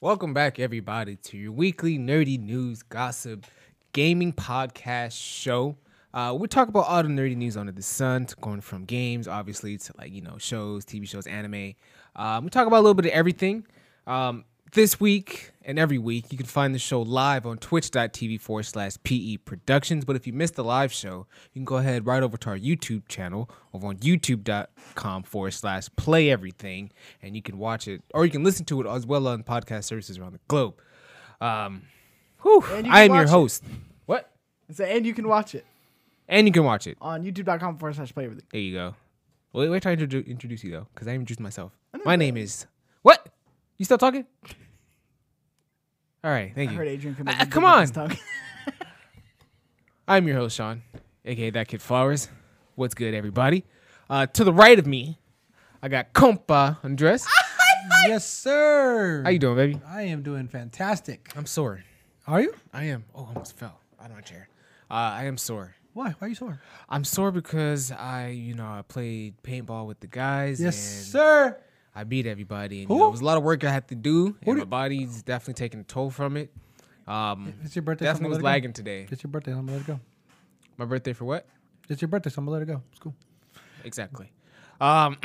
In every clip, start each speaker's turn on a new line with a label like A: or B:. A: Welcome back, everybody, to your weekly nerdy news, gossip, gaming podcast show. Uh, we talk about all the nerdy news under the sun, to going from games, obviously, to like, you know, shows, TV shows, anime. Um, we talk about a little bit of everything. Um, this week and every week, you can find the show live on twitch.tv forward slash PE Productions. But if you missed the live show, you can go ahead right over to our YouTube channel over on youtube.com forward slash play everything, and you can watch it or you can listen to it as well on podcast services around the globe. Um, whew,
B: And you
A: I am
B: can
A: your
B: watch it.
A: host. What?
B: So, and you can watch it
A: And you can watch it.
B: on youtube.com forward slash play everything.
A: There you go. Wait, wait, trying to introdu- introduce you though, because I introduced myself. My name is what? You still talking? All right, thank
B: I
A: you.
B: heard Adrian come,
A: Ah,
B: up and
A: come
B: dip his
A: on.
B: tongue.
A: I'm your host, Sean, aka That Kid Flowers. What's good, everybody? Uh, to the right of me, I got Compa Andres.
C: Yes, sir.
A: How you doing, baby?
C: I am doing fantastic.
A: I'm sore.
C: Are you?
A: I am. Oh, I almost fell out of my chair. Uh, I am sore.
C: Why? Why are you sore?
A: I'm sore because I, you know, I played paintball with the guys.
C: Yes,
A: and
C: sir.
A: I beat everybody. And, you know, it was a lot of work I had to do, and my
C: do-
A: body's definitely taking a toll from it. Um,
C: It's your birthday. so
A: definitely
C: I'ma
A: was
C: let it go.
A: lagging today.
C: It's your birthday. so I'm gonna let it go.
A: My birthday for what?
C: It's your birthday. So I'm gonna let it go. It's cool.
A: Exactly. Um,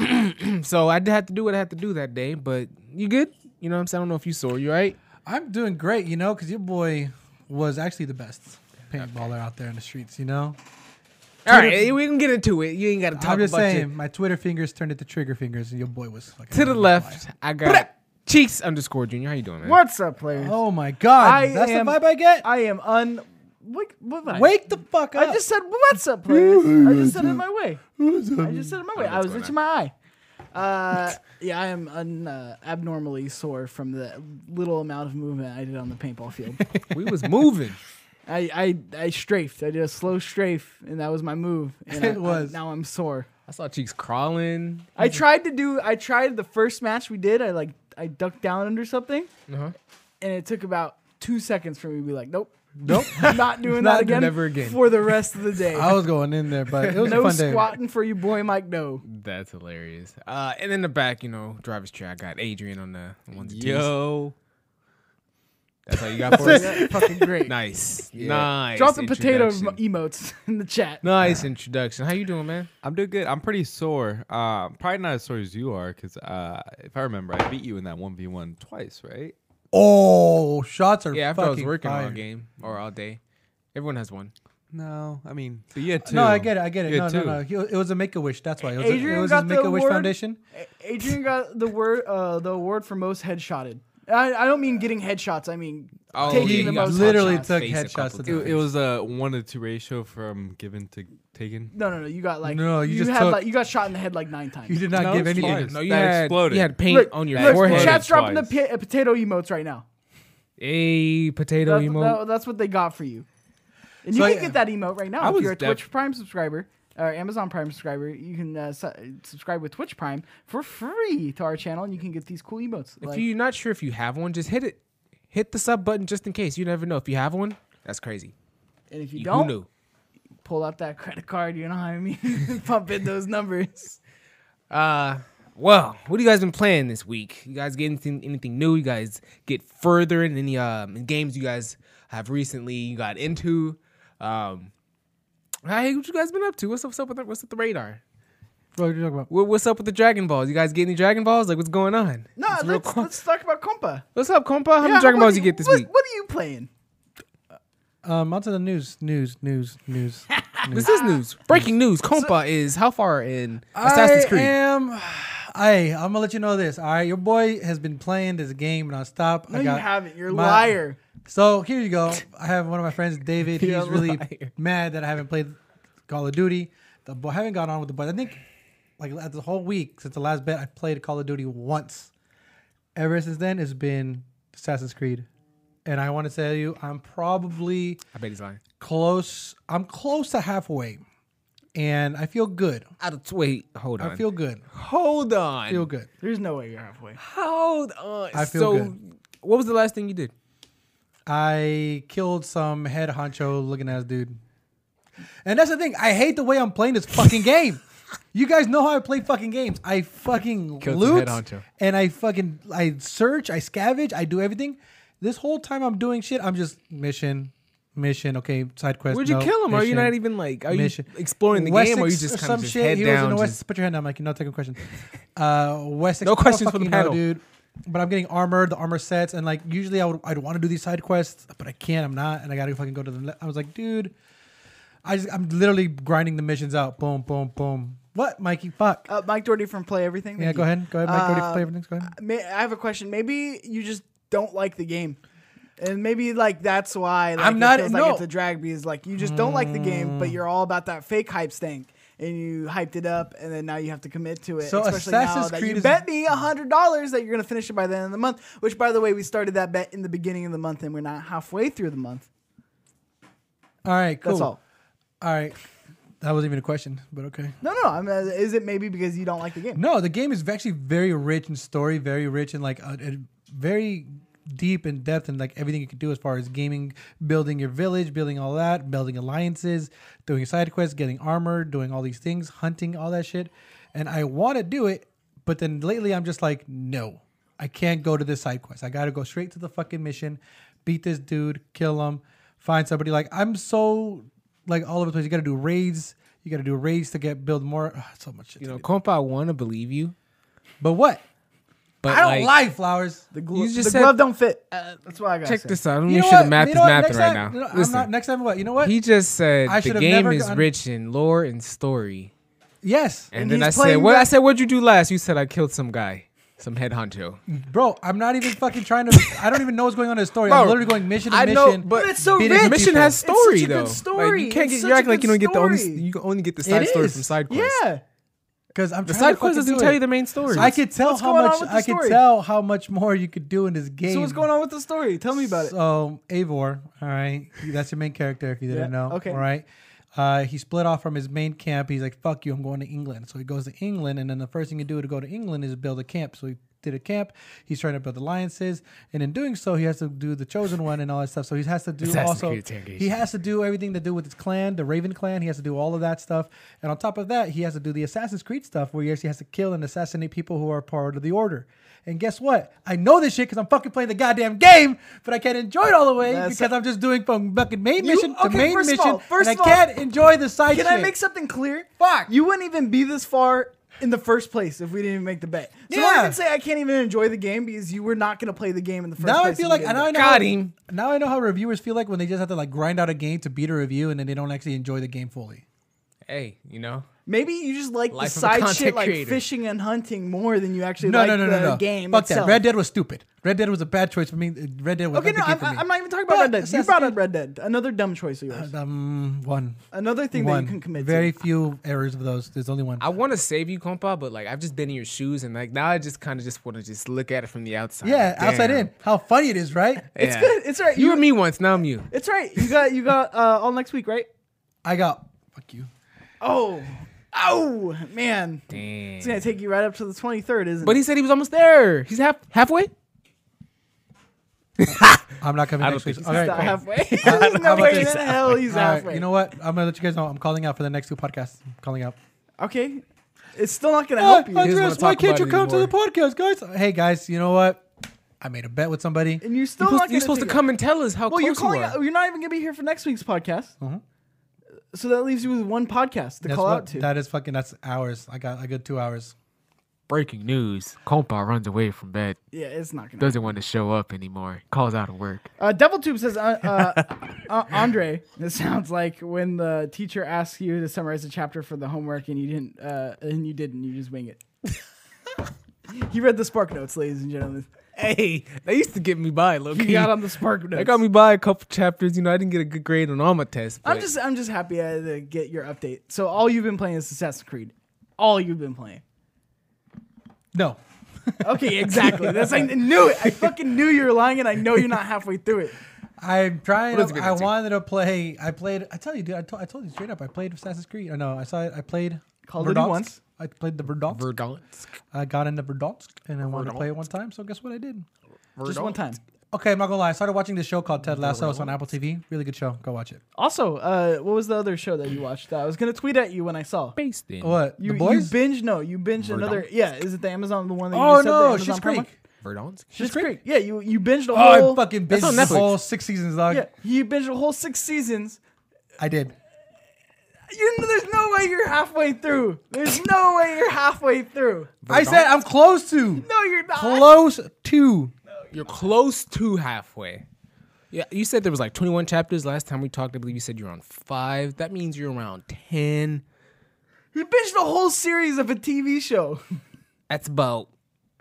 A: so I did have to do what I had to do that day. But you good? You know what I'm saying? I don't know if you sore. You all right?
C: I'm doing great, you know, because your boy was actually the best paintballer out there in the streets, you know.
A: All right, we can get into it. You ain't got to talk
C: I'm just
A: about
C: saying,
A: it.
C: my Twitter fingers turned into trigger fingers, and your boy was fucking
A: To the
C: on
A: left,
C: fire.
A: I got Cheeks underscore Junior. How you doing, man?
B: What's up, players?
C: Oh my god,
B: I
C: that's
B: am-
C: the vibe I get.
B: I am un. Wait, what am I-
C: Wake the fuck up.
B: I just said, what's up, players? I just said it in my way. I just said it in my way. I was
A: what's
B: itching my eye. Uh, yeah, I am un, uh, abnormally sore from the little amount of movement I did on the paintball field.
A: we was moving.
B: I, I, I strafed. I did a slow strafe, and that was my move. And I-
C: It was.
B: I- now I'm sore.
A: I saw Cheeks crawling.
B: I tried to do. I tried the first match we did. I like I ducked down under something,
A: Uh-huh.
B: and it took about two seconds for me to be like, nope,
C: nope.
B: not doing
C: Not
B: that again.
A: never again.
B: for the rest of the day.
C: I was going in there, but Oh, it was a
B: no
C: fun day.
B: squatting for you, boy Mike. No.
A: That's hilarious. Uh, and in the back, you know, driver's chair. I got Adrian on the ones and twos.
D: Yo.
A: That's all you got for us.
B: fucking great.
A: Nice, nice.
B: Drop the potato
A: introduction.
B: emotes in the chat.
A: Nice introduction. How you doing, man?
D: I'm doing good. I'm pretty sore. Uh, probably not as sore as you are, because uh, if I remember, I beat you in that 1v1 twice, right?
C: Oh, shots are
A: Yeah, after
C: fucking
A: I was working
C: fire.
A: all game or all day, everyone has one.
D: No, I mean, but you had two.
C: No, I get it. I get it.
D: You
C: No,
D: had
C: no,
D: two.
C: no. He, it was a Make a Wish. That's why. It was,
B: Adrian
C: a, it was
B: got
C: his
B: the
C: Make a Wish
B: award.
C: Foundation.
B: A- Adrian got the word uh, the award for most headshotted. I, I don't mean getting headshots. I mean
A: Oh,
B: taking
C: He
B: the
A: got
B: most
C: literally
B: headshots.
C: took
A: Face a couple
C: headshots. At the
D: It, it was a one to two ratio from given to taken.
B: No, no, no. You got like
C: No, you just
B: had
C: took-
B: like you got shot in the head like nine
C: you
B: times.
C: did not
D: No,
C: give
D: it's
C: anything.
D: fine.
A: No, you
D: That
A: had
D: exploded.
A: you had paint
B: Look,
A: on your
B: look,
A: forehead.
D: exploded.
B: Chat's dropping the
D: Twice.
B: p- potato emotes right now.
A: Hey, potato
B: That-
A: emote.
B: that- that's what they got for you. And
C: So
B: you can
C: I-
B: get that emote right now
D: I
B: if
D: was
B: you're a
D: def-
B: Twitch Prime subscriber or Amazon Prime subscriber. You can uh, su- subscribe with Twitch Prime for free to our channel, and you can get these cool emotes.
A: if
B: Like,
A: you're not sure if you have one, just hit it. Hit the sub button just in case. You never know if you have one. That's crazy.
B: and if you
A: You-
B: don't,
A: Who knew?
B: pull out that credit card. You know what I mean? Pump in those numbers.
A: Uh, well, what do you guys been playing this week? You guys get anything, anything new? You guys get further in any um, games you guys have recently got into? Um, hey, what you guys been up to? What's up, what's up with the, what's up with the radar?
C: What are you talking about?
A: What, what's up with the Dragon Balls? You guys get any Dragon Balls? Like, what's going on?
B: No,
A: It's real
B: let's,
A: qu-
B: let's talk about Compa.
A: what's up, compa? How many
B: Yeah,
A: Dragon
B: what
A: Balls
B: do
A: you get this
B: what-
A: week?
B: What are you playing?
C: Um, onto the news, news, news, news.
A: This is news. Breaking news. Compa is how far in Assassin's Creed?
C: I am. Hey, I'm gonna let you know this. All right, your boy has been playing this game nonstop.
B: No,
C: I
B: you
C: got
B: haven't. You're a
C: my-
B: liar.
C: So here you go. I have one of my friends, David.
A: You're
C: He's
A: a
C: really
A: liar.
C: mad that I haven't played Call of Duty. The boy, I haven't gone on with the boy. I think like la- the whole week since the last bet, I played Call of Duty once. Ever since then, it's been Assassin's Creed, and I want to tell you, I'm probably
A: I bet he's lying.
C: close. I'm close to halfway, and I feel good.
A: Out of wait, hold on.
C: I feel good.
A: hold on.
C: Feel good.
B: There's no way you're halfway.
A: Hold on.
C: I feel
A: so
C: good.
A: What was the last thing you did?
C: I killed some head honcho looking ass dude. And that's the thing. I hate the way I'm playing this fucking game. You guys know how I play fucking games. I fucking
A: Killed some head
C: loot
A: honcho.
C: and I fucking I search, I scavenge, I do everything. This whole time I'm doing shit, I'm just mission, mission. Okay, side quest.
A: Where'd you
C: no,
A: kill him? Are you
C: mission.
A: not even like? Are you
C: Mission.
A: exploring the game, or are you
C: Wessex
A: just kind
C: some
A: of just
C: shit.
A: head
C: He was in
A: down?
C: the West-
A: just-
C: put your hand down, Mike. You're not taking questions. Uh, Wessex.
A: No
C: I don't
A: questions for the
C: fucking know,
A: panel.
C: dude. But I'm getting armored. The armor sets, and like usually I would, I'd want to do these side quests, but I can't. I'm not, and I gotta fucking go to the. le- I was like, dude, I just, I'm literally grinding the missions out. Boom, boom, boom. What, Mikey? Fuck.
B: Uh, Mike Doherty from Play Everything.
C: yeah,
B: thank
C: go
B: you.
C: ahead. Go ahead, Mike.
B: Uh,
C: Uh, play everything. Go ahead.
B: May, I have a question. Maybe you just don't like the game. And maybe like that's why like,
C: I'm
B: it
C: not-
B: feels
C: no.
B: like it's a drag because like you just don't like the game, but you're all about that fake hype stank. And you hyped it up, and then now you have to commit to it.
C: So
B: especially
C: Assassin's
B: now that
C: Creed
B: you
C: is-
B: bet me hundred dollars that you're gonna finish it by the end of the month. Which, by the way, we started that bet in the beginning of the month, and we're not halfway through the month.
C: All right, cool.
B: That's all.
C: All right. That wasn't even a question, but okay.
B: No, no. I mean, is it maybe because you don't like the game?
C: No, the game is actually very rich in story, very rich in like uh uh very deep in depth and like everything you can do as far as gaming, building your village, building all that, building alliances, doing side quests, getting armor, doing all these things, hunting, all that shit. And I want to do it, but then lately I'm just like, no, I can't go to this side quest. I got to go straight to the fucking mission, beat this dude, kill him, find somebody. Like I'm so like all over the place. You got to do raids. You got to do raids to get build more. Ugh, so much shit.
A: you
C: to
A: know,
C: do.
A: compa, I want to believe you,
C: But what?
A: but
C: I don't
A: like,
C: lie flowers.
B: The, glo-
A: You just
B: the
A: said-
B: glove don't fit. Uh, that's what I got.
A: Check
B: say.
A: this out. I don't
C: You
A: even
C: know
A: sure the
C: what?
A: math
C: You
A: is
C: know what?
A: mathing
C: Next
A: right now.
C: time- no, no, I'm
A: Listen,
C: not- next time, what? You know what?
A: he just said
C: I
A: the
C: should've
A: game
C: never
A: is
C: gone-
A: rich in lore and story,
C: yes,
A: and,
B: And
A: then
B: he's
A: I said,
B: playing
A: "What?"
B: that-
A: I said, "What'd you do last?" You said, "I killed some guy, some head honcho."
C: bro. I'm not even fucking trying to. I don't even know what's going on in the story.
A: Bro,
C: I'm literally going mission to
A: I
C: mission.
A: know, but-
B: But it's so
C: beating
B: rich.
C: people.
A: Mission has
B: It's such
A: story
B: a good
A: though. Like,
B: story.
A: you can't
B: It's
A: get.
B: such
A: You
B: a
A: act like
B: good
A: you don't get the only.
B: story.
A: You can only get the
C: It
A: side story
C: is.
A: from side quests.
B: Yeah.
C: because I'm
A: The
C: trying to
A: side quest
C: fucking
A: doesn't
C: do
A: tell
C: it.
A: you the main story.
C: I could tell
B: What's
C: how
B: going on
C: much.
B: with the
C: I could
B: story?
C: tell how much more you could do in this game.
B: So what's going on with the story? Tell me about it.
C: So Eivor, all right, that's your main character. If you didn't
B: Yeah,
C: know,
B: okay.
C: all right. Uh, he split off from his main camp. He's like, "Fuck you! I'm going to England." So he goes to England, and then the first thing you do to go to England is build a camp. So he did a camp. He's trying to build alliances, and in doing so, he has to do the chosen one and all that stuff. So he has to do
A: Assassin's
C: also.
A: Creed Interrogation.
C: He has to do everything to do with his clan, the Raven clan. He has to do all of that stuff, and on top of that, he has to do the Assassin's Creed stuff, where he actually has to kill and assassinate people who are part of the Order. And guess what? I know this shit because I'm fucking playing the goddamn game, but I can't enjoy it all the way
B: That's-
C: because I'm just doing from fucking main
B: You-
C: mission
B: okay,
C: to main
B: first of
C: mission,
B: all- first
C: and
B: of
C: I
B: all,
C: can't enjoy the side
B: Can
C: shit.
B: I make something clear?
C: Fuck.
B: You wouldn't even be this far in the first place if we didn't even make the bet. So I
C: Yeah.
B: can say I can't even enjoy the game because you were not going to play the game in the first
C: now
B: place.
C: I feel
B: if
C: like
B: we
C: and
B: didn't
C: now I know
A: Got
C: how,
A: him.
C: now I know how reviewers feel like when they just have to like grind out a game to beat a review and then they don't actually enjoy the game fully.
A: Hey, you know,
B: Maybe you just like the
A: Life of a
B: side
A: content
B: shit like
A: creator.
B: fishing and hunting more than you actually
C: No,
B: like
C: no, no,
B: the
C: no, no.
B: game
C: Fuck
B: itself.
C: that. Red Dead was stupid. Red Dead was a bad choice for me. Red Dead was
B: Okay,
C: not
B: no,
C: the game
B: I'm,
C: for me.
B: I'm not even talking about
C: But
B: Red Dead. You
C: Assassin's
B: brought
C: Creed-
B: up Red Dead. Another dumb choice of yours.
C: Um, one.
B: Another thing that
C: one.
B: you can commit
C: Very
B: to.
C: few errors of those. There's only one.
A: I want to save you, compa, but like I've just been in your shoes, and like now I just kind of just want to just look at it from the outside.
C: yeah, outside
A: Damn.
C: in. How funny it is, right?
B: It's
A: Yeah.
B: good. It's all right.
A: You were me once. Now I'm you.
B: It's all right. You got you got uh, all next week, right?
C: I got fuck you.
B: Oh, oh man, it's gonna take you right up to the twenty third, isn't
A: But
B: it?
A: he said he was almost there. He's half halfway.
C: I'm not coming
A: I don't
C: next
A: think
C: week.
A: he's
C: All
B: He's
C: right,
B: not
C: cool.
B: halfway. There's no
C: about
B: way in
C: this?
B: hell he's
C: All right,
B: halfway.
C: You know what? I'm gonna let you guys know. I'm calling out for the next two podcasts. I'm calling out.
B: Okay, it's still not gonna help you,
A: I- Andres, wanna why talk can't about you it come to the
C: podcast, guys? Hey guys, you know what? I made a bet with somebody.
B: and you're still
A: You're supposed,
B: not
A: you're
B: gonna
A: supposed to
B: take it.
A: come and tell us how
B: Well, you're
A: close you
B: calling.
A: are.
B: Out, you're not even gonna be here for next week's podcast. So that leaves you with one podcast to
C: That's
B: call
C: Mm-hmm. what-
B: out to.
C: That is fucking. That's hours. I got a good two hours.
A: Breaking news: Compa runs away from bed.
B: yeah, it's not gonna.
A: Doesn't want to show up anymore. Calls out of work.
B: Uh, Devil Tube says, uh, uh, uh, Andre, this sounds like when the teacher asks you to summarize a chapter for the homework and you didn't, uh, and you didn't, you just wing it. he read the spark notes, ladies and gentlemen.
A: Hey, they used to get me by, look.
B: He got on the spark notes.
A: They got me by a couple chapters. You know, I didn't get a good grade on all my tests.
B: I'm
A: but-
B: just, I'm just happy uh, to get your update. So all you've been playing is Assassin's Creed. All you've been playing.
C: No,
B: Okay, exactly. That's I knew it. I fucking knew you were lying, and I know you're not halfway through it.
C: I'm trying.
A: Well, that's
C: To,
A: a good
C: I
A: answer.
C: wanted to play. I played. I tell you, dude. I, to, I told you straight up. I played Assassin's Creed. Oh, I know. I saw it. I played
B: Call of Duty
C: Verdansk.
B: once.
C: I played the Verdansk.
A: Verdant.
C: I got into Verdansk and I wanted to play it one time. So guess what I did?
B: Just one time.
C: Okay, I'm not gonna lie. I started watching this show called Ted Lasso. It's on Apple TV. Really good show. Go watch it.
B: Also, uh, what was the other show that you watched? That I was gonna tweet at you when I saw.
A: Based in
C: What?
B: You,
C: the boys?
B: you binge? No, you binge
A: Verdon?
B: another. Yeah, is it the Amazon the one that you
C: oh
B: just said, the
C: no,
B: Amazon
C: she's
B: Prime one?
C: Creek.
A: Verdonsk.
B: Shit's
C: Creek?
B: Creek. Yeah, you you binged a
C: Oh, I
B: whole
C: fucking
A: That's
C: binged
A: on
C: the
A: Netflix.
C: whole six seasons, dog.
B: yeah you binged a whole six seasons.
C: I did.
B: You there's no way you're halfway through. There's no way you're halfway through.
C: I said I'm close to.
B: No, you're not.
C: Close to.
A: You're close to halfway. Yeah, you said there was like 21 chapters last time we talked. I believe you said you're on five. That means you're around 10.
B: You binged a whole series of a TV show.
A: That's about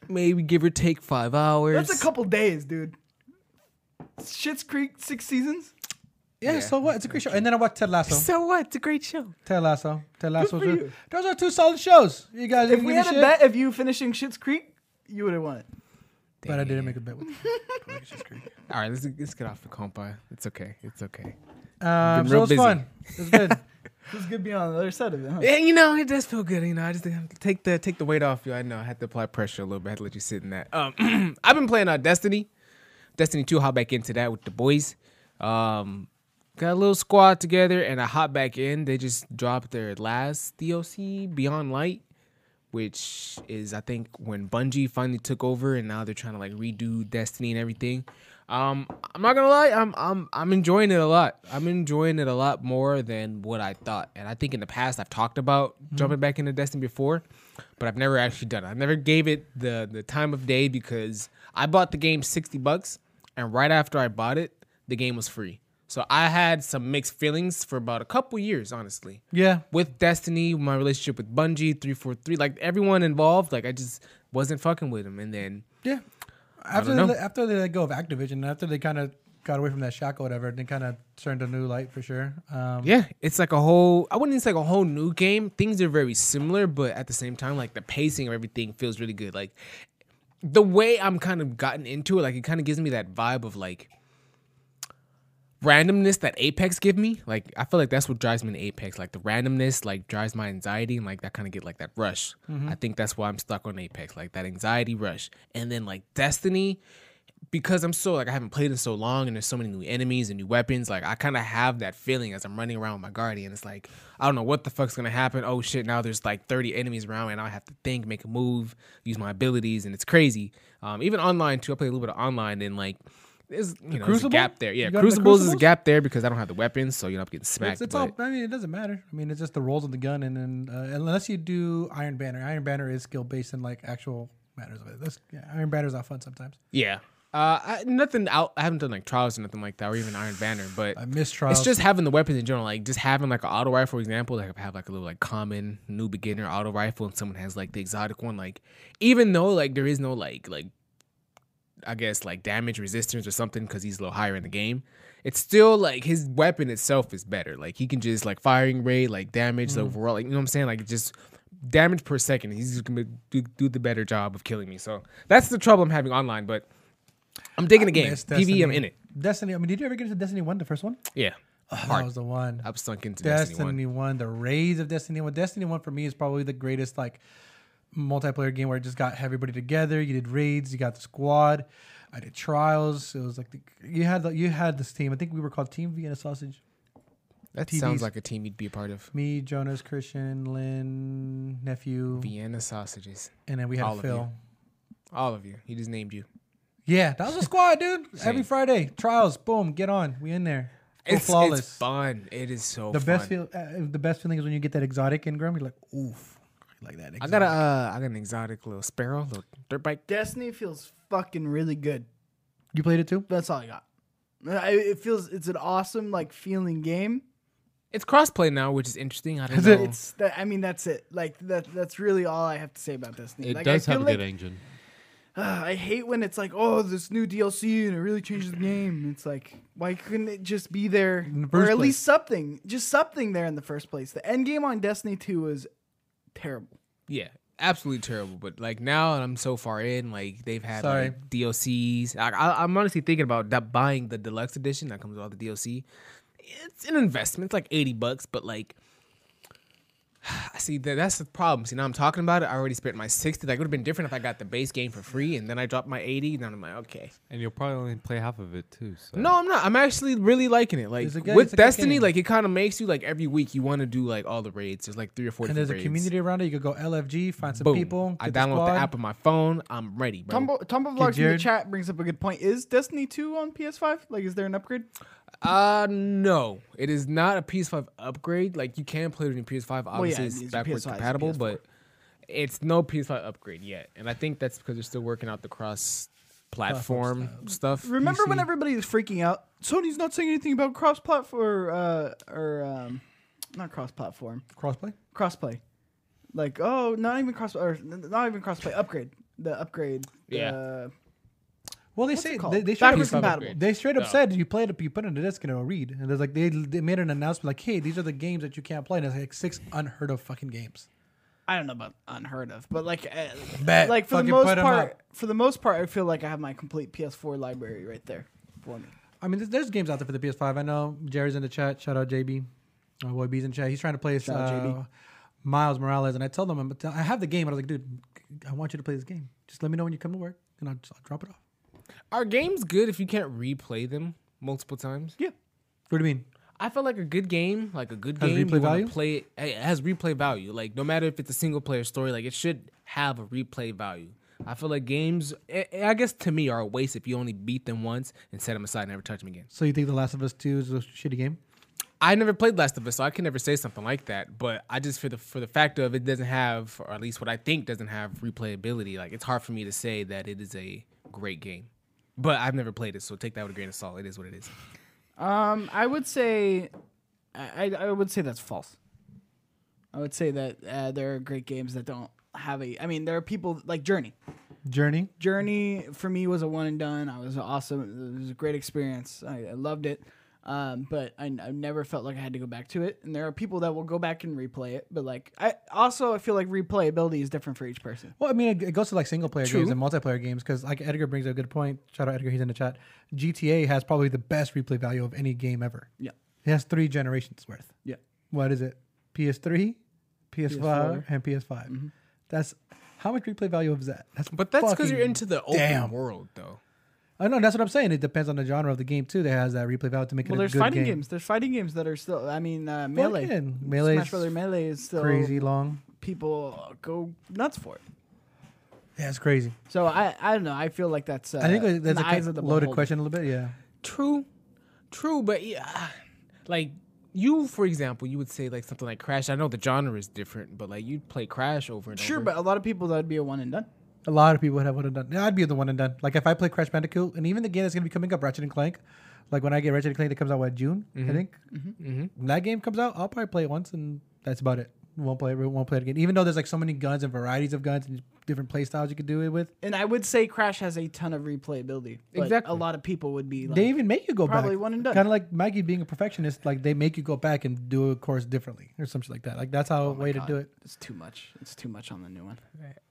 A: maybe give or take five hours.
B: That's a couple days, dude. Shit's Creek six seasons.
C: Yeah, so what? It's a great show. And then I watched Ted Lasso.
A: So what? It's a great show.
C: Ted Lasso. Ted Lasso.
B: for
C: was-
B: you.
C: Those are two solid shows. You guys
B: If
C: didn't
B: we
C: give
B: had a
C: shit,
B: bet of you finishing Shit's Creek, you would have won it.
C: but I didn't make a bet with. It's just great.
A: All right, let's, let's get off the compa. It's okay. It's okay.
C: Um,
A: Been
C: so
A: real
C: it was
A: busy.
C: fun. It was good.
B: Who's gonna be on the other side of it? Huh?
A: Yeah, you know, it does feel good. You know, I just have to take the take the weight off you. I know I had to apply pressure a little bit. I had to let you sit in that. Um, I've been playing uh, Destiny, Destiny Two. Hop back into that with the boys. Um, got a little squad together, and I hop back in. They just dropped their last DLC, Beyond Light, which is I think when Bungie finally took over, and now they're trying to like redo Destiny and everything. Um, I'm not gonna lie, I'm I'm I'm enjoying it a lot. I'm enjoying it a lot more than what I thought. And I think in the past I've talked about jumping back into Destiny before, but I've never actually done it. I never gave it the the time of day because I bought the game sixty bucks, and right after I bought it, the game was free. So I had some mixed feelings for about a couple years, honestly
C: Yeah.
A: with Destiny, my relationship with Bungie, three four three, like everyone involved, like I just wasn't fucking with him. And then
C: Yeah.
A: don't
C: After they,
A: know.
C: let- after they let go of Activision, after they kind of got away from that shackle, or whatever, they kind of turned a new light for sure. Um,
A: yeah, it's like a whole. I wouldn't say like a whole new game. Things are very similar, but at the same time, like the pacing of everything feels really good. Like the way I'm kind of gotten into it, like it kind of gives me that vibe of like randomness that Apex give me. Like I feel like that's what drives me to Apex. Like the randomness like drives my anxiety and like that kind of get like that rush. I think that's why I'm stuck on Apex, like that anxiety rush. And then like Destiny, because I'm so like I haven't played in so long and there's so many new enemies and new weapons, like I kind of have that feeling as I'm running around with my guardian. It's like I don't know what the fuck's gonna happen. Oh shit, now there's like 30 enemies around and I have to think, make a move, use my abilities, and it's crazy. Um, even online too, I play a little bit of online and like there's you know there's a
C: Crucible?
A: gap there. Yeah,
C: You got the
A: Crucibles is a
C: Crucibles?
A: gap there because I don't have the weapons, so you know I'm getting smacked.
C: It's, it's all.
A: but
C: I mean, it doesn't matter. I mean, it's just the rolls of the gun, and then uh, unless you do Iron Banner, Iron Banner is skill based and like actual matters of it. That's, yeah, Iron Banner's not fun sometimes.
A: yeah, uh, I, nothing out. I haven't done like trials or nothing like that, or even Iron Banner, but
C: I miss trials.
A: It's just having the weapons in general, like just having like an auto rifle, for example, like I have like a little like common new beginner auto rifle, and someone has like the exotic one. Like even though like there is no like like I guess like damage resistance or something because he's a little higher in the game, it's still like his weapon itself is better. Like he can just like firing rate, like damage
C: Mm-hmm.
A: the overall, like you know what I'm saying, like just damage per second. He's just gonna do, do the better job of killing me. So that's the trouble I'm having online, but I'm digging the game.
C: Miss
A: PvE, I'm
C: Destiny.
A: in it. Uh,
C: Destiny. I mean, did you ever get into Destiny One, the first one?
A: Yeah,
C: That was the one.
A: I'm sunk into
C: Destiny,
A: Destiny One.
C: One. the raids of Destiny One. Destiny One for me is probably the greatest like multiplayer game where it just got everybody together. You did raids, you got the squad. I did trials. It was like the, you had the, you had this team. I think we were called Team Vienna Sausage.
A: That
C: TVs.
A: sounds like a team you'd be a part of.
C: Me, Jonas, Christian, Lynn, nephew,
A: Vienna sausages.
C: and then we had
A: all of
C: Phil.
A: All of you. He just named you.
C: Yeah, that was a squad, dude. Every
A: Same.
C: Friday, trials. Boom, get on. We in there. Go
A: It's,
C: flawless.
A: it's fun. It is so
C: the
A: fun.
C: best feel. Uh, the best feeling is when you get that exotic Ingram. You're like, oof, like that.
A: I got a uh, I got an exotic little sparrow, little dirt bike.
B: Destiny feels fucking really good.
C: You played it too?
B: That's all I got. I, it feels it's an awesome like feeling game.
A: It's crossplay now, which is interesting. I don't
C: Is
A: know.
C: it-
B: It's that I mean that's it. Like that that's really all I have to say about Destiny.
E: It
B: like,
E: does
B: I
E: have a
B: feel
E: good
B: like,
E: engine.
B: uh, I hate when it's like oh this new DLC and it really changes the game. It's like why couldn't it just be there
C: the
B: or
C: first
B: at
C: place.
B: least something, just something there in the first place. The end game on Destiny two was terrible.
A: Yeah, absolutely terrible. But like now, I'm so far in. Like they've had
C: Sorry.
A: like, DLCs. I, I, I'm honestly thinking about that buying the deluxe edition that comes with all the DLC. It's an investment. It's like eighty bucks, but like I see that that's the problem. See, now I'm talking about it. I already spent my 60. Like, it would have been different if I got the base game for free and then I dropped my 80. Then I'm like, okay.
D: And you'll probably only play half of it too. So.
A: No, I'm not. I'm actually really liking it. Like
C: It's a good-
A: with
C: it's a good
A: Destiny,
C: game.
A: like it kind of makes you like every week you want to do like all the raids. There's like three or four.
C: and there's a
A: different raids.
C: community around it. You could go LFG, find some
A: Boom.
C: people.
A: I
C: get the
A: download the,
C: squad.
A: app on my phone. I'm ready, bro.
B: Tombo, Tombo Vlogs in the
C: Jared-
B: chat brings up a good point. Is Destiny 2 on PS5? Like, is there an upgrade?
A: Uh no, it is not a PS5 upgrade. Like you can play it in PS5. Obviously,
B: yeah,
A: it's
B: it's
A: backwards
B: PS5, it's
A: compatible,
B: PS4.
A: but it's no PS5 upgrade yet. And I think that's because they're still working out the cross-platform stuff.
B: Remember when
A: PC.
B: everybody was freaking out? Sony's not saying anything about cross platform, uh, or um, not cross platform,
C: crossplay.
B: crossplay. Like, oh, not even cross, or n- not even crossplay. Upgrade the upgrade.
A: Yeah.
B: Uh,
C: Well, they
B: What's it
C: say
B: called?
C: they, they straight
B: Backwards
C: up,
B: compatible.
C: they straight up
A: No.
C: said you play it, you put it in a disc and it'll read. And there's like they, they made an announcement like, hey, these are the games that you can't play. And it's like six unheard of fucking games.
B: I don't know about unheard of, but like, uh,
C: Bet.
B: like for the
C: Fucking
B: most
C: put 'em
B: part,
C: up.
B: for the most part, I feel like I have my complete PS4 library right there for me.
C: I mean, there's, there's games out there for the PS5. I know Jerry's in the chat. Shout out JB. My boy B's in chat. He's trying to play
B: out
C: uh,
B: JB.
C: Miles Morales, and I told him I'm- I have the game, and I was like, dude, I want you to play this game. Just let me know when you come to work, and I'll, just, I'll drop it off.
A: are games good if you can't replay them multiple times?
B: Yeah.
C: What do you mean?
A: I feel like a good game, like a good
C: Has
A: game, you
C: replay
A: wanna
C: value?
A: Play it, it has replay value. Like no matter if it's a single player story, like it should have a replay value. I feel like games, I I guess to me, are a waste if you only beat them once and set them aside and never touch them again.
C: So you think The Last of Us Two is a shitty game?
A: I never played Last of Us, so I can never say something like that. But I just for the for the fact of it doesn't have, or at least what I think doesn't have replayability. Like it's hard for me to say that it is a great game. But I've never played it, so take that with a grain of salt. It is what it is.
B: Um, I would say, I, I I would say that's false. I would say that uh, there are great games that don't have a. I mean, there are people like Journey.
C: Journey.
B: Journey for me was a one and done. I was awesome. It was a great experience. I, I loved it. Um, but I, I never felt like I had to go back to it. And there are people that will go back and replay it. But like, I also I feel like replayability is different for each person.
C: Well, I mean, it, it goes to like single player
A: True.
C: games and multiplayer games because like Edgar brings up a good point. Shout out Edgar, he's in the chat. GTA has probably the best replay value of any game ever.
B: Yeah.
C: It has three generations worth.
B: Yeah.
C: What is it? PS3, PS4,
B: PS4.
C: and PS5.
B: Mm-hmm.
C: That's how much replay value is that? That's
A: But that's because you're
C: fucking-
A: into the open
C: damn.
A: world, though.
C: I know that's what I'm saying. It depends on the genre of the game too. That has that replay value to make
B: Well,
C: it a
B: there's
C: good
B: fighting
C: game.
B: games. There's fighting games that are still. I mean, uh,
C: Well,
B: melee.
C: again, Melee
B: Smash
C: is
B: Brother Melee is still
C: crazy long.
B: People go nuts for it.
C: Yeah, it's crazy.
B: So I, I don't know. I feel like that's. Uh,
C: I think that's
B: in the
C: a
B: eyes
C: kind
B: of the
C: of loaded
B: beholder.
C: question a little bit. Yeah.
A: True, true, but yeah, like you, for example, you would say like something like Crash. I know the genre is different, but like you'd play Crash over and
B: Sure,
A: over.
B: but a lot of people that'd be a one and done.
C: A lot of people would have would have done. I'd be the one and done. Like if I play Crash Bandicoot, and even the game that's gonna be coming up, Ratchet and Clank. Like when I get Ratchet and Clank, that comes out what June,
B: Mm-hmm.
C: I think. When that game comes out, I'll probably play it once, and that's about it. Won't play. it. Won't play it again. Even though there's like so many guns and varieties of guns and different play styles you could do it with,
B: And I would say Crash has a ton of replayability. but
A: Exactly.
B: A lot of people would be like,
C: they even make you go back.
B: probably one and done.
C: Kind of like Maggie being a perfectionist. Like they make you go back and do a course differently or something like that. Like that's how way to
B: Oh God,
C: do it.
B: It's too much. It's too much on the new one.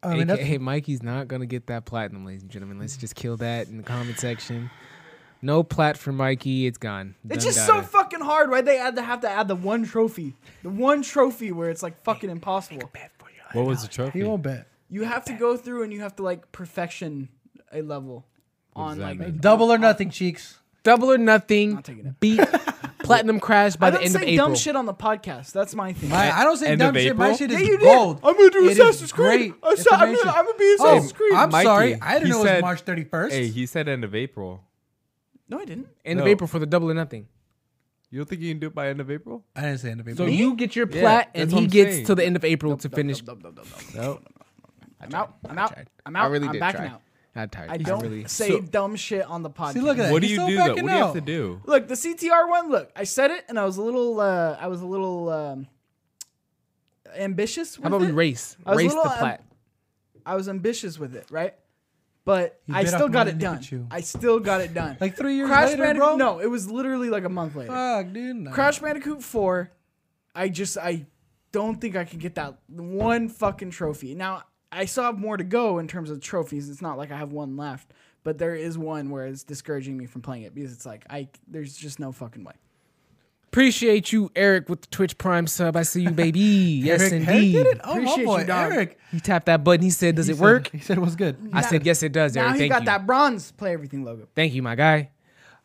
C: I mean, that's,
A: AKA Mikey's not gonna get that platinum, ladies and gentlemen. Let's just kill that in the comment section. No plat for Mikey. It's gone.
B: It's
A: Done
B: just so
A: data.
B: fucking hard, right? They had to have to add the one trophy, the one trophy where it's like fucking impossible.
D: What was the trophy?
C: he won't bet.
B: You have to go through and you have to like perfection a level on
D: does that
B: like.
D: mean?
C: Double or nothing, cheeks.
A: double or nothing.
B: Not taking it.
A: Beat platinum crash by
B: I
A: the
B: don't
A: end of
B: say
A: April.
B: dumb shit on the podcast. That's my thing.
C: I, I don't say
D: End
C: dumb
D: of
C: shit. My
D: April?
C: shit
B: Yeah,
C: is
B: you did.
C: gold.
B: I'm gonna do
C: It is
B: Assassin's Creed.
C: great
B: I said- I'm
C: information.
B: gonna, I'm gonna be
C: Oh,
B: Assassin's Creed.
C: I'm
D: Mikey,
C: sorry. I didn't
D: he
C: know it was
D: said-
C: March 31st.
D: Hey, he said end of April.
B: no, I didn't.
A: End of
D: No.
A: April for the double or nothing.
D: You don't think you can do it by end of April?
C: I didn't say end of
A: So
C: April.
A: you get your
D: Yeah,
A: plat, and
D: that's what
A: he
D: I'm
A: gets
D: saying.
A: to the end of April to finish.
B: Dub, dub, dub, dub, dub.
D: No.
B: I'm out. I'm out. I'm
A: I
B: out.
A: really
B: I'm
A: did
B: backing
A: try.
B: out.
A: I tried.
B: I don't
A: really.
B: say dumb shit on the podcast.
C: See, look at that.
D: What do
C: He's
D: you
C: still
D: do though? What
C: backing
D: do you have to
C: out.
D: do?
B: Look, the CTR one. Look, I said it, and I was a little, uh, I was a little um, ambitious. With
A: How about we
B: it.
A: race?
B: I was a
A: Race
B: little,
A: the
B: um,
A: plat.
B: I was ambitious with it, right? But
C: You
B: I
C: bit
B: still
C: off
B: got
C: more
B: it
C: than you could
B: done.
C: chew.
B: I still got it done.
C: Like three years
B: Crash
C: later,
B: Bandicoot.
C: bro. Uh.
B: No, it was literally like a month later.
C: Fuck, dude. No.
B: Crash Bandicoot Four. I just I don't think I can get that one fucking trophy. Now I still have more to go in terms of trophies. It's not like I have one left, but there is one where it's discouraging me from playing it because it's like I there's just no fucking way.
A: Appreciate you, Eric, with the Twitch Prime sub. I see you, baby. yes,
C: Eric, Eric
A: indeed.
C: did it? Oh,
B: Appreciate
C: my boy,
B: you, dog.
C: Eric.
A: He tapped that button. He said, "Does
C: He
A: it
C: said-
A: work?"
C: He said it was good.
A: I said, "Yes, it does." Eric,
B: Now he
A: thank
B: got
A: you.
B: that bronze play everything logo.
A: Thank you, my guy.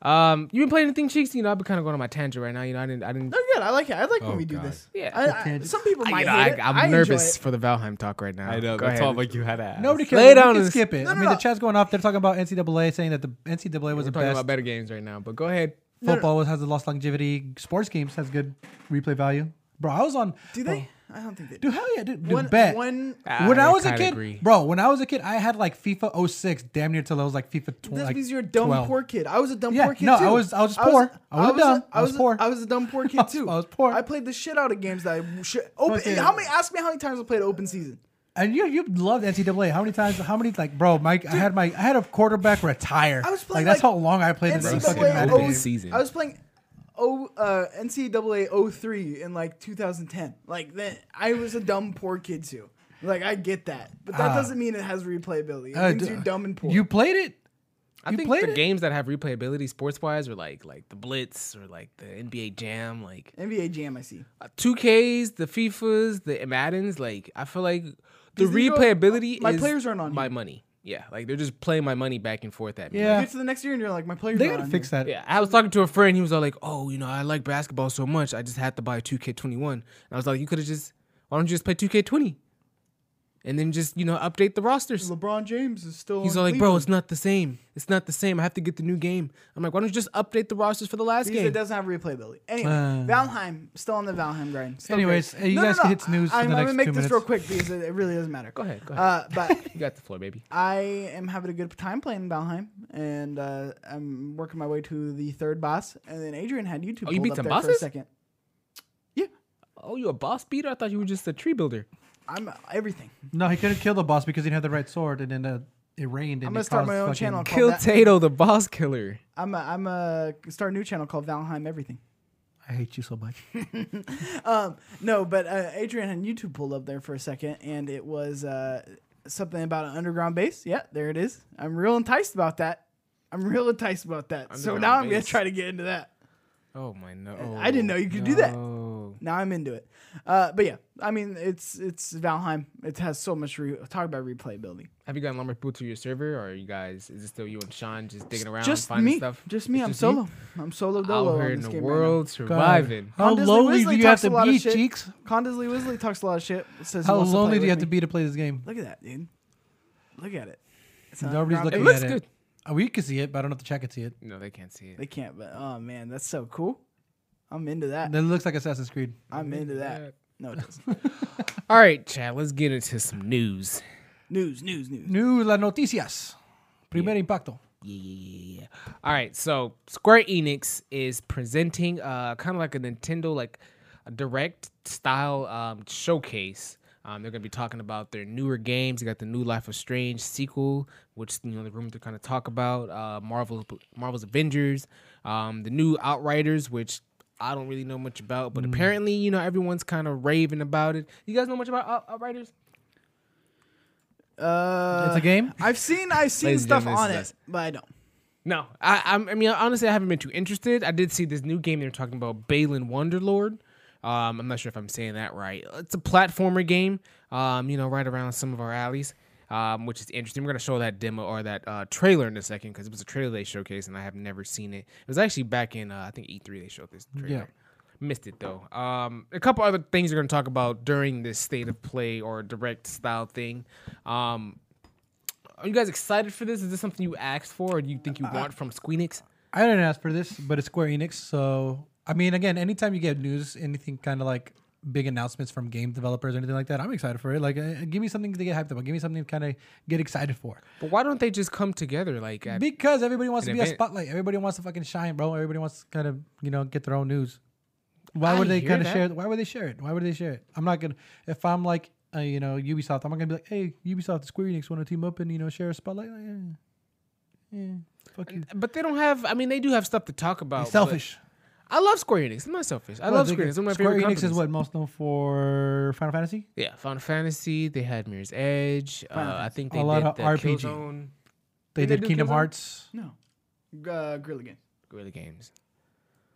A: Um, you been playing anything, cheeks? You know, I've been kind of going on my tangent right now. You know, I didn't, I didn't.
B: No, Oh, good. I like it. I like when we do
D: God.
B: this.
A: Oh, Yeah.
B: I, I, some people might.
A: you know,
B: hate
A: I,
B: it.
A: I'm
B: I enjoy
A: nervous
B: it.
A: for the Valheim talk right now.
D: I know.
A: Go
D: that's
A: ahead.
D: all like you had to ask.
C: Nobody
A: Lay it
C: cares.
A: on
C: We
A: us.
C: can skip it.
B: No,
C: I
B: no,
C: mean,
B: no.
C: the chat's going off. They're talking about NCAA, saying that the NCAA was
A: We're
C: the
A: talking
C: best.
A: about better games right now, but go ahead.
C: Football was- has the lost longevity. Sports games has good replay value. Bro, I was on.
B: Do
C: bro,
B: they? I don't think they. do.
C: Oh. Dude, hell yeah, dude. dude,
B: One-
C: bet.
B: one-
C: when I,
A: I
C: was a
A: kinda
C: kid,
A: agree.
C: bro, when I was a kid, I had like FIFA 06 damn near till I was like FIFA 20.
B: That's
C: like
B: because you're a dumb
C: 12.
B: poor kid. I was a dumb
C: Yeah,
B: poor kid
C: no,
B: too.
C: I was- I was poor. I wasn't dumb.
B: A, I
C: I was
B: was
C: poor.
B: A, I was a dumb poor kid
C: I was-
B: too.
C: I was poor.
B: I played the shit out of games that I should open.
C: Fucking-
B: How many? Ask me how many times I played open season.
C: And you you loved NCAA. How many times? How many like, bro? Mike, I had my I had a quarterback retire.
B: I was playing,
C: that's
B: like,
C: how long I played this fucking
A: NCAA
C: open
A: open
C: game.
A: season.
B: I was playing o, uh, NCAA 03 in like 2010. Like that, I was a dumb poor kid too. Like I get that, but that
C: Ah.
B: doesn't mean it has replayability. It
C: Uh,
B: means
C: d-
B: you're dumb and poor.
C: You played it.
A: I
C: You
A: think
C: played
A: the
C: it?
A: games that have replayability sports wise are like like the Blitz or like the NBA Jam, like
B: NBA Jam, I see.
A: two Ks, the Fifas, the Maddens. Like I feel like the
B: Because you go-
A: replayability.
B: my
A: is
B: players aren't on
A: my
B: here.
A: money. Yeah, like they're just playing my money back and forth at me.
C: Yeah,
B: You get to the next year and you're like, my players.
C: they
B: not
C: gotta
B: on
C: fix
B: here.
C: that.
A: Yeah, I was talking to a friend. He was all like, "Oh, you know, I like basketball so much, I just had to buy 2K21." And I was like, "You could have just, why don't you just play 2K20, and then just you know update the rosters?"
B: LeBron James is still.
A: He's
B: on
A: all like, "Bro,
B: Cleveland."
A: it's not the same. It's not the same. I have to get the new game." I'm like, "Why don't you just update the rosters for the last
B: Because
A: game?"
B: it doesn't have replayability. Anyway,
C: Uh.
B: Valheim still on the Valheim grind. Still
C: Anyways,
B: great.
C: uh, you guys can hit snooze for
B: I'm,
C: the
B: I'm
C: next
B: gonna make
C: two
B: this
C: minutes.
B: real quick because it, it really doesn't matter.
A: Go ahead, go ahead.
B: Uh, but
A: you got the floor, baby.
B: I am having a good time playing Valheim, and uh, I'm working my way to the third boss. And then Adrian had YouTube.
A: Oh, you
B: pulled
A: beat
B: up
A: some
B: there For a
A: bosses?
B: second. Yeah,
A: Oh, you a boss beater? I thought you were just a tree builder.
B: I'm uh, everything.
C: No, he couldn't kill the boss because he didn't have the right sword, and then uh, it rained. And
B: I'm
C: it
B: gonna start
C: caused
B: my own
C: fucking-
B: channel. Called
A: Kill
B: Va-
A: Tato, the boss killer.
B: I'm a, I'm a start a new channel called Valheim Everything.
C: I hate you so much.
B: Um, no, but uh, Adrian had YouTube pulled up there for a second, and it was uh, something about an underground base. Yeah, there it is. I'm real enticed about that. I'm real enticed about that. So now
A: Underground
B: I'm gonna
A: base.
B: try to get into that.
A: Oh my no!
B: I didn't know you could do that.
A: Oh.
B: Now I'm into it. Uh, but yeah, I mean it's it's Valheim. It has so much re- talk about replayability.
A: Have you gotten lumber boot to your server, or are you guys? Is it still you and Sean just digging around,
B: just
A: finding
B: me,
A: stuff?
B: just me.
A: It's
B: I'm
A: you?
B: solo. I'm solo
A: Out
B: dolo
A: here
B: on
A: in
B: this
A: the
B: game
A: world, surviving.
C: How
B: Condisley
C: lonely do
B: Wisley
C: you have
B: talks
C: to
B: a lot of
C: be,
B: shit.
C: cheeks?
B: right now. Condisley Wisley talks a lot of shit. Says he
C: How
B: wants to play
C: lonely do
B: with
C: you have to
B: me.
C: be to play this game?
B: Look at that, dude. Look at it. It's an
C: Nobody's
B: underground
C: looking
A: It
B: base.
A: looks
C: at
A: good.
C: it. Uh, We can see it, but I don't know if the chat can see it.
A: No, they can't see it.
B: They can't, but oh man, that's so cool. I'm into that.
C: That looks like Assassin's Creed.
B: I'm into that. No, it doesn't.
A: All right, Chad. Let's get into some news.
B: news, news, news.
C: New la noticias. Primer impacto.
A: Yeah, yeah, yeah, yeah. All right, so Square Enix is presenting uh kind of like a Nintendo like a direct style um showcase. Um, they're gonna be talking about their newer games. They got the new Life of Strange sequel, which you know the room to kind of talk about. Uh, Marvel's Marvel's Avengers, um, the new Outriders, which I don't really know much about, but apparently you know everyone's kind of raving about it. You guys know much about Out- Outriders?
B: Uh,
C: it's a game.
B: I've seen, I've seen
A: Ladies and
B: stuff
A: gentlemen,
B: on it,
A: this is
B: but I don't.
A: No, I, I'm- I mean honestly, I haven't been too interested. I did see this new game they were talking about, Balin Wonderlord. Um, I'm not sure if I'm saying that right. It's a platformer game. Um, you know, right around some of our alleys, um, which is interesting. We're gonna show that demo or that uh, trailer in a second because it was a trailer they showcased and I have never seen it. It was actually back in uh, I think E3 they showed this trailer.
C: Yeah.
A: Missed it though. Um, a couple other things we're gonna talk about during this state of play or direct style thing. Um, are you guys excited for this? Is this something you asked for, or do you think you want from Squeenix?
C: I didn't ask for this, but it's Square Enix. So, I mean, again, anytime you get news, anything kind of like big announcements from game developers, anything like that, I'm excited for it. Like, uh, give me something to get hyped about. Give me something to kind of get excited for.
A: But why don't they just come together? Like, at,
C: Because everybody wants
A: An
C: to be a
A: event.
C: spotlight. Everybody wants to fucking shine, bro. Everybody wants to kind of, you know, get their own news. Why
A: I
C: would they
A: hear
C: kind of
A: that.
C: share? Why would they share it? Why would they share it? I'm not gonna. If I'm like, uh, you know, Ubisoft, I'm not gonna be like, hey, Ubisoft, Square Enix want to team up and you know share a spotlight. Like, yeah, yeah, fuck you.
A: but they don't have. I mean, they do have stuff to talk about. but-
C: Selfish.
A: I love Square Enix. I'm not selfish. I
C: Well,
A: love
C: they
A: Square Enix.
C: get-
A: It's One of my
C: Square
A: favorite
C: Enix
A: companies.
C: is what most known for Final Fantasy.
A: Yeah, Final Fantasy. They had Mirror's Edge. Uh, I think they
C: A lot
A: did
C: of
A: the
C: RPG.
A: Killzone.
C: They
A: Did they
C: did
A: do
C: Kingdom
A: Killzone?
C: Hearts.
B: No, uh, Gorilla Game.
A: Guerrilla Games.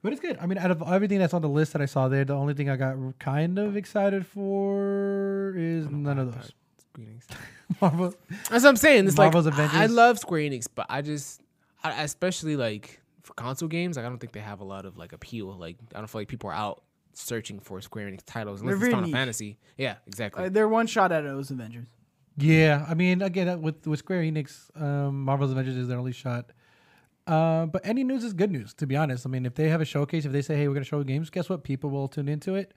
C: But it's good. I mean, out of everything that's on the list that I saw there, the only thing I got r- kind of excited for is none of those.
A: Square Enix.
C: Marvel.
A: That's what I'm saying. It's
C: Marvel's
A: like I- I
C: Avengers.
A: love Square Enix, but I just, I, I especially like for console games, like I don't think they have a lot of like appeal. Like I don't feel like people are out searching for Square Enix titles unless
B: They're
A: it's
B: very
A: Final
B: niche.
A: Fantasy. Yeah, exactly.
B: Uh, they're one shot at it, it was Avengers.
C: Yeah, I mean, again, uh, with with Square Enix, um, Marvel's Avengers is their only shot. Uh, but any news is good news, to be honest. I mean, if they have a showcase, if they say, "Hey, we're going to show games," guess what? People will tune into it.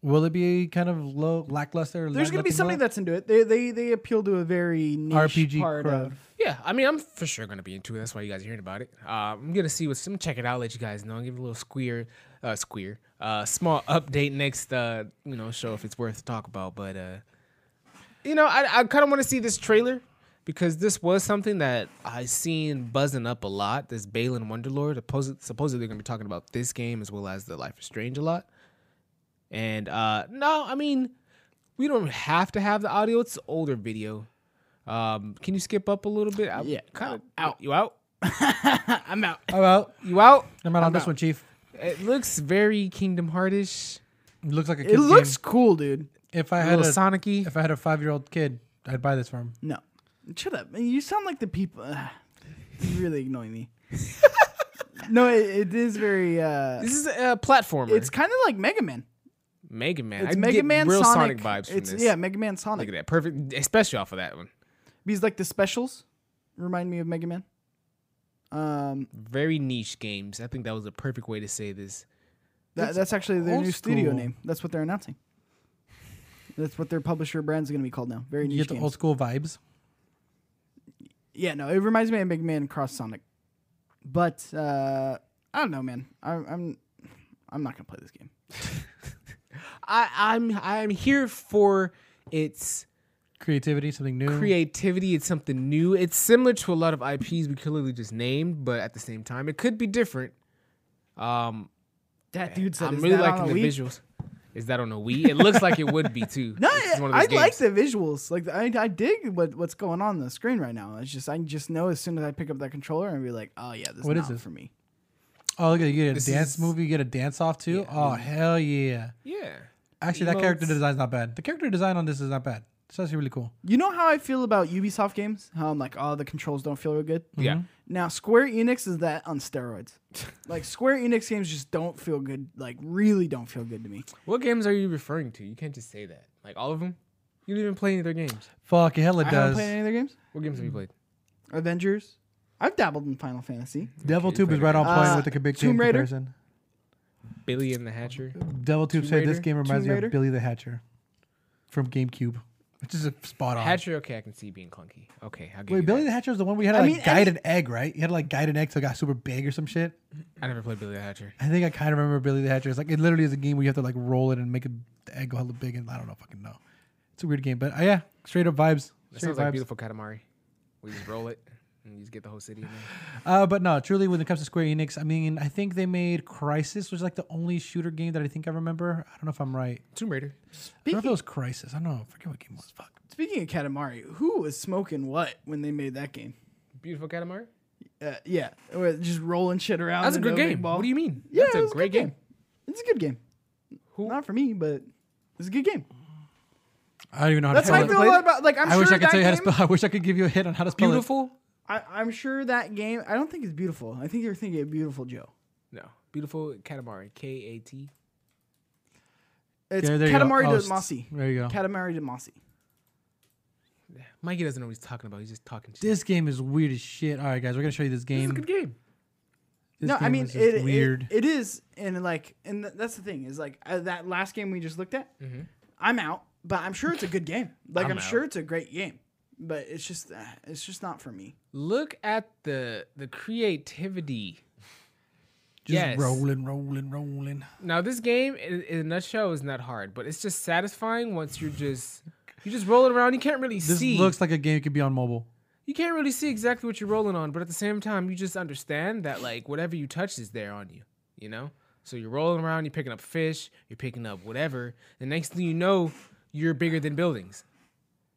C: Will it be kind of low, lackluster?
B: There's gonna be
C: nothing
B: something
C: low?
B: that's into it. They they they appeal to a very niche
C: RPG
B: part
C: crowd.
B: of.
A: yeah, I mean I'm for sure gonna be into it. That's why you guys are hearing about it. Uh, I'm gonna see what's. I'm gonna check it out. Let you guys know. I'll give you a little squeer, uh, squeer, uh, small update next. Uh, you know, show if it's worth to talk about. But uh, you know, I, I kind of want to see this trailer because this was something that I seen buzzing up a lot. This Balin Wonderlord. Supposedly, supposedly they're gonna be talking about this game as well as the Life is Strange a lot. And uh, no, I mean, we don't have to have the audio. It's an older video. Um, can you skip up a little bit? I,
B: Yeah.
A: kind of
B: Out.
A: You out?
B: I'm out.
C: Oh, well,
A: You out?
C: I'm out on this
B: out.
C: one, Chief.
A: It looks very Kingdom Heartish.
C: It looks like a kid's
B: It looks
C: game.
B: cool, dude.
C: If I
A: A
C: had
A: little
C: a
A: Sonic-y.
C: if I had a five year old kid, I'd buy this for him.
B: No, shut up. You sound like the people. Uh, you really annoy me. no, it, it is very. uh
A: This is a platformer.
B: It's kind of like Mega Man.
A: Mega Man.
B: It's
A: I
B: Mega
A: get
B: Man
A: real
B: Sonic,
A: Sonic, vibes from
B: it's,
A: this.
B: Yeah, Mega Man Sonic.
A: Look at that. Perfect. Especially off of that one.
B: Because like the specials remind me of Mega Man. Um,
A: Very niche games. I think that was a perfect way to say this.
B: that,
C: It's
B: that's actually their
C: old
B: new studio
C: school.
B: name. That's what they're announcing. That's what their publisher brand's going to be called now. Very
C: You
B: niche
C: get the
B: games.
C: old school vibes.
B: yeah, no, it reminds me of Mega Man Cross Sonic. But uh, I don't know, man. I, I'm I'm not gonna play this game.
A: I, I'm I'm here for its
C: Creativity, something new.
A: creativity. It's something new. It's similar to a lot of IPs we clearly just named, but at the same time, it could be different. Um,
B: That dude said
A: I'm
B: is
A: really
B: that on
A: liking
B: a
A: the
B: Wii?
A: visuals. Is that on a Wii? It looks like it would be too.
B: No,
A: This is one of
B: I
A: those
B: like
A: games.
B: the visuals. Like I, I dig what, what's going on, the screen right now. It's just I just know as soon as I pick up that controller and be like, oh yeah, this
C: What is
B: not
C: this?
B: for me.
C: oh, look at you get a
A: This
C: dance
A: is-
C: movie. You get a dance off too. oh hell yeah!
A: Yeah.
C: Actually, that character
A: Emotes.
C: design's not bad. The character design on this is not bad. It's actually really cool.
B: You know how I feel about Ubisoft games? How I'm like, oh, the controls don't feel real good.
A: Mm-hmm. Yeah.
B: Now Square Enix is that on steroids. like Square Enix games just don't feel good. Like really don't feel good to me.
A: What games are you referring to? You can't just say that. Like all of them. You didn't even play any of their games.
C: Fuck hell, it
B: I haven't
C: does.
B: played any of their games.
A: What games have you played?
B: Avengers. I've dabbled in Final Fantasy.
C: Devil
A: Okay,
C: Tube is
A: pretty
C: right on point
B: Uh,
C: with the big
B: Tomb
C: Tomb
B: Raider?
C: comparison.
A: Billy and the Hatcher.
C: Devil Tube
A: Tomb
C: said this
A: Raider?
C: game reminds
B: Tomb
C: me
B: Raider?
C: of Billy the Hatcher from GameCube, which is a spot on.
A: Hatcher. Okay, I can see being clunky. Okay, I'll give
C: Wait,
A: you
C: Billy
A: that.
C: the Hatcher is the one where you had to
B: I
C: like
B: mean,
C: guide an egg, right? You had to like guide an egg so it got super big or some shit.
A: I never played Billy the Hatcher.
C: I think I kind of remember Billy the Hatcher. It's like it literally is a game where you have to like roll it and make it, the egg go hella big, and I don't know, fucking know. It's a weird game, but uh, yeah, straight up vibes.
A: That
C: Straight
A: sounds
C: vibes.
A: like beautiful Katamari. We just roll it and you just get the whole city. In there.
C: Uh, but no, truly, when it comes to Square Enix, I mean, I think they made Crisis, which is like the only shooter game that I think I remember. I don't know if I'm right.
A: Tomb Raider.
C: I don't know if it was Crisis. I don't know. I forget what game it was. Fuck.
B: Speaking of Katamari, who was smoking what when they made that game?
A: Beautiful Katamari.
B: Uh, yeah, or just rolling shit around.
A: That's a
B: into
A: good
B: big
A: game.
B: ball.
A: What do you mean?
B: Yeah, it
A: That's
B: was
A: a great
B: good
A: game.
B: It's a good game.
A: Who-
B: Not for me, but it's a good game.
C: I don't even know how
B: That's
C: to
B: how I
C: spell it.
B: feel a lot about. Like I'm
C: I
B: sure
C: wish I
B: that
C: could tell you how
B: game.
C: to spell. I wish I could give you a hint on how to spell
A: Beautiful.
B: I, I'm sure that game. I don't think it's beautiful. I think you're thinking of Beautiful Joe.
A: No. Beautiful Katamari. K A T.
C: it.
B: It's
C: Yeah, there you go.
B: Katamari
C: Oh,
B: Damacy.
C: There you go.
B: Katamari Damacy.
A: Mikey doesn't know what he's talking about. He's just talking. Shit.
C: This game is weird as shit. All right, guys, we're gonna show you this
A: This is
C: game.
A: a good game.
C: This
B: no,
C: game
B: I mean
C: is just
B: it, it-
C: weird.
B: it is, and like, and th- that's the thing is like uh, that last game we just looked at. I'm out, but I'm sure it's a good game. Like I'm,
A: Mm-hmm. I'm
B: sure
A: out.
B: it's a great game, but it's just uh, it's just not for me.
A: Look at the the creativity.
C: just
A: yes.
C: rolling, rolling, rolling.
A: Now this game, in, in a nutshell, is not hard, but it's just satisfying once you're just you just roll it around. You can't really
C: This
A: see.
C: looks like a game that could be on mobile.
A: you can't really see exactly what you're rolling on, but at the same time, you just understand that like whatever you touch is there on you. You know, so you're rolling around, you're picking up fish, you're picking up whatever. The next thing you know, you're bigger than buildings.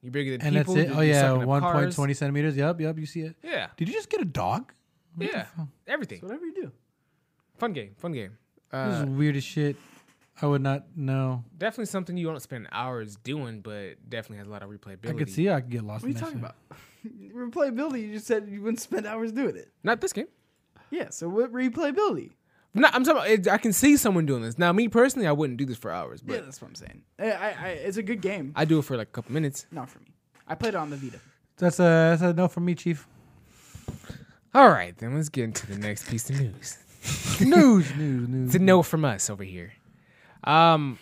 A: You're bigger than
C: And
A: people.
C: that's it.
A: you're-
C: Oh
A: you're
C: yeah,
A: sucking up
C: one point
A: cars.
C: twenty centimeters. Yep, yep. You see it.
A: Yeah,
C: Did you just get a dog?
A: yeah, everything.
B: Whatever you do,
A: Fun game, fun game.
C: this
A: Uh,
C: is weird as shit. I would not know.
A: definitely something you don't spend hours doing, but definitely has a lot of replayability.
C: I could see I could get lost.
B: What are you
C: in that
B: talking
C: shit.
B: about? replayability. You just said you wouldn't spend hours doing it.
A: Not this game.
B: Yeah. So what replayability?
A: No, I'm talking. About, it- I can see someone doing this. Now, me personally, I wouldn't do this for hours, but
B: yeah, that's what I'm saying. I, I, I, it's a good game.
A: I do it for like a couple minutes.
B: Not for me. I played it on the Vita.
C: That's a that's a no from me, Chief.
A: All right, then let's get into the next piece of news.
C: news, news, news.
A: It's a no from us over here. Um,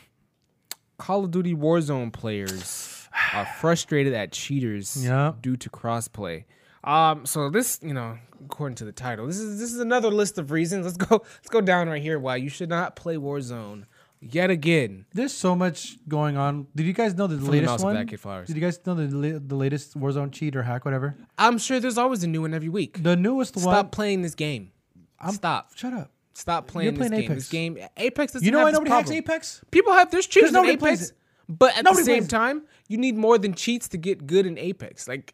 A: Call of Duty Warzone players are frustrated at cheaters
C: Yeah.
A: due to crossplay. Um, so this, you know, according to the title, this is this is another list of reasons. Let's go. Let's go down right here. Why you should not play Warzone yet again.
C: There's so much going on. Did you guys know the
A: the
C: latest
A: mouths of
C: one?
A: Black Kid Flowers.
C: Did you guys know the la- the latest Warzone cheat or hack, whatever?
A: I'm sure there's always a new one every week.
C: The newest
A: Stop
C: one.
A: playing this game. Stop.
C: Shut up.
A: Stop playing,
C: playing
A: this
C: Apex.
A: game. This game Apex doesn't
C: You know
A: have
C: why
A: this
C: nobody hacks
A: problem.
C: Apex?
A: People have there's cheaters in
C: nobody plays
A: Apex,
C: it.
A: but at
C: Nobody
A: the same
C: plays it.
A: time, you need more than cheats to get good in Apex. Like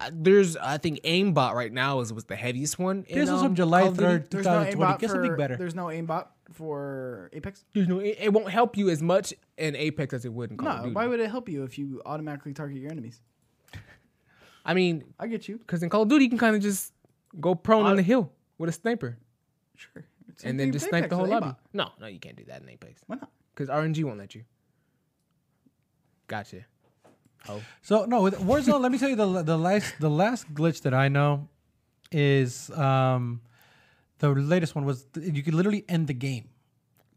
A: uh, there's I think aimbot right now is was the heaviest one. in,
C: This was
A: um,
C: from July
A: Call of Duty.
C: 3rd,
B: There's no
C: 2020.
B: aimbot
C: Get something
B: for.
C: better.
B: There's no aimbot for Apex.
A: There's no it, it won't help you as much in Apex as it would in
C: Oh,
A: Call of
B: No.
A: Duty.
B: Why would it help you if you automatically target your enemies?
A: I mean,
B: I get you.
A: because in Call of Duty you can kind of just go prone on the hill with a sniper
B: Sure. It's
A: and then
B: in
A: just
B: Apex
A: snipe the
B: with
A: whole
B: aimbot.
A: lobby. No, no, you can't do that in Apex
B: Why not?
A: because RNG won't let you. Gotcha.
C: So no, with Warzone. let me tell you the the last the last glitch that I know is um the latest one was th- you could literally end the game.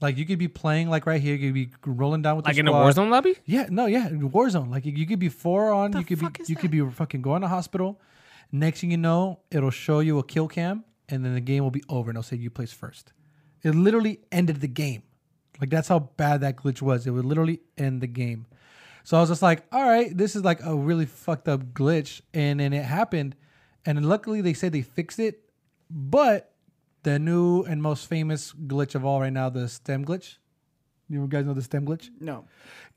C: Like you could be playing like right here, you could be rolling down with
A: Like
C: the
A: in a
C: squad.
A: Warzone lobby?
C: Yeah, no, yeah, in Warzone. Like you- you could be four on, you could
A: fuck
C: be
A: is
C: you could be fucking going to hospital. Next thing you know, it'll show you a kill cam, and then the game will be over, and it'll say you placed first. It literally ended the game. Like that's how bad that glitch was. It would literally end the game. So I was just like, all right, this is like a really fucked up glitch, and then it happened, and luckily they say they fixed it, but the new and most famous glitch of all right now, the stem glitch. You guys know the stem glitch?
B: No.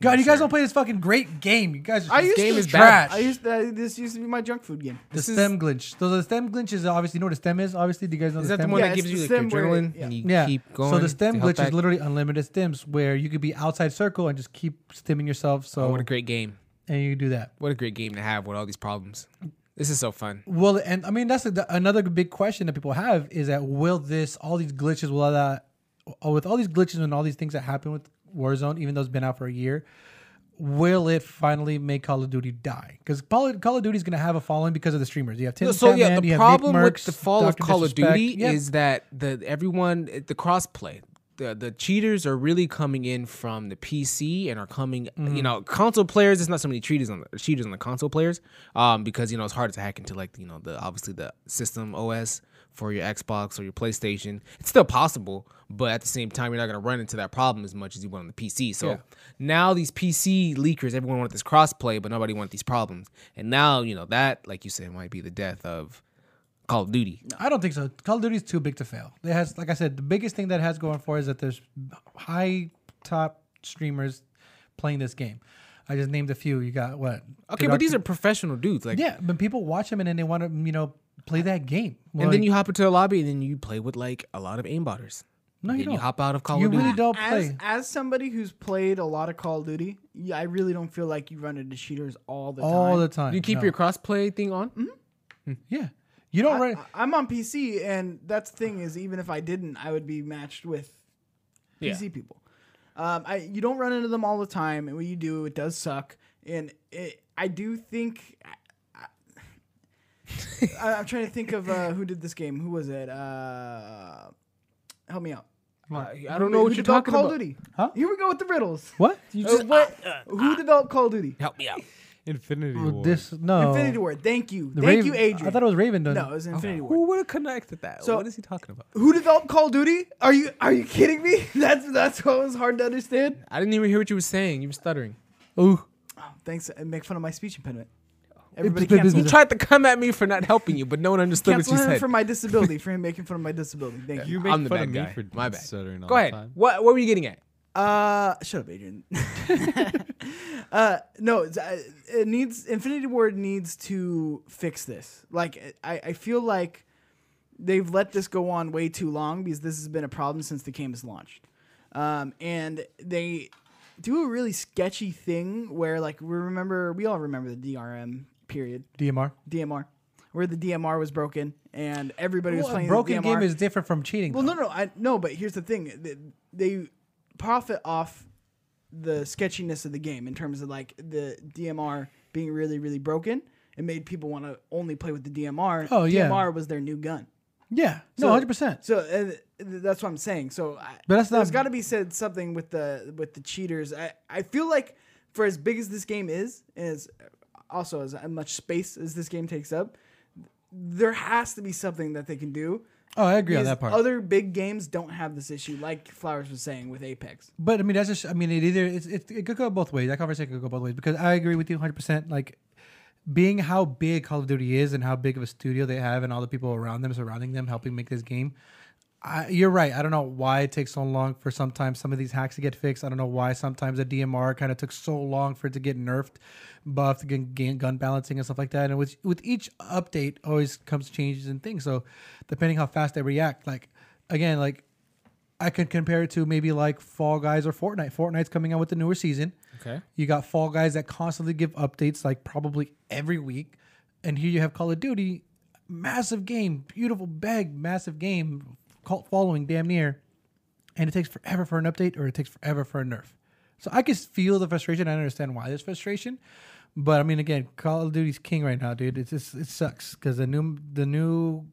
C: God, you guys don't play this fucking great game. You guys,
B: I
C: this
B: used
C: game
B: to-
C: is
A: bad.
C: trash.
B: I used to, uh, this used to be my junk food game.
C: the stem glitch. So the stem glitch is obviously you know what a stem is. Obviously, do you guys know
A: Is
C: the
A: that the
C: stem
A: one
C: glitch?
B: Yeah,
A: that gives
B: it's
A: you like
B: the
A: your
B: stem where-
A: adrenaline
B: yeah.
A: and you
C: Yeah.
A: keep going?
C: so the stem
A: to help
C: glitch is
A: back?
C: literally unlimited stems where you could be outside circle and just keep stimming yourself.
A: Oh,
C: So
A: what a great game!
C: and you do that.
A: What a great game to have with all these problems. This is so fun.
C: Well, and I mean that's the, another big question that people have is that will this all these glitches will all that with all these glitches and all these things that happen with Warzone, even though it's been out for a year, will it finally make Call of Duty die? Because Call, Call of Duty is going to have a following because of the streamers. You have Tim.
A: so yeah,
C: Statman, you
A: the
C: have Nick
A: problem with
C: Merckx,
A: the fall
C: Dr.
A: of Call
C: Disrespect.
A: of Duty
C: Yeah.
A: is that the everyone it- the crossplay. The, the cheaters are really coming in from the PC and are coming, you know, console players. There's not so many cheaters on the cheaters on the console players, um, because you know it's harder to hack into like you know the obviously the system OS for your Xbox or your PlayStation. It's still possible, but at the same time, you're not gonna run into that problem as much as you would on the PC. So now these PC leakers, everyone wanted this crossplay, but nobody wanted these problems. And now you know that, like you said, might be the death of Call of Duty.
C: I don't think so. Call of Duty is too big to fail. It has, like I said, the biggest thing that it has going for is that there's high top streamers playing this game. I just named a few. You got what?
A: Okay, but these are professional dudes. Like,
C: Yeah, but people watch them and then they want to, you know, play that game.
A: and then you hop into a lobby and then you play with like a lot of aimbotters.
C: no,
A: Then
C: you
A: you,
C: don't.
A: hop out of Call
C: you
A: of Duty.
C: really don't
B: As,
C: play.
B: as somebody who's played a lot of Call of Duty, yeah, I really don't feel like you run into cheaters all the
C: all
B: time.
C: the time.
A: Do you keep
C: No.
A: your crossplay thing on?
C: yeah. You don't run.
B: I- I'm on PC, and that's the thing is, even if I didn't, I would be matched with
A: Yeah.
B: PC people. Um, I you don't run into them all the time, and when you do, it does suck. And it, I do think I, I, I'm trying to think of uh, who did this game. Who was it? Uh, help me out.
A: I don't know
B: Who
A: what you're
B: developed
A: talking
B: Call
A: about.
B: of Duty.
C: Huh?
B: Here we go with the riddles.
C: what? You
B: Uh, what? Who developed Call of Duty?
A: Help me out.
D: Infinity War.
C: this no.
B: Infinity War. Thank you.
C: Oh. The
B: Thank
C: Raven-
B: you, Adrian.
C: I thought it was Raven. Done.
B: no, it was Infinity War.
A: Who would have connected that?
B: So-
A: what is he talking about?
B: Who developed Call of Duty? Are you are you kidding me? That's that's what was hard to understand.
A: I didn't even hear what you were saying. You were stuttering.
C: Ooh.
B: Oh, thanks. I make fun of my speech impediment. Everybody
C: Everybody It's
B: cancel
C: been cancel
A: You
C: busy.
B: him.
C: Yeah.
A: tried to come at me for not helping you, but no one understood what you said.
B: for my disability for him making fun of my disability. Thank you.
D: You make
A: I'm the
D: fun
A: bad
D: of
A: guy.
D: me for
A: My bad.
D: stuttering all
A: Go
D: the
A: ahead.
D: time.
A: What what were you getting at?
B: Uh, shut up, Adrian. uh, no, it's, uh, it needs Infinity Ward needs to fix this. Like I, I feel like they've let this go on way too long because this has been a problem since the game is launched. um, and they do a really sketchy thing where like we remember we all remember the DRM period
C: DMR.
B: DMR where the DMR was broken and everybody was
C: Well, a
B: playing
C: broken
B: the DMR.
C: game is different from cheating.
B: Well,
C: though.
B: no, no, I, no. But here's the thing: Th- they profit off the sketchiness of the game in terms of like the DMR being really, really broken. It made people want to only play with the DMR.
C: Oh, yeah.
B: DMR was their new gun.
C: yeah,
B: So-
C: no, hundred percent.
B: So uh, th- that's what I'm saying. So I,
C: But that's
B: there's
C: not-
B: got to be said something with the with the cheaters. I I feel like for as big as this game is, and as also as much space as this game takes up, there has to be something that they can do.
C: Oh, I agree on
B: Because
C: that part.
B: Other big games don't have this issue, like Flowers was saying with Apex.
C: But I mean, that's just. I mean, it either it's, it, it could go both ways. That conversation could go both ways because I agree with you 100. percent Like being how big Call of Duty is and how big of a studio they have and all the people around them, surrounding them, helping make this game. I, you're right. I don't know why it takes so long for sometimes some of these hacks to get fixed. I don't know why sometimes the DMR kind of took so long for it to get nerfed, buffed, again, gain gun balancing and stuff like that. And with with each update, always comes changes and things. So depending how fast they react, like again, like I could compare it to maybe like Fall Guys or Fortnite. Fortnite's coming out with the newer season.
D: Okay.
C: You got Fall Guys that constantly give updates like probably every week. And here you have Call of Duty, massive game, beautiful bag, massive game, cult following damn near. And it takes forever for an update or it takes forever for a nerf. So I can feel the frustration. I understand why there's frustration. But I mean, again, Call of Duty's king right now, dude. It's just, it sucks because the new the new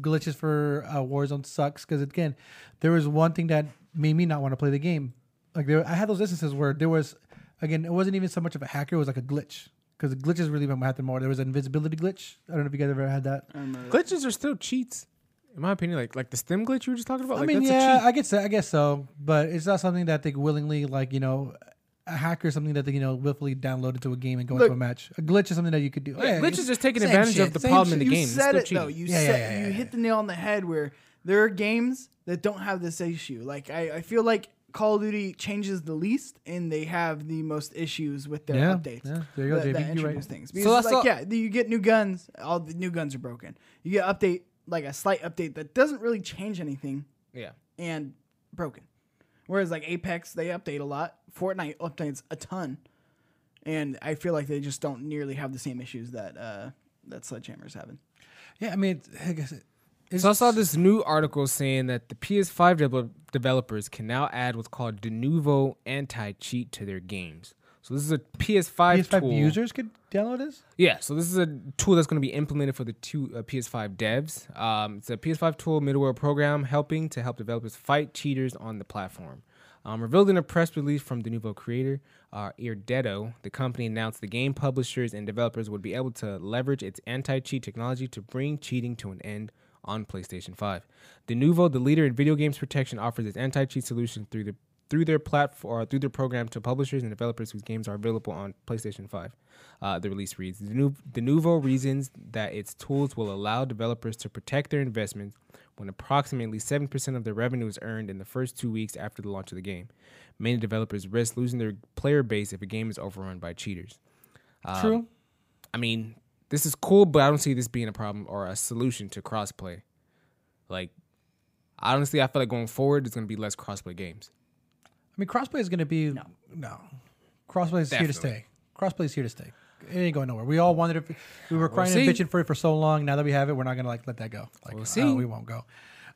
C: glitches for uh, Warzone sucks because again, there was one thing that made me not want to play the game. Like there, I had those instances where there was, again, it wasn't even so much of a hacker; it was like a glitch. Because the glitches really went happen more. There was an invisibility glitch. I don't know if you guys ever had that.
A: Mm. Glitches are still cheats, in my opinion. Like like the stem glitch you were just talking about.
C: I
A: like,
C: mean,
A: that's
C: yeah,
A: a cheat.
C: I guess I guess so, but it's not something that they willingly like. You know, a hacker is something that they you know willfully download into a game and go into a match. A glitch is something that you could do.
A: Yeah,
C: Hey,
A: glitch is just taking
C: same
A: advantage
C: shit,
A: of the
C: same
A: problem in
C: shit.
A: the
B: you
A: game. It's
B: said
A: still
B: it
A: cheating.
B: though. You
C: Yeah, yeah,
B: said
C: yeah,
B: you
C: yeah,
B: hit the nail on the head where there are games that don't have this issue. Like I, I feel like Call of Duty changes the least, and they have the most issues with their
C: Yeah,
B: updates.
C: yeah. There you go,
B: that,
C: JB.
B: that
C: You're
B: introduce
C: right.
B: things.
A: So
B: Because
A: that's
B: like
A: all-
B: yeah, you get new guns. All the new guns are broken. You get update like a slight update that doesn't really change anything.
A: yeah.
B: and broken. Whereas like Apex, they update a lot. Fortnite updates a ton, and I feel like they just don't nearly have the same issues that uh, that Sledgehammer's having.
C: Yeah, I mean, I guess it, it's
A: So I saw this new article saying that the PS5 devel- developers can now add what's called de novo anti-cheat to their games. So this is a PS5, tool.
C: PS5 users could download this.
A: Yeah, so this is a tool that's going to be implemented for the two uh, PS5 devs. Um, it's a PS5 tool middleware program helping to help developers fight cheaters on the platform. Um, revealed in a press release from the Nuvo creator, uh, Irdetto, the company announced the game publishers and developers would be able to leverage its anti-cheat technology to bring cheating to an end on PlayStation 5. The Nuvo, the leader in video games protection, offers its anti-cheat solution through the through their platform or through their program to publishers and developers whose games are available on PlayStation 5. Uh, the release reads the, new, the Nouveau reasons that its tools will allow developers to protect their investments when approximately 7% of their revenue is earned in the first two weeks after the launch of the game. Many developers risk losing their player base if a game is overrun by cheaters.
C: True.
A: I mean, this is cool, but I don't see this being a problem or a solution to crossplay. Like, honestly, I feel like going forward, there's going to be less crossplay games.
C: I mean, crossplay is going to be no. Crossplay is here to
A: Definitely.
C: stay. Crossplay is here to stay. It ain't going nowhere. We all wanted it. We were crying
A: see.
C: and bitching for it for so long. Now that we have it, we're not going to like let that go. Like,
A: We'll
C: uh,
A: see.
C: we won't go.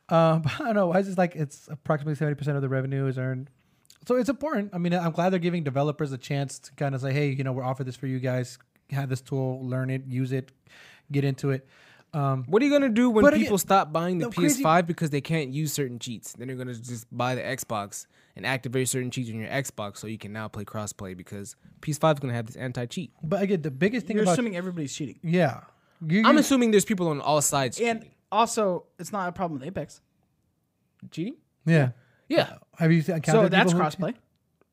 C: Uh, but I don't know. Why is it like it's approximately seventy percent of the revenue is earned? So it's important. I mean, I'm glad they're giving developers a chance to kind of say, hey, you know, we're offered this for you guys. Have this tool, learn it, use it, get into it. Um,
A: What are you gonna do when
C: But again-
A: people stop buying the
C: No,
A: PS5
C: crazy-
A: because they can't use certain cheats? Then they're gonna just buy the Xbox and activate certain cheats on your Xbox so you can now play crossplay because PS5 is gonna have this anti-cheat.
C: but again, the biggest thing
B: You're
C: about
B: assuming everybody's cheating,
C: yeah, You-
A: I'm
C: you-
A: assuming there's people on all sides
B: and also it's not a problem with Apex,
A: cheating.
C: yeah.
A: Yeah,
C: Have you
B: so
C: encountered
B: that's
C: people who-
B: crossplay.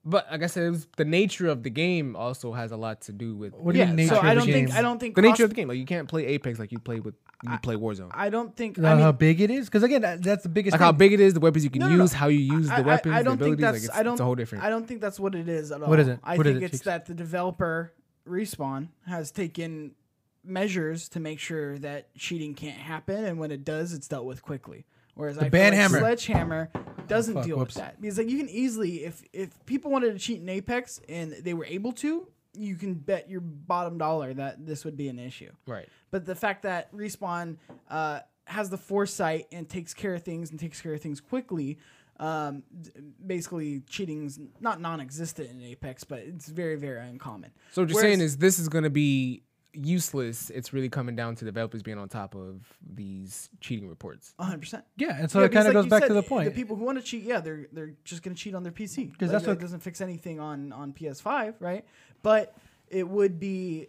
A: but like I said, it was, the nature of the game also has a lot to do with
C: What do you
B: Yeah,
C: mean nature
B: so I
C: of the
B: don't think
C: game?
B: I don't think
A: the nature
B: cross-
A: of the game. Like you can't play Apex like you play with when you play Warzone.
B: I don't think.
C: Uh,
B: I
C: how
B: mean,
C: big it is? Because again, that, that's the biggest.
A: like how
C: thing.
A: big it is, the weapons you can
B: No, no, no.
A: use, how you use
B: I-
A: the weapons,
B: I, I don't
A: the
B: think
A: abilities.
B: that's.
A: Like it's,
B: I don't.
A: it's a whole different.
B: I don't think that's what it is at all.
C: What is it?
B: I
C: What is
B: think
C: it,
B: it's
C: Cheeks?
B: that the developer respawn has taken measures to make sure that cheating can't happen, and when it does, it's dealt with quickly. Whereas I feel
C: band
B: like
C: hammer.
B: Sledgehammer doesn't
C: Fuck,
B: deal
C: whoops.
B: with that because like you can easily if if people wanted to cheat in Apex and they were able to, you can bet your bottom dollar that this would be an issue.
C: Right.
B: But the fact that Respawn uh, has the foresight and takes care of things and takes care of things quickly, um, d- basically cheating's not non-existent in Apex, but it's very very uncommon.
A: So what you're
B: Whereas-
A: saying is this is going to be useless. It's really coming down to developers being on top of these cheating reports.
B: 100. percent
C: Yeah, and so it kind of goes back to the point.
B: The people who want to cheat, yeah, they're they're just going to cheat on their PC
C: 'Cause
B: because
C: that's
B: that's
C: what-
B: what doesn't fix anything on on PS5, right? But it would be.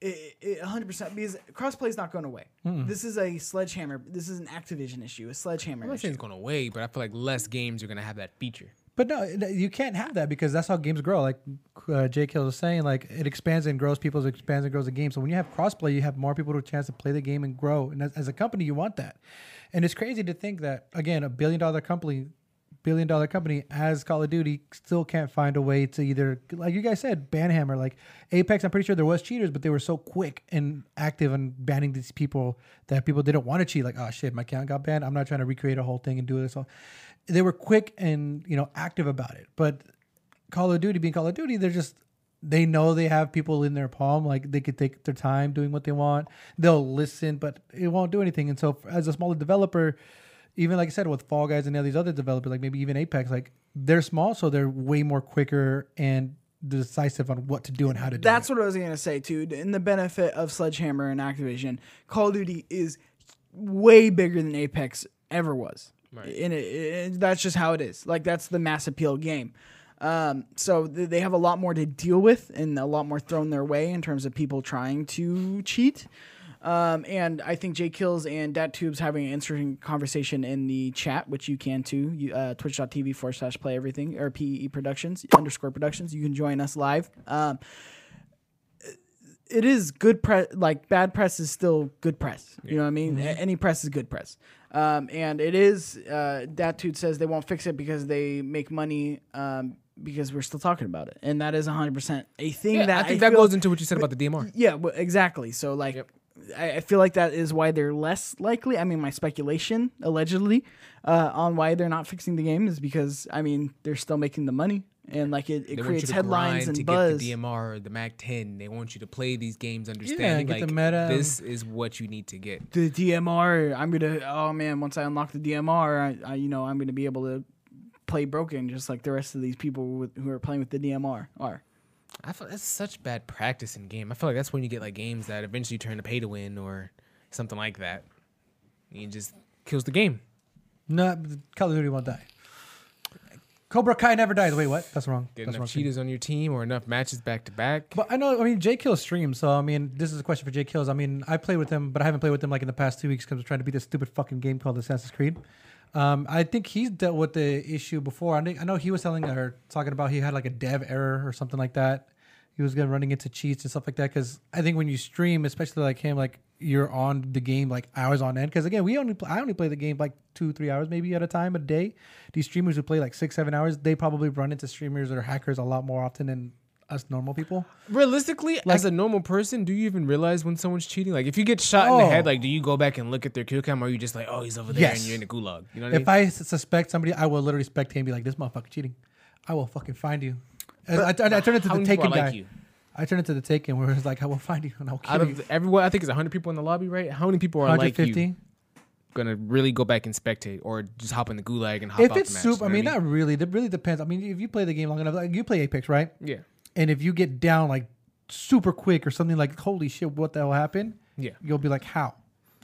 B: It, it, 100% because crossplay is not going away. This is a sledgehammer. This is an Activision issue, a sledgehammer.
A: I'm not
B: issue.
A: saying it's going away, but I feel like less games are going to have that feature.
C: But no, th- you can't have that because that's how games grow. Like uh, Jake Hill was saying, like it expands and grows. People it expands and grows the game. So when you have crossplay, you have more people who chance to play the game and grow. And as, as a company, you want that. And it's crazy to think that again, a billion dollar company, billion dollar company as Call of Duty still can't find a way to either, like you guys said, ban hammer. Like Apex, I'm pretty sure there was cheaters, but they were so quick and active in banning these people that people didn't want to cheat. Like, oh shit, my account got banned. I'm not trying to recreate a whole thing and do this all. They were quick and you know active about it. But Call of Duty being Call of Duty, they're just they know they have people in their palm. Like they could take their time doing what they want. They'll listen, but it won't do anything. And so, as a smaller developer, even like I said with Fall Guys and all these other developers, like maybe even Apex, like they're small, so they're way more quicker and decisive on what to do and how to do.
B: That's what I was gonna say too. In the benefit of Sledgehammer and Activision, Call of Duty is way bigger than Apex ever was, and it, it, that's just how it is. Like that's the mass appeal game. Um, so th- they have a lot more to deal with and a lot more thrown their way in terms of people trying to cheat. Um, and I think Jay Kills and Dat Tubes having an interesting conversation in the chat, which you can too. You, uh, Twitch.tv forward slash play everything or PE Productions underscore Productions. You can join us live. Um, it is good press. Like bad press is still good press. You know what I mean?
A: Mm-hmm.
B: A- Any press is good press. Um, and it is. Uh, Datude says they won't fix it because they make money. Um, because we're still talking about it, and that is 100 percent a thing
A: Yeah,
B: that
A: I think that
B: feel-
A: goes into what you said about the DMR.
B: yeah, w- exactly. So like, I, I feel like that is why they're less likely. I mean, my speculation allegedly uh, on why they're not fixing the game is because I mean they're still making the money, and like it,
A: They
B: it
A: want you
B: creates
A: to
B: headlines
A: grind to
B: and
A: get
B: buzz.
A: the DMR, or the Mac 10. They want you to play these games,
C: Yeah,
A: understanding
C: get the
A: like
C: meta.
A: this is what you need to get.
B: the DMR. I'm gonna. Oh man, once I unlock the DMR, I, I you know I'm gonna be able to play broken just like the rest of these people with, who are playing with the DMR are.
A: I feel that's such bad practice in game. I feel like that's when you get like games that eventually turn to pay to win or something like that. And It just kills the game.
C: Not Call of Duty won't die. Cobra Kai never dies. Wait, what? That's wrong.
A: Get
C: That's wrong.
A: enough cheaters on your team or enough matches back to back.
C: But I know, I mean, Jay Kill streams, so I mean, this is a question for Jay Kills. I mean, I play with him, but I haven't played with him like in the past two weeks because I'm trying to beat this stupid fucking game called Assassin's Creed. Um, I think he's dealt with the issue before. I, think, I know he was telling or talking about he had like a dev error or something like that. He was gonna running into cheats and stuff like that because I think when you stream, especially like him, like you're on the game like hours on end. Because again, we only play, I only play the game like two, three hours maybe at a time a day. These streamers who play like six, seven hours, they probably run into streamers or hackers a lot more often than us normal people.
A: Realistically, as a normal person, do you even realize when someone's cheating? Like, if you get shot in the head,
C: Oh.
A: like, do you go back and look at their kill cam, or are you just like, oh, he's over there,
C: Yes.
A: and you're in the gulag? You know what I mean?
C: If I s- suspect somebody, I will literally spectate and be like, "This motherfucker cheating." I will fucking find you. And I, turn- I turn it to
A: how
C: the
A: many people
C: Taken
A: are
C: guy.
A: like you?
C: I turn it to the Taken, where it's like, "I will find you and I will
A: Out
C: kill you."
A: of the- everyone, I think it's 100 people in the lobby, right? How many people are like
C: 150.
A: you? Gonna really go back and spectate, or just hop in the gulag and hop
C: if
A: off
C: it's
A: the match?
C: super, I
A: you
C: mean,
A: know what
C: not really. It really depends. I mean, if you play the game long enough, like you play Apex, right?
A: yeah,
C: And if you get down like super quick or something like, "Holy shit, what the hell happened?"
A: Yeah.
C: you'll be like, "How?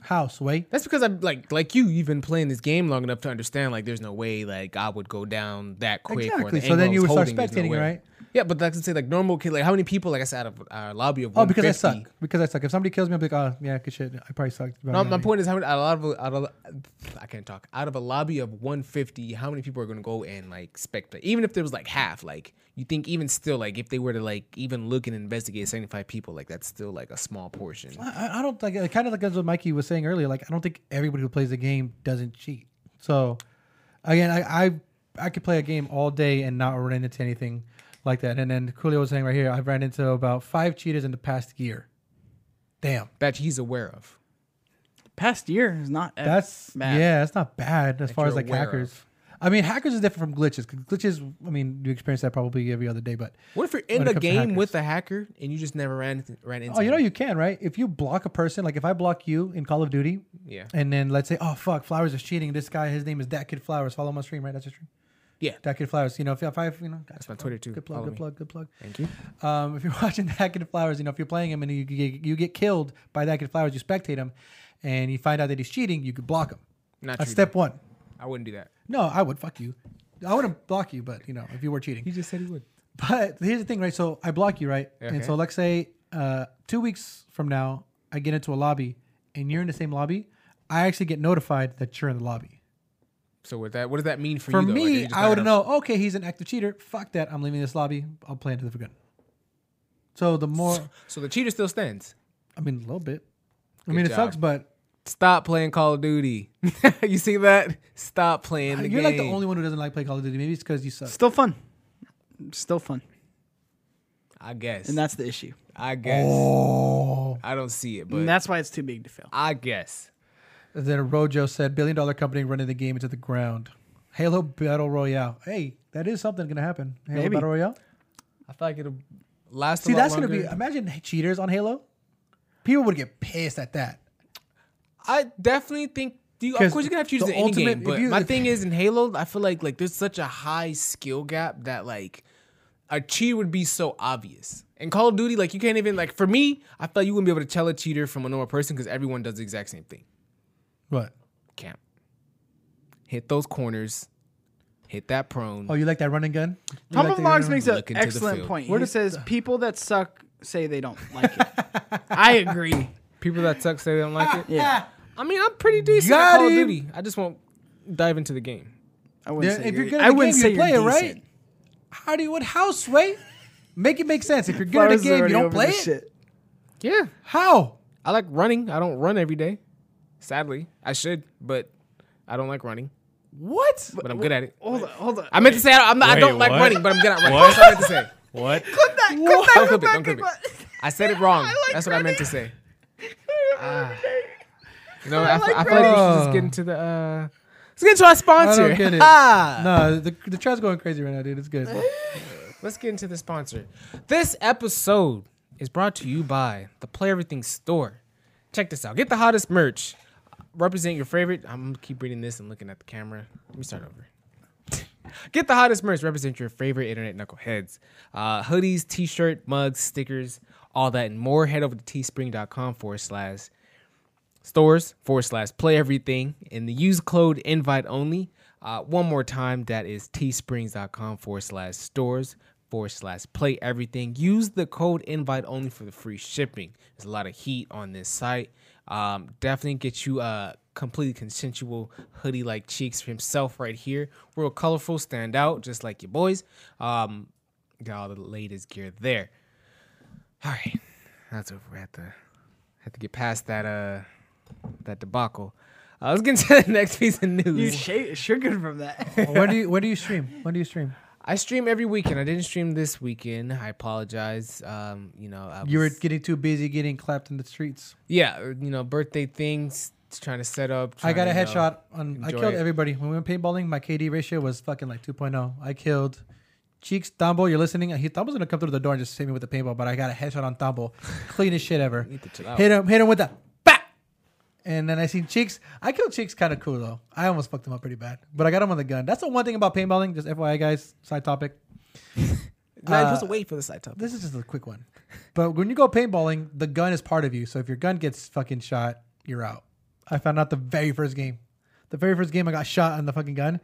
C: How, Sway?"
A: That's because I'm like like you. You've been playing this game long enough to understand. Like, there's no way like I would go down that quick. Or
C: Exactly.
A: the
C: So
A: angle
C: then
A: I
C: you
A: was
C: would start
A: holding, there's
C: spectating,
A: way.
C: right?
A: Yeah, but like I say, like normal kid, like how many people, like I said, out of our lobby of
C: Oh, because I
A: 150?
C: suck. Because I suck. If somebody kills me, I'm like, "Oh, yeah, good shit. I probably sucked."
A: No, my point is how many out of a lot of- out of I can't talk out of a lobby of 150. How many people are gonna go and like spectate? Even if there was like half, like you think even still, like if they were to like even look and investigate 75 people, like that's still like a small portion.
C: I, I don't like it. Kind of like that's what Mikey was saying earlier. Like I don't think everybody who plays the game doesn't cheat. So again, I I, I could play a game all day and not run into anything like that. And then Coolio was saying right here, I've ran into about five cheaters in the past year. Damn.
A: That he's aware of.
B: Past year is not as
C: That's
B: bad.
C: yeah, that's not bad as
A: That
C: far as
A: you're
C: like
A: aware
C: hackers.
A: of.
C: I mean, hackers is different from glitches. 'cause glitches, I mean, you experience that probably every other day. But
A: What if you're
C: When
A: in
C: it
A: a
C: comes to
A: game
C: hackers.
A: with a hacker and you just never ran ran into?
C: oh, you know,
A: him?
C: you can right if you block a person. Like if I block you in Call of Duty,
A: yeah,
C: and then let's say, oh fuck, Flowers is cheating. This guy, his name is That Kid Flowers. Follow my stream, right? That's your stream.
A: Yeah.
C: That Kid Flowers. You know, if, if I, you know, that's
A: my Twitter too.
C: Good
A: Follow
C: plug, good
A: me.
C: plug, good plug.
A: thank you.
C: Um, if you're watching That Kid Flowers, you know, if you're playing him and you get, you get killed by That Kid Flowers, you spectate him, and you find out that he's cheating, you could block him.
A: Not
C: That's
A: true,
C: step one.
A: I wouldn't do that.
C: No, I would fuck you. I wouldn't block you, but you know, if you were cheating.
A: He just said he would.
C: But here's the thing, right? So I block you, right? And
A: Okay.
C: so let's say uh, two weeks from now, I get into a lobby, and you're in the same lobby. I actually get notified that you're in the lobby.
A: So with that, what does that mean for,
C: For
A: you? though? Like, are you
C: me,
A: just
C: I
A: not
C: would
A: gonna-
C: know. Okay, he's an active cheater. Fuck that. I'm leaving this lobby. I'll play until the forgotten. So the more,
A: So the cheater still stands.
C: I mean, a little bit. I mean, it
A: job.
C: sucks, but
A: Stop playing Call of Duty. you see that? Stop playing the
C: you're
A: game.
C: like the only one who doesn't like playing Call of Duty. Maybe it's because you suck.
B: Still fun. Still fun.
A: I guess.
B: And that's the issue.
A: I guess.
C: Oh.
A: I don't see it, but
B: And that's why it's too big to fail.
A: I guess.
C: Then Rojo said, billion dollar company running the game into the ground. Halo Battle Royale. Hey, that is something going to happen. Halo
B: Maybe.
C: Battle Royale?
A: I feel like it'll last.
C: See, that's going to be, imagine cheaters on Halo. People would get pissed at that.
A: I definitely think. Do you, of
C: 'Cause
A: course, you're gonna have to use
C: the
A: the any
C: ultimate-
A: game,
C: if
A: but
C: you-
A: my
C: if-
A: thing is in Halo, I feel like like there's such a high skill gap that like a cheat would be so obvious. In Call of Duty, like you can't even like for me, I felt you wouldn't be able to tell a cheater from a normal person because everyone does the exact same thing.
C: What?
A: Camp, hit those corners, hit that prone.
C: Oh, you like that running gun? You
B: Tom
C: like
B: of
C: the-
B: Logs makes an
A: Look into the
B: excellent
A: field.
B: point. Where
C: Where
B: he
C: does
B: says people that suck say they don't like it. I agree.
A: People that suck say they don't like it.
C: Ah,
B: Yeah.
A: I mean, I'm pretty decent
C: Got
A: at Call
C: him.
A: of Duty. I just won't dive into the game.
B: I wouldn't
C: Yeah,
B: say
C: if you're
B: you're-
C: good
B: I
C: at the
B: wouldn't
C: game,
B: say
C: you
B: you're
C: play it, right?
B: decent.
C: How do you, what house, right? Make it make sense. If you're good
B: Flowers
C: at
B: is
C: a game, you
B: already
C: don't
B: over
C: play it.
B: this shit.
A: Yeah,
C: How?
A: I like running. I don't run every day. Sadly, I should, but I don't like running.
C: What?
A: But I'm good at it.
B: Hold on, hold on.
A: I meant to say I don't, I'm not, I
D: Wait,
A: don't like
D: what?
A: running, but I'm good at running.
D: What?
A: That's what I meant to say.
D: What?
A: Don't clip it. Don't clip it. I said it wrong. That's what I meant to say. Ah. You know, I, f- I feel like we should just get
C: running.
A: into the. Uh, let's get into our sponsor.
C: Oh. I don't get it.
A: Ah.
C: no, the, the chat's going crazy right now, dude. It's good.
A: Let's get into the sponsor. This episode is brought to you by the Play Everything Store. Check this out. Get the hottest merch. Represent your favorite. I'm gonna keep reading this and looking at the camera. Let me start over. Get the hottest merch. Represent your favorite internet knuckleheads. Uh, hoodies, t-shirt, mugs, stickers, all that and more. Head over to teespring.com forward slash stores forward slash play everything and the use code invite only uh, one more time that is teesprings.com forward slash stores forward slash play everything use the code invite only for the free shipping there's a lot of heat on this site um, definitely get you a completely consensual hoodie like cheeks for himself right here real colorful stand out just like your boys um, got all the latest gear there all right that's over we have to have to get past that uh that debacle. Uh, let's get to the next piece of
B: You
A: news.
B: sh- sure good from that.
C: when do you when do you stream? When do you stream?
A: I stream every weekend. I didn't stream this weekend. I apologize. Um, you know, I was,
C: You were getting too busy getting clapped in the streets.
A: yeah, uh, you know, birthday things, trying to set up.
C: I got a
A: trying to, you know-
C: headshot on. I
A: enjoy
C: killed
A: it.
C: everybody when we went paintballing. My KD ratio was fucking like 2.0. I killed Cheeks Thumbo. You're listening. He Thumbo's gonna come through the door and just hit me with the paintball, but I got a headshot on Thumbo, cleanest shit ever.
A: to chill out.
C: Hit him, hit him with the bat. And then I seen Cheeks. I killed Cheeks kind of cool though. I almost fucked him up pretty bad, but I got him on the gun. That's the one thing about paintballing. Just FYI, guys. Side topic.
A: No, you're supposed
C: uh,
A: to wait for the side topic.
C: This is just a quick one. But when you go paintballing, the gun is part of you. So if your gun gets fucking shot, you're out. I found out the very first game. The very first game I got shot on the fucking gun.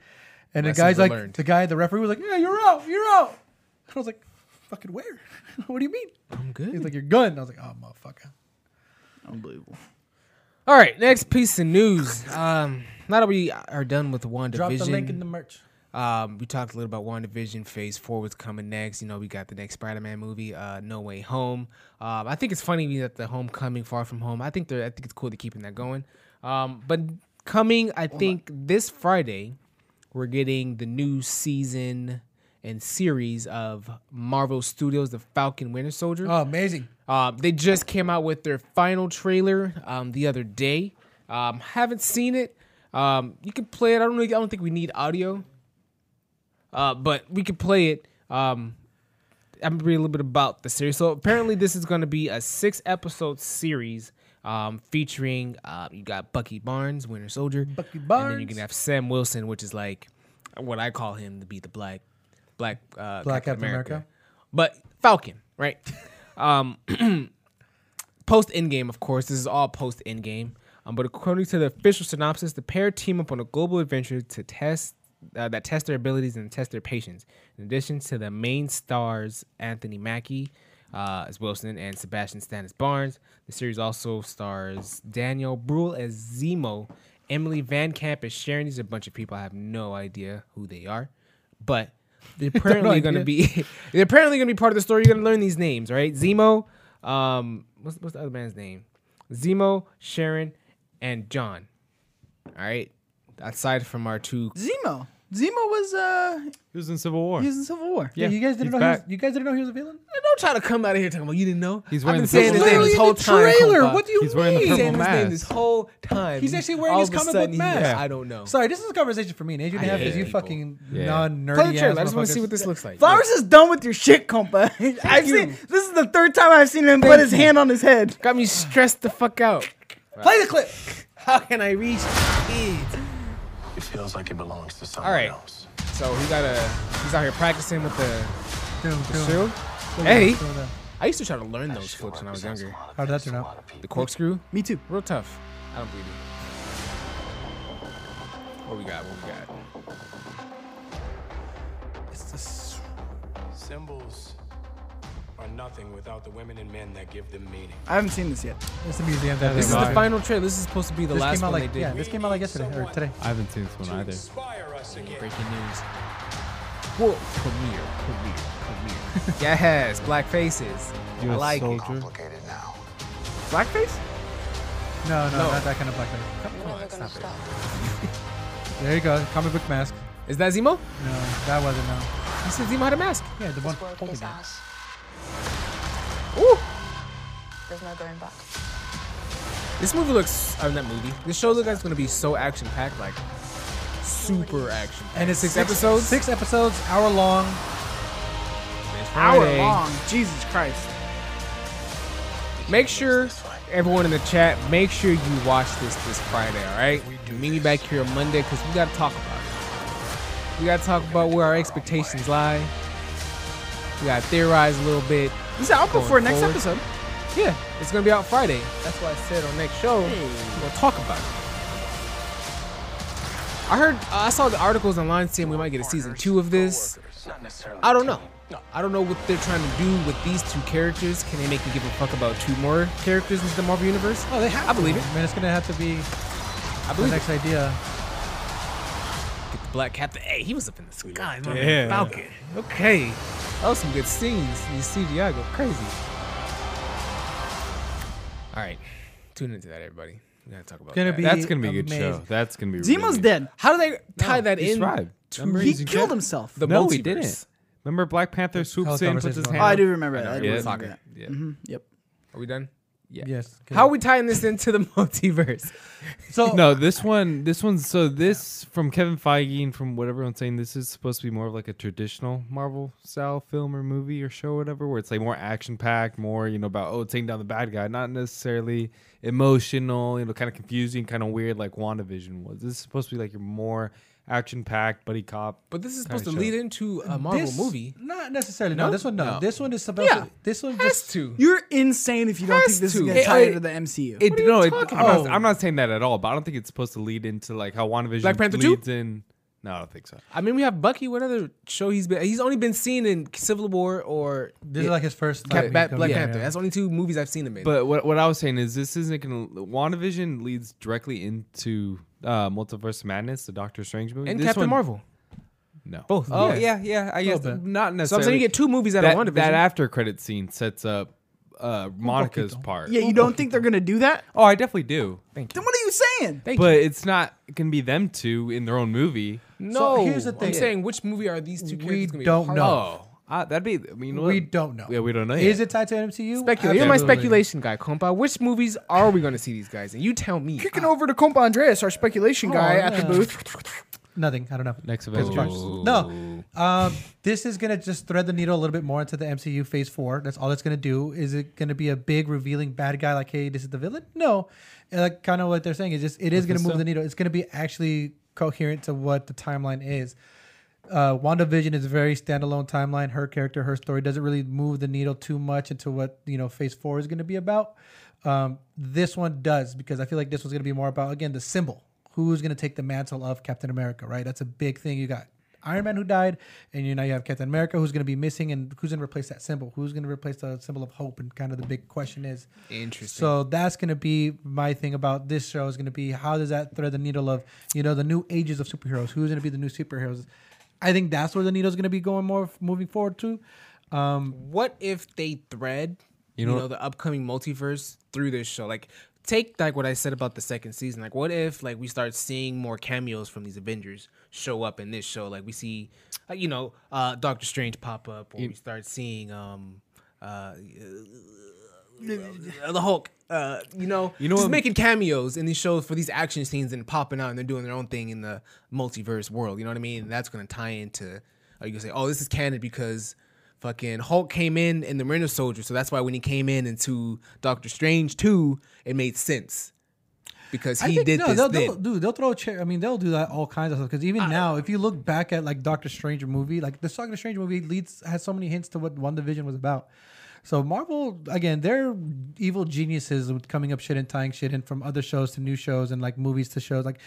C: And the
A: Lessons
C: guy's
A: were
C: like
A: learned.
C: the guy, the referee was like, Yeah, you're out, you're out. I was like, fucking where? what do you mean?
A: I'm good.
C: He's like, Your gun. I was like, Oh motherfucker.
B: Unbelievable.
A: All right, next piece of news. Um, now that we are done with one
C: Drop
A: division,
C: the link in the merch.
A: Um, we talked a little about WandaVision. Phase four was coming next. You know, we got the next Spider-Man movie, uh, No Way Home. Um, I think it's funny that the Homecoming, Far From Home. I think they're. I think it's cool they're keeping that going. Um, but coming, I think this Friday, we're getting the new season and series of Marvel Studios, The Falcon Winter Soldier.
C: Oh, amazing.
A: Uh, they just came out with their final trailer um, the other day. Um, haven't seen it. Um, you can play it. I don't really, I don't think we need audio. Uh, but we can play it. Um, I'm gonna read a little bit about the series. So apparently, this is going to be a six episode series um, featuring uh, you got Bucky Barnes, Winter Soldier, Bucky and then you
C: Barnes.
A: can have Sam Wilson, which is like what I call him to be the black, black, uh,
C: Black
A: Captain
C: Captain
A: America.
C: America.
A: but Falcon, right? um, post Endgame, of course. This is all post Endgame. Um, but according to the official synopsis, the pair team up on a global adventure to test uh, that test their abilities and test their patience. In addition to the main stars Anthony Mackie uh, as Wilson and Sebastian Stan as Barnes, the series also stars Daniel Bruhl as Zemo. Emily Van Camp as Sharon. These are a bunch of people. I have no idea who they are, but they're apparently going to
C: idea.
A: be they're apparently going to be part of the story. You're going to learn these names, right? Zemo, um, what's, what's the other man's name? Zemo, Sharon, and John. All right. Aside from our two,
B: Zemo. Zemo was uh
D: He was in Civil War.
B: he was in Civil War.
C: Yeah, you guys didn't
D: he's
C: know. He was,
D: back.
C: you guys didn't know he was a villain.
A: don't try to come out of here talking about you didn't know.
D: He's
A: I've
D: wearing
A: been
D: the
A: saying his
D: purple
A: name this
D: mask.
A: whole time.
C: trailer.
A: Compa.
C: What do you
D: He's
C: mean?
D: wearing the purple
A: Saying his name
D: mask.
A: this whole time.
C: He's actually wearing
A: All
C: his
A: of a
C: comic
A: sudden
C: book
A: he-
C: mask.
A: I don't know.
C: Sorry, this is a conversation for me and Adrian to
A: I
C: have
A: hate
C: because you
A: people.
C: fucking
D: Yeah.
C: non-nerdy
A: Play the
C: ass
A: trailer. I just want to see
C: motherfuckers.
A: what this looks like.
B: Flowers is done with your shit, compa. I've
C: you.
B: seen this is the third time I've seen him put his hand on his head.
A: got me stressed the fuck out.
C: Play the clip.
A: How can I reach kids?
E: It feels like it belongs to someone
A: right.
E: else.
A: So he got a he's out here practicing with the
C: Doom, doom,
A: shield.
C: doom,
A: Hey.
C: doom, doom.
A: I used to try to learn those
E: Sure
A: flips when I was
E: represents a
A: younger.
E: lot of
C: How'd that
E: things to
C: turn
E: a
C: out?
E: lot of people.
A: The corkscrew,
B: Me too.
A: real tough. I don't believe it. What we got? What we got?
C: It's this-
E: Symbols are nothing without the women and men that give them meaning.
B: I haven't seen this yet.
C: It's the museum. That
A: This is
D: Right.
A: the final trailer. This is supposed to be the
C: This
A: last
C: came out
A: one
C: like
A: they did.
C: yeah. This came out like yesterday or today.
D: I haven't seen this one
E: To
D: either.
E: inspire us again.
A: Breaking news. Whoa! Premiere, premiere, premiere. yes, black faces.
D: You're
A: I
D: a
A: like it.
D: soldier.
E: Complicated now.
B: Blackface?
C: No, no, not that kind of blackface.
A: Come on, stop it.
C: There you go. Comic book mask.
A: Is that Zemo?
C: No, that wasn't. No.
A: He said Zemo had a mask.
C: Yeah, the one
F: World
C: holding
F: is
C: it.
F: ours.
A: Ooh!
F: There's no going back.
A: This movie looks. I mean, that movie. This show looks like it's gonna be so action packed, like super action.
C: And it's
A: Six episodes?
C: Six episodes, hour long.
B: Hour long. Jesus Christ.
A: Make sure everyone in the chat. Make sure you watch this this Friday. All right. Meet me back here on Monday because we gotta talk about it. We gotta talk about where our expectations lie. We gotta theorize a little bit.
B: This is out
A: Going
B: before next
A: forward.
B: episode.
A: Yeah, it's gonna be out Friday. That's why I said on next show we'll talk about it. I heard. I saw the articles online saying we might get a season two of this.
E: Coworkers, not necessarily
A: I don't know.
E: team.
A: I don't know what they're trying to do with these two characters. Can they make me give a fuck about two more characters into the Marvel Universe?
C: Oh, they have.
A: I believe
C: to.
A: it.
C: I mean, it's gonna have to be
A: I
C: the
A: believe
C: next idea.
A: it. Get the Black Captain. Hey, he was up in the sky. my man.
D: Yeah.
A: Falcon. Okay. That was some good scenes. These CGI go crazy. All right. Tune into that, everybody. We're gonna talk about
C: Gonna
A: that.
C: be-
D: That's gonna be a good
C: amazing.
D: show. That's gonna be.
B: Zemo's
D: really good.
B: dead.
A: How do they tie that
D: he
A: in?
D: survived.
A: to
D: Remember,
B: He
D: He's in
B: killed
D: jail.
B: himself.
A: The
D: No,
A: multiverse.
D: he didn't. Remember Black Panther swoops in, puts his
C: conversation's
D: hand.
B: Oh, I
D: up?
B: do remember that.
A: know,
B: I do
A: yeah.
B: remember
A: Soccer.
B: that.
D: Yeah.
B: Mhm, Yep.
A: Are we done?
D: Yeah.
C: Yes. good.
A: How are we tying this into the multiverse?
C: So
D: No, this one, this one's so this from Kevin Feige and from what everyone's saying, this is supposed to be more of like a traditional Marvel style film or movie or show or whatever, where it's like more action packed, more you know about oh taking down the bad guy, not necessarily emotional, you know, kind of confusing, kind of weird like WandaVision was. This is supposed to be like your more action packed buddy cop.
A: But this is supposed to
D: Kinda
A: lead
D: show.
A: into a Marvel
C: this-
A: movie.
C: Not necessarily. No,
A: No?
C: this one no.
A: No.
C: This one is supposed.
A: Yeah.
C: to This one
A: Has
C: just.
A: to.
B: You're insane if you don't
A: Has
B: think this
A: to. Hey,
B: is gonna tie
A: I-
B: into the MCU.
D: It,
A: What are you
D: no, it-
A: talking
D: I'm,
C: about?
D: not, I'm not saying that at all, but I don't think it's supposed to lead into like how WandaVision
A: Black Panther 2?
D: leads in. No, I don't think so.
A: I mean, we have Bucky. What other show he's been? He's only been seen in Civil War or
C: This is like his first.
A: Cap-
C: like,
A: Bat-
C: he's
A: Black
C: gonna-
A: Panther.
C: yeah.
A: That's the only two movies I've seen him in.
D: But what what I was saying is this isn't gonna WandaVision leads directly into uh Multiverse of Madness, the Doctor Strange movie.
A: and
D: This
A: Captain
D: one-
A: Marvel.
D: No.
A: Both,
D: Oh
A: yeah.
D: yeah, yeah. I
C: Little
D: guess
C: bit.
D: not
A: So I'm
D: necessarily.
A: saying you get two movies out
D: that,
A: of WandaVision.
D: that after credit scene sets up uh Monica's part.
B: yeah, you don't think they're gonna do that?
D: Oh, I definitely do.
A: Thank you.
B: Then what are you saying?
A: Thank
D: But
A: you.
D: it's not gonna be them two in their own movie.
A: No,
C: here's the
A: I'm
C: thing.
A: saying which movie are these two characters? gonna be
C: don't
A: part
C: know.
A: of?
D: Oh, Ah, that'd be. I mean, you know
C: we
D: what?
C: don't know.
D: Yeah, we don't know
C: Is
D: yet.
C: it tied to MCU?
A: Speculate. You're my
D: Absolutely.
A: speculation guy, compa. Which movies are we going to see these guys? And you tell me.
B: Kicking over to Compa Andreas, our speculation guy at the
C: yeah.
B: booth.
C: Nothing. I don't know.
D: Next
C: It's
D: Avengers.
C: March. No, um, this is gonna just thread the needle a little bit more into the MCU Phase Four. That's all it's gonna do. Is it gonna be a big revealing bad guy like, hey, this is the villain? No, And like kind of what they're saying is just it is gonna move
D: Mephisto?
C: the needle. It's gonna be actually coherent to what the timeline is. Uh, WandaVision is a very standalone timeline. Her character, her story doesn't really move the needle too much into what you know Phase Four is gonna be about. Um, this one does because I feel like this one's gonna be more about again the symbol. Who's gonna take the mantle of Captain America? Right, that's a big thing. You got Iron Man who died, and you now you have Captain America who's gonna be missing, and who's gonna replace that symbol? Who's gonna replace the symbol of hope? And kind of the big question is,
A: Interesting.
C: so that's gonna be my thing about this show is gonna be how does that thread the needle of you know the new ages of superheroes? Who's gonna be the new superheroes? I think that's where the needle's gonna be going more f- moving forward too. Um,
A: what if they thread you
D: You
A: know,
D: know-
A: the upcoming multiverse through this show like take like what i said about the second season like what if like we start seeing more cameos from these avengers show up in this show like we see uh, you know uh doctor strange pop up or we start seeing um uh the hulk uh, you know, you
D: You
A: know,
D: know
A: just
D: what-
A: making cameos in these shows for these action scenes and popping out and they're doing their own thing in the multiverse world. You know what I mean? And that's gonna tie into. Are you gonna say, oh, this is canon because fucking Hulk came in in the Winter Soldier, so that's why when he came in into Doctor Strange two, it made sense because
C: I
A: he
C: think
A: did
C: no,
A: this
C: they'll,
A: then.
C: they'll, dude, they'll throw a chair. I mean, they'll do that all kinds of stuff. Because even now, if you look back at like Doctor Strange movie, like the Doctor Strange movie leads has so many hints to what One Division was about. So Marvel again, they're evil geniuses with coming up shit and tying shit in from other shows to new shows and like movies to shows. Like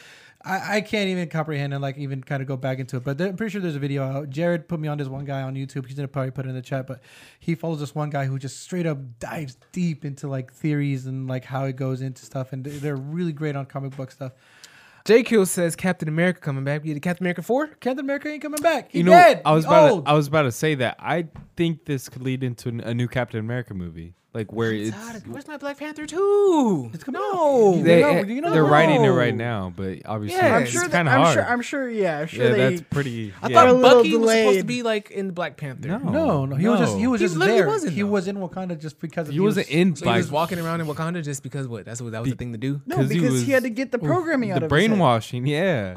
C: I, I can't even comprehend and like even kind of go back into it. But there- I'm pretty sure there's a video out. Jared put me on this one guy on YouTube. He's gonna probably put it in the chat, but he follows this one guy who just straight up dives deep into like theories and like how it goes into stuff. And they- they're really great on comic book stuff.
A: JQ says Captain America coming back. We did Captain America four.
C: Captain America ain't coming back. He
D: You know,
C: dead. Oh,
D: I was
C: He
D: about
C: old.
D: to, I was about to say that. I think this could lead into an, a new Captain America movie, like where it's
A: Where's my Black Panther two? It's
C: coming
A: no,
C: out.
D: they, eh,
C: You know, you know-
D: they're writing it
A: No.
D: right now, but obviously
A: Yeah,
B: I'm
D: it's
B: sure. That,
D: kind of
B: I'm
D: hard.
B: sure. I'm sure. Yeah. I'm sure
D: yeah,
B: they.
D: that's pretty.
A: I
D: yeah.
B: They're a
A: thought
B: little
A: Bucky was supposed to
B: delayed.
A: be like in Black Panther.
D: No.
C: no, no, he was just he was
A: He
C: just
A: literally
C: there.
A: wasn't,
C: he
A: though.
C: was in Wakanda just because of
D: He wasn't in
A: So he
D: like
A: was walking around in Wakanda just because what? That's what that was the thing to do.
B: no,
D: 'cause he
B: because he,
D: was-
B: had to get the programming out
D: the
B: of his head.
D: brainwashing. Yeah,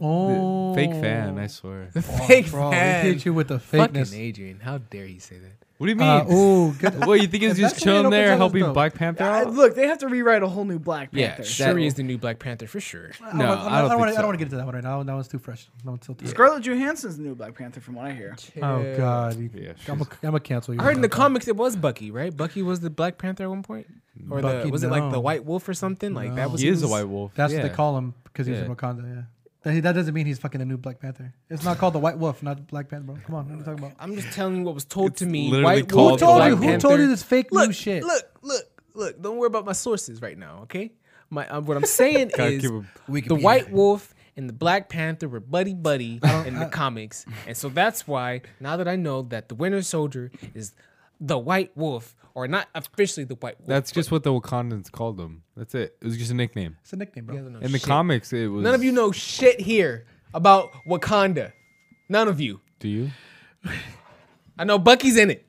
C: Oh,
D: fake fan. I swear.
A: Fake
C: Bro,
A: fan.
C: He hit you with the
A: Fucking
C: fakeness.
A: Adrian, how dare he say that?
D: What do you mean?
C: Uh, oh, good.
D: what you think
C: If
D: is just
C: that's the way it
D: chilling there
C: opens up,
D: helping
C: that's dope.
D: Black Panther
B: Uh,
D: out?
B: look, they have to rewrite a whole new Black
A: Yeah,
B: Panther.
A: sure he is the new Black Panther for sure.
D: No,
C: I'm,
D: I don't
C: I don't
D: think
C: want
D: so.
C: to get into that one right now. That one's too fresh. That one's still too.
B: Scarlett Johansson's the new Black Panther, from what I hear.
C: Oh God. You-
D: Yeah,
C: I'm
D: she's-
C: gonna cancel you.
A: I heard in the
C: Okay.
A: comics it was Bucky, right? Bucky was the Black Panther at one point, or the
C: Bucky,
A: was it like the
C: no.
A: White Wolf or something? Like that
C: No.
A: was
D: He is a
A: who's-
D: white wolf.
C: That's
D: yeah.
C: what they call him because he's in
D: Yeah.
C: Wakanda. Yeah. That, he- that doesn't mean he's fucking the new Black Panther. It's not called the White Wolf, not Black Panther, bro. Come on, what are you talking about?
A: I'm just telling you what was told to me.
D: literally
A: White Wolf,
D: called
A: to
C: Who
D: the
C: told
A: Black
C: you? Who
A: Panther.
C: told you this fake
A: look,
C: new shit?
A: Look, look, look. Don't worry about my sources right now, okay? My um, what I'm saying
D: Gotta
A: is
D: give 'em
A: the White Wolf and the Black Panther were buddy buddy in the comics, and so that's why now that I know that the Winter Soldier is the White Wolf, or not officially the White Wolf.
D: That's just what the Wakandans called him. That's it. It was just a nickname.
C: It's a nickname,
A: You
C: bro.
A: guys don't know
D: In the
A: shit.
D: comics, it was.
A: None of you know shit here about Wakanda. None of you.
D: Do you?
A: I know Bucky's in it.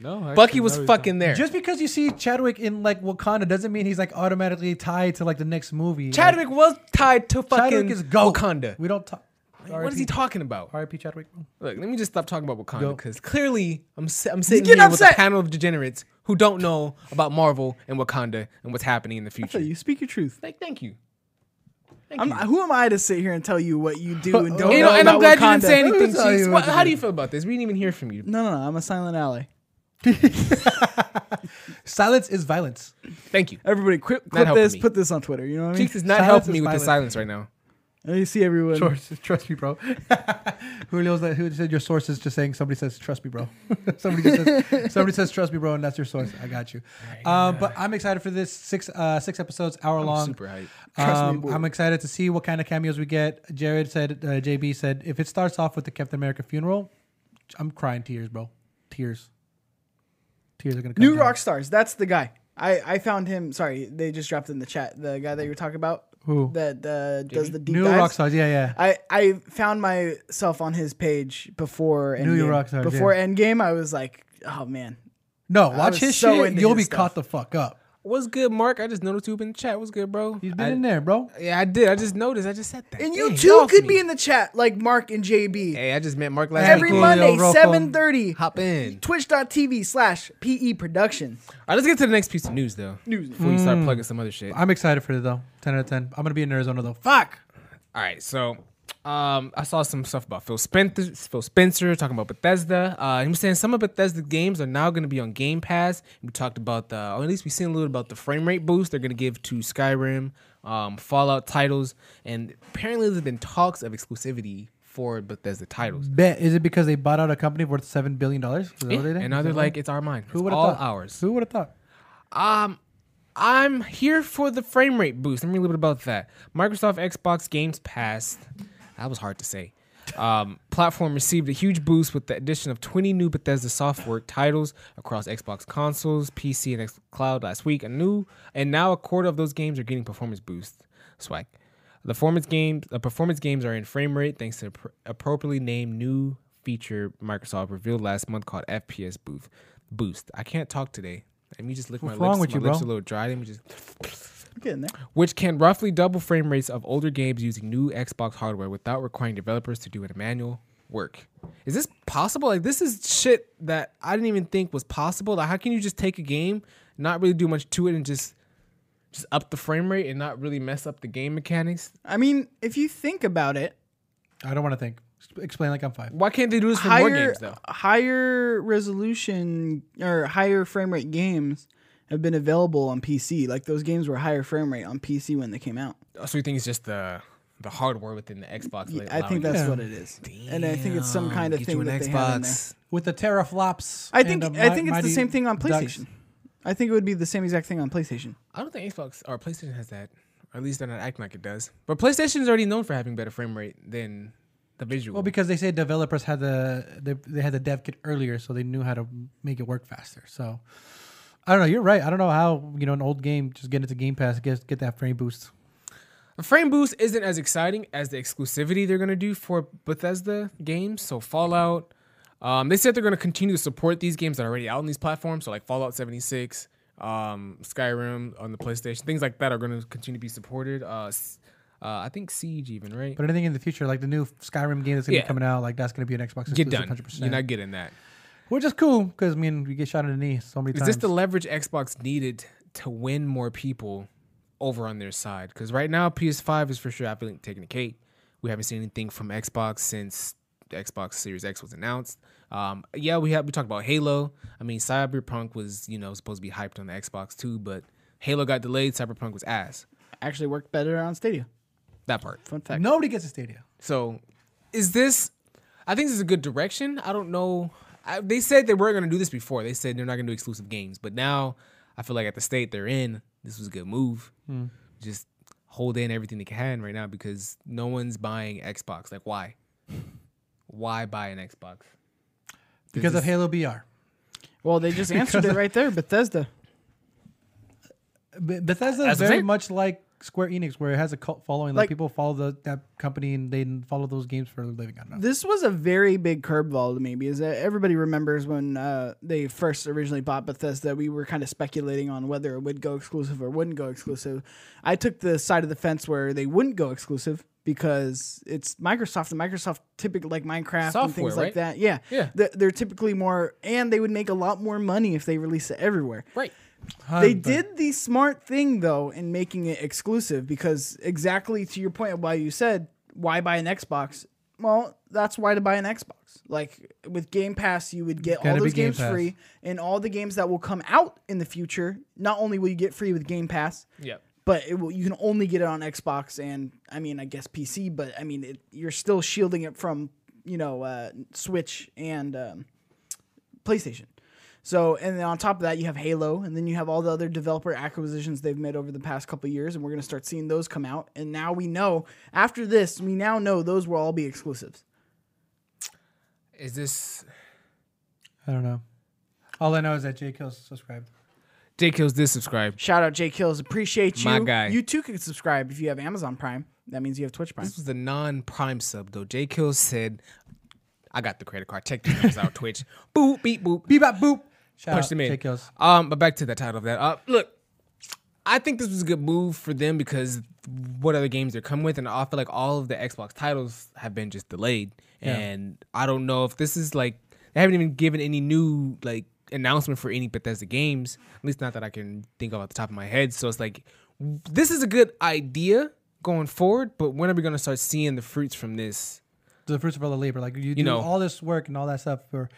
D: No.
A: Bucky was fucking there.
C: Just because you see Chadwick in like Wakanda doesn't mean he's like automatically tied to like the next movie. Like,
A: Chadwick was tied to fucking
C: Chadwick is goat.
A: Wakanda.
C: We don't talk.
A: What is he talking about?
C: R.I.P. Chadwick. bro.
A: Look, let me just stop talking about Wakanda
C: Go.
A: because clearly I'm si- I'm sitting here
B: getting
A: with a
B: upset.
A: panel of degenerates who don't know about Marvel and Wakanda and what's happening in the
B: So
A: future.
B: you speak your truth.
A: Like, thank you. Thank
B: I'm,
A: you.
B: who am I to sit here and tell you what you do and
A: And,
B: don't?
A: Oh, you
B: know
A: know, and I'm glad
B: about
A: you didn't
B: Wakanda?
A: say anything,
C: Who's- oh,
A: Chiefs.
C: you-
A: What- how do you feel about this? We didn't even hear from you.
B: No, no, no. I'm a silent ally.
C: Silence is violence.
A: Thank you.
B: Everybody, clip,
A: Not
B: clip
A: helping
B: this.
A: me.
B: Put this on Twitter. You know what I mean?
A: Chiefs is not
C: Silence
A: helping me
C: is
A: with the
C: violence.
A: silence right now.
B: And you see everyone.
C: Trust, trust me, bro. Julio's like, who said your source is just saying somebody says trust me, bro. somebody just says somebody says trust me, bro, and that's your source. I got you. Um, but I'm excited for this six uh, six episodes, hour long.
A: Super hype.
B: Trust me,
C: Um,
B: boy.
C: I'm excited to see what kind of cameos we get. Jared said, uh, JB said, if it starts off with the Captain America funeral, I'm crying tears, bro. Tears. Tears are gonna come.
B: New
C: down.
B: rock stars. That's the guy. I I found him. Sorry, they just dropped in the chat. The guy that you were talking about.
C: Who?
B: that uh, does the deep
C: New
B: dives.
C: Rockstars. Yeah, yeah.
B: I, I found myself on his page before
C: New
B: Endgame.
C: York Rockstars,
B: before
C: yeah.
B: Endgame, I was like, oh man,
C: No, watch
B: was
C: his
B: so
C: shit.
B: into
C: You'll
B: his
C: be
B: stuff.
C: caught the fuck up.
A: What's good, Mark? I just noticed you in the chat. What's good, bro?
C: He's been
A: I-
C: in there, bro.
A: Yeah, I did. I just noticed. I just said that.
B: and you
A: Dang, get
B: too
A: off
B: could
A: me.
B: be in the chat like Mark and JB
A: Hey, I just met Mark last
B: every
A: weekend.
B: Monday,
C: Rocco.
B: seven thirty.
A: Hop in.
B: Twitch.tv slash E PE Production.
A: All right, let's get to the next piece of news though. News before you
B: Mm.
A: start plugging some other shit.
C: I'm excited for it though. Ten out of ten. I'm gonna be in Arizona though. Fuck.
A: All right, so um, I saw some stuff about Phil Spencer, Phil Spencer talking about Bethesda. Uh, he was saying some of Bethesda games are now going to be on Game Pass. We talked about the, or at least we've seen a little about the frame rate boost they're going to give to Skyrim, um, Fallout titles, and apparently there's been talks of exclusivity for Bethesda titles.
C: Bet is it because they bought out a company worth seven billion dollars?
A: Eh, And now they're like, it's our mine. Who
C: who
A: it's
C: would
A: all
C: have thought?
A: ours.
C: Who would have thought?
A: I'm here for the frame rate boost. Let me read a little bit about that. Microsoft Xbox Games Pass. That was hard to say. Um, platform received a huge boost with the addition of 20 new Bethesda software titles across Xbox consoles, PC, and X- cloud last week. A new and now a quarter of those games are getting performance boosts. Swag. The performance games, the performance games are in frame rate thanks to pr- appropriately named new feature Microsoft revealed last month called FPS Boost. Boost. I can't talk today. Let me just lick
C: What's
A: my
C: wrong
A: lips.
C: with
A: my
C: you,
A: lips
C: bro?
A: a little dry. Let me just
B: Get in there.
A: which can roughly double frame rates of older games using new Xbox hardware without requiring developers to do any manual work. Is this possible? Like this is shit that I didn't even think was possible. Like how can you just take a game, not really do much to it and just just up the frame rate and not really mess up the game mechanics?
B: I mean, if you think about it,
C: I don't want to think. Exp- Explain like I'm five.
A: Why can't they do this for more
B: higher
A: games though?
B: higher resolution or higher frame rate games have been available on PC. Like those games were higher frame rate on PC when they came out.
A: Oh, So you think it's just the the hardware within the Xbox?
B: Yeah,
A: like,
B: I
A: allowing
B: think that's
A: you-
C: Yeah.
B: what it is, and I think it's some kind of
A: Get
B: thing
A: you an
B: that they have in there.
A: Xbox.
C: With the teraflops.
B: I think
C: and um,
B: I think
C: Mi-
B: it's the
C: Mighty
B: same thing on
C: Ducks.
B: PlayStation. I think it would be the same exact thing on PlayStation.
A: I don't think Xbox or PlayStation has that. Or at least they're not acting like it does. But PlayStation is already known for having better frame rate than the visual.
C: Well, because they say developers had the they, they had the dev kit earlier, so they knew how to make it work faster. So I don't know. You're right. I don't know how you know an old game just get into Game Pass get get that frame boost.
A: the frame boost isn't as exciting as the exclusivity they're gonna do for Bethesda games. So Fallout. Um, they said they're gonna continue to support these games that are already out on these platforms. So like Fallout 76, um, Skyrim on the PlayStation, things like that are gonna continue to be supported. Uh, s- uh, I think Siege even right.
C: But anything in the future, like the new Skyrim game that's gonna
A: Yeah.
C: be coming out, like that's gonna be an Xbox
A: Get
C: exclusive,
A: done.
C: 100%.
A: You're not getting that.
C: which is cool because I mean we get shot in the knee so many
A: Is
C: times.
A: this the leverage Xbox needed to win more people over on their side? Because right now, PS5 is for sure, I think, taking the cake. We haven't seen anything from Xbox since the Xbox Series X was announced. Um, yeah, we have we talked about Halo. I mean, Cyberpunk was you know supposed to be hyped on the Xbox too, but Halo got delayed. Cyberpunk was ass.
B: Actually, worked better on Stadia.
A: That part.
B: Fun fact.
C: Nobody gets a Stadia.
A: So, is this? I think this is a good direction. I don't know. I, they said they were going to do this before. They said they're not going to do exclusive games, but now I feel like at the state they're in, this was a good move. Just hold in everything they can right now because no one's buying Xbox. Like, why? Why buy an Xbox?
C: because of Halo BR.
B: Well, they just answered it right there. Bethesda.
C: Be- Bethesda
A: That's
C: is
A: the
C: very
A: thing.
C: much like Square Enix, where it has a cult following. Like,
B: Like-
C: people follow the, that company and they follow those games for a living. I don't know.
B: This was a very big curveball to me because uh, everybody remembers when uh, they first originally bought Bethesda, we were kind of speculating on whether it would go exclusive or wouldn't go exclusive. I took the side of the fence where they wouldn't go exclusive because it's Microsoft and Microsoft typically like Minecraft and
A: Software,
B: things
A: right?
B: like that. Yeah.
A: Yeah.
B: They're, they're typically more, and they would make a lot more money if they release it everywhere.
A: Right.
B: They did the smart thing though in making it exclusive because exactly to your point of why you said why buy an Xbox. Well, that's why to buy an Xbox. Like with Game Pass, you would get all
C: Gotta be
B: those
C: Game
B: games
C: Pass.
B: free, and all the games that will come out in the future. Not only will you get free with Game Pass,
A: Yep.
B: but it will, you can only get it on Xbox and I mean I guess PC. But I mean it, you're still shielding it from you know uh, Switch and um, PlayStation. So and then on top of that you have Halo and then you have all the other developer acquisitions they've made over the past couple years and we're gonna start seeing those come out. And now we know after this we now know those will all be exclusives.
A: Is this?
C: I don't know. All I know is that J Kill's subscribed.
A: J Kills did subscribe.
B: Shout out Jay Kills. Appreciate you.
A: My guy.
B: You too can subscribe if you have Amazon Prime. That means you have Twitch Prime.
A: This was the non Prime sub though. J Kills said, "I got the credit card. Check the numbers out. Twitch. Boop beep boop
C: Beep bop boop. Shout
A: punch
C: out
A: them in.
C: Jake Hills.
A: Um, but back to the title of that. Uh, look, I think this was a good move for them because what other games they're coming with, and I feel like all of the Xbox titles have been just delayed, and I don't know if this is like they haven't even given any new like announcement for any Bethesda games, at least not that I can think of off the top of my head. So it's like this is a good idea going forward, but when are we gonna start seeing the fruits from this?
C: The fruits of all the labor. Like you, do
A: know.
C: all this work and all that stuff for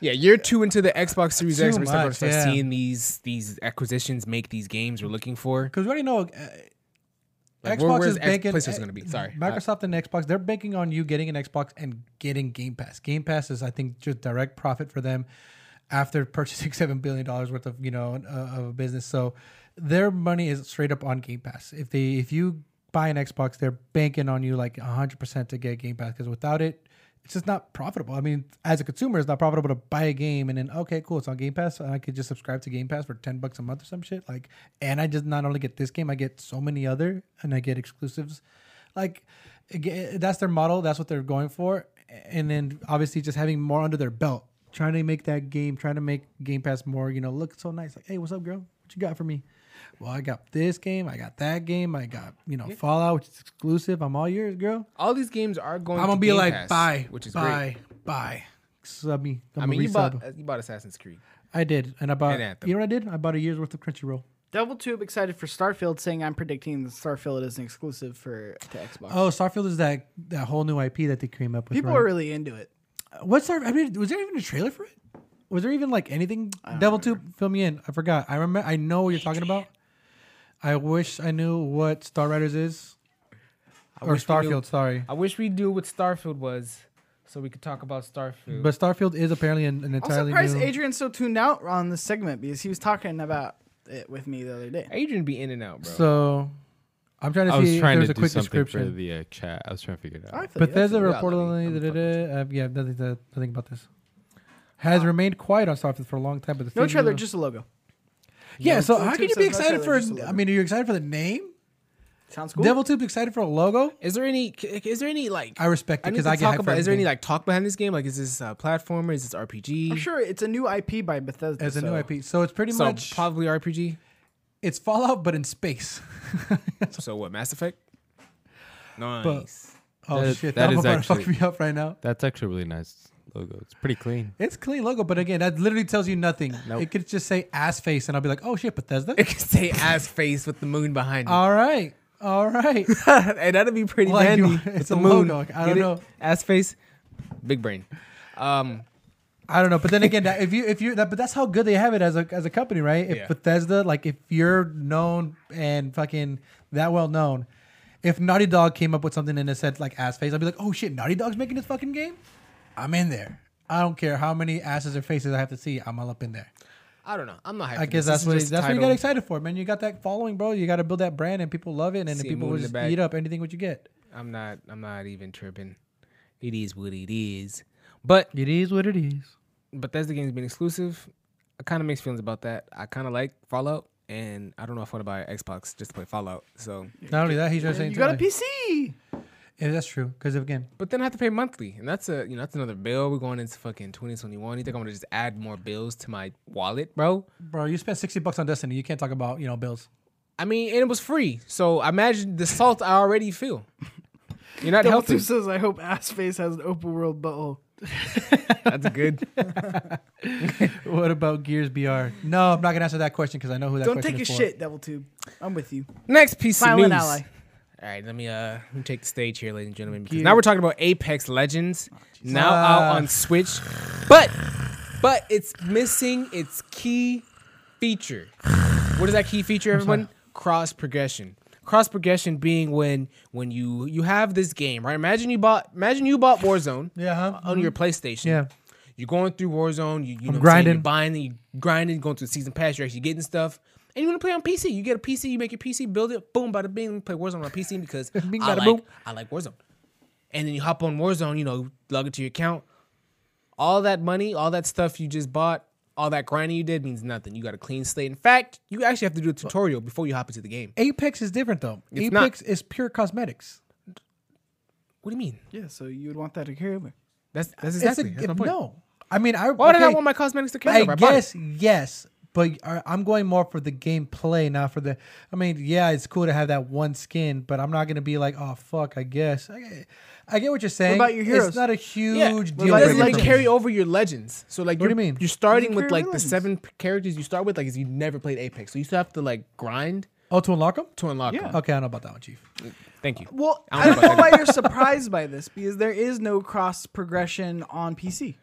A: Yeah, year two into the Xbox Series X,
C: Too
A: we're starting to
C: much,
A: start
C: yeah.
A: seeing these these acquisitions make these games we're looking for.
C: because we already know. Uh,
A: Like,
C: Xbox
A: where- where's
C: is uh,
A: X-
C: banking.
A: PlayStation's gonna be? Sorry.
C: Microsoft and Xbox. They're banking on you getting an Xbox and getting Game Pass. Game Pass is, I think, just direct profit for them after purchasing seven billion dollars worth of you know uh, of a business. So their money is straight up on Game Pass. If they if you buy an Xbox, they're banking on you like hundred percent to get Game Pass because without it. It's just not profitable. I mean, as a consumer, it's not profitable to buy a game and then okay, cool, it's on Game Pass, and I could just subscribe to Game Pass for ten bucks a month or some shit. Like, and I just not only get this game, I get so many other, and I get exclusives like aga- that's their model that's what they're going for and then obviously just having more under their belt trying to make that game trying to make game pass more you know look so nice like hey what's up girl what you got for me well i got this game i got that game i got you know fallout which is exclusive i'm all yours girl
A: Uh, All these games are going.
C: i'm
A: to
C: gonna be
A: Game
C: like
A: Pass,
C: bye
A: which is great.
C: bye bye sub me I'm
A: I mean,
C: a
A: you
C: resub.
A: bought uh, you bought Assassin's Creed.
C: i did and i bought
A: And Anthem.
C: you know what i did i bought a year's worth of crunchyroll
B: Devil Tube excited for Starfield, saying I'm predicting that Starfield is an exclusive for to Xbox.
C: oh starfield is that that whole new ip that they came up with
B: People
C: right?
B: are really into it.
C: What's our? I mean, was there even a trailer for it? Was there even like anything? Devil Tube, fill me in. I forgot. I remember. I know what you're talking about. I wish I knew what Star Riders is, or
A: wish we knew.
C: Starfield. Sorry,
A: I wish we knew what Starfield was, so we could talk about Starfield.
C: but Starfield is apparently an, an
B: I'm
C: entirely
B: surprised
C: new.
B: Adrian's so tuned out on this segment because he was talking about it with me the other day.
A: Adrian be in and out, bro.
C: so, I'm trying to
D: I
C: see
D: was
C: if
D: trying
C: there's
D: to
C: a
D: do
C: quick
D: something for
C: description.
D: the uh, chat. I was trying to figure it
B: Oh, I
D: out.
B: feel you, I
C: Bethesda
B: feel you.
C: reportedly, da-da-da, uh, yeah, nothing, to- nothing about this. Has remained quiet on Starfield for a long time, but the
B: No
C: thing-
B: trailer, just a logo.
C: yeah.
B: no
C: so
B: Devil
C: how
B: Tube
C: can you
B: says
C: be
B: no
C: excited
B: trailer,
C: for?
B: just a
C: I mean, are you excited for the name?
B: Sounds cool.
C: Devil Devil Tube excited for a logo?
A: Is there any? Is there any like?
C: I respect it
A: need
C: because
A: to
C: I, get
A: talk
C: hyped for
A: about. Is there any
C: everything.
A: like talk behind this game? Like, is this uh, platformer? Is this RPG?
B: I'm sure it's a new IP by Bethesda.
C: as a
B: so-
C: new IP. So it's pretty
A: So
C: much
A: probably RPG.
C: it's Fallout but in space.
A: So what? Mass Effect. Nice.
C: oh
D: That-
C: shit,
D: that
C: that is
D: is
C: about to
D: actually-
C: fuck me up right now.
D: That's actually a really nice logo. It's pretty clean.
C: It's clean logo, but again, that literally tells you nothing. It could just say ass face, and I'll be like, oh shit, Bethesda.
A: it could say ass face with the moon behind it.
C: all right, all right.
A: Uh, and that'd be pretty
C: Like,
A: handy.
C: you-
A: with
C: it's
A: the
C: a
A: moon.
C: logo. I
A: Get
C: don't
A: it?
C: know.
A: Ass face, big brain. Um,
C: I don't know, but then again, that, if you if you that, but that's how good they have it as a as a company, right? If
A: Yeah.
C: Bethesda, like if you're known and fucking that well known, if Naughty Dog came up with something and it said like ass face, I'd be like, oh shit, Naughty Dog's making this fucking game. I'm in there. I don't care how many asses or faces I have to see. I'm all up in there.
A: I don't know. I'm not. Hyped
C: I
A: for this. This
C: guess that's
A: is
C: what
A: just
C: that's
A: a
C: what you
A: title.
C: got excited for, man. You got that following, bro. You got to build that brand, and people love it, and then
A: See a
C: people
A: moon
C: will
A: in the
C: just
A: back.
C: eat up anything what you get.
A: I'm not. I'm not even tripping. It is what it is. But
C: It is what it is.
A: Bethesda games being exclusive, I kind of mixed feelings about that. I kind of like Fallout, and I don't know if I want to buy an Xbox just to play Fallout. So,
C: Not only that, he's just saying
B: You got a
C: too, like-
B: PC.
C: Yeah, that's true. Because again,
A: but then I have to pay monthly, and that's a you know that's another bill. We're going into fucking 2021. You think I'm gonna just add more bills to my wallet, bro?
C: bro, you spent sixty bucks on Destiny. You can't talk about you know bills.
A: I mean, and it was free, so imagine the salt I already feel. You're not
B: Devil Tube
A: healthy.
B: says, I hope Ass Face has an open world butthole.
A: That's good.
C: What about Gears BR? No, I'm not gonna answer that question because I know who that.
B: Don't
C: question
B: take a
C: is for.
B: shit, Devil Tube. I'm with you.
A: Next piece of
B: Silent
A: news.
B: ally.
A: All right, let me uh let me take the stage here, ladies and gentlemen. Because now we're talking about Apex Legends, now out
C: Ah.
A: on Switch, but but it's missing its key feature. What is that key feature, everyone? Cross progression. Cross progression being when when you you have this game, right? Imagine you bought imagine you bought Warzone
C: Yeah, huh?
A: on your PlayStation.
C: Yeah.
A: You're going through Warzone, you, you know, grinding, you're
C: grinding.
A: buying, you grinding, going through the season pass, you're actually getting stuff. And you want to play on PC. You get a PC, you make your PC, build it, boom, bada bing, let me play Warzone on PC because
C: Bing,
A: I,
C: bada
A: like,
C: boom.
A: I like Warzone. And then you hop on Warzone, you know, log it to your account. All that money, all that stuff you just bought, all that grinding you did means nothing. You got a clean slate. In fact, you actually have to do a tutorial before you hop into the game.
C: Apex is different though.
A: It's not.
C: Apex is pure cosmetics.
A: What do you mean?
B: Yeah, so you would want that to carry over.
A: That's that's
C: It's a-
A: exactly that's my point.
C: no. I mean, I
A: Why did I
C: okay,
A: want my cosmetics to carry
C: I
A: over? bought it.
C: guess yes, but I- I'm going more for the gameplay, not for the. I mean, yeah, it's cool to have that one skin, but I'm not gonna be like, oh fuck, I guess. I, I get what you're saying.
B: about your heroes?
C: It's not a huge
A: Yeah.
C: deal.
A: It doesn't
C: breaker
A: like
C: for me.
A: carry over your legends. So like,
C: What do
A: you're-
C: you mean?
A: You're starting
B: Doesn't
A: with
B: carry
A: like
B: over
A: the
B: legends.
A: seven p- characters you start with. Like, is you never played Apex, so you still have to like grind
C: Oh, to unlock them.
A: to unlock.
B: Yeah.
A: them.
C: Okay, I don't know about that one, Chief.
A: Thank you.
B: Well,
A: I
B: I
A: don't
B: don't
A: know
B: know why you're surprised by this because there is no cross progression on PC.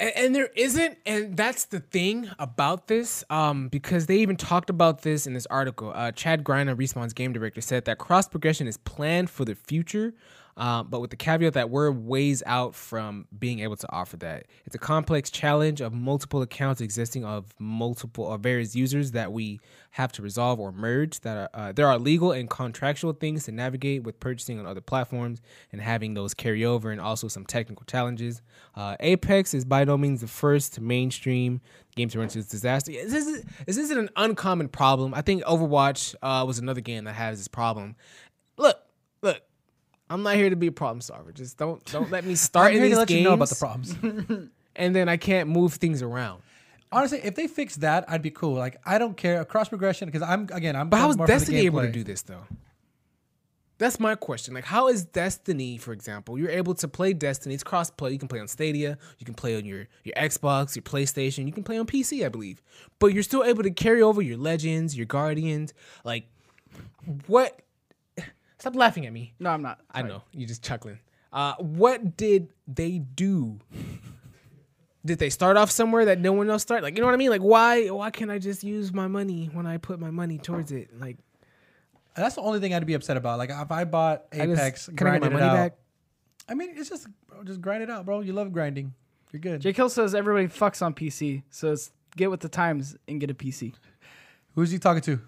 A: and, and there isn't and that's the thing about this um, because they even talked about this in this article uh, chad griner respawn's game director said that cross progression is planned for the future uh, but with the caveat that we're ways out from being able to offer that it's a complex challenge of multiple accounts existing of multiple or various users that we have to resolve or merge that are uh, there are legal and contractual things to navigate with purchasing on other platforms and having those carry over and also some technical challenges uh, apex is by no means the first to mainstream game to run into this disaster Yeah, this, is, this isn't an uncommon problem i think overwatch uh, was another game that has this problem look look i'm not here to be a problem solver just don't don't let me start
C: I'm
A: in
C: here
A: these
C: to let
A: games
C: you know about the problems.
A: and then i can't move things around
C: Honestly, if they fix that, I'd be cool. Like I don't care a cross progression because I'm again I'm.
A: But how is Destiny able to do this though? That's my question. Like, how is Destiny, for example, you're able to play Destiny? It's cross-play. You can play on Stadia. You can play on your your Xbox, your PlayStation. You can play on PC, I believe. But you're still able to carry over your Legends, your Guardians. Like, what? Stop laughing at me.
B: No, I'm not.
A: I know you're just chuckling. Uh, what did they do? Did they start off somewhere that no one else started? Like you know what I mean? Like why why can't I just use my money when I put my money towards it? Like
C: That's the only thing I'd be upset about. Like if I bought
A: I just-
C: Apex,
A: can I get my
C: grinded it
A: money
C: out.
A: back?
C: I mean, it's just bro, just grind it out, bro. You love grinding. You're good.
B: Jake Hill says everybody fucks on PC, so it's get with the times and get a PC.
C: Who's he talking to?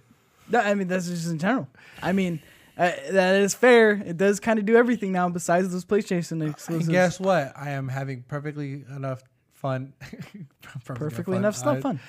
B: No, I mean that's just in general. I mean uh, that is fair. It does kind of do everything now besides those PlayStation exclusives.
C: And guess what? I am having perfectly enough fun. Perfectly
B: Perfectly enough stuff
C: I-
B: fun.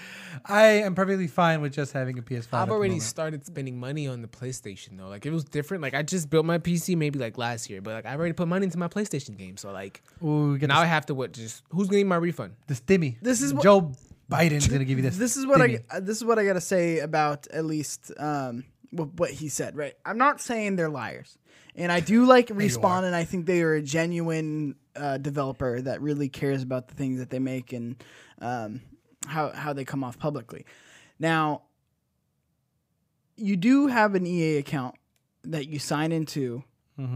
C: I am perfectly fine with just having a PS5. at
A: I've
C: the
A: already
C: moment.
A: started spending money on the PlayStation though. Like it was different. Like I just built my PC maybe like last year, but like I already put money into my PlayStation game. So like
C: Ooh, we get
A: now I
C: the,
A: have to what? Just who's gonna get my refund?
C: the stimmy.
B: This is what-
C: Joe Biden's gonna give you this.
B: This is what I
C: stimmy.
B: uh, this is what I gotta say about at least um, what, what he said. Right, I'm not saying they're liars, and I do like respawn, and I think they are a genuine uh, developer that really cares about the things that they make and um, how how they come off publicly. Now, you do have an EA account that you sign into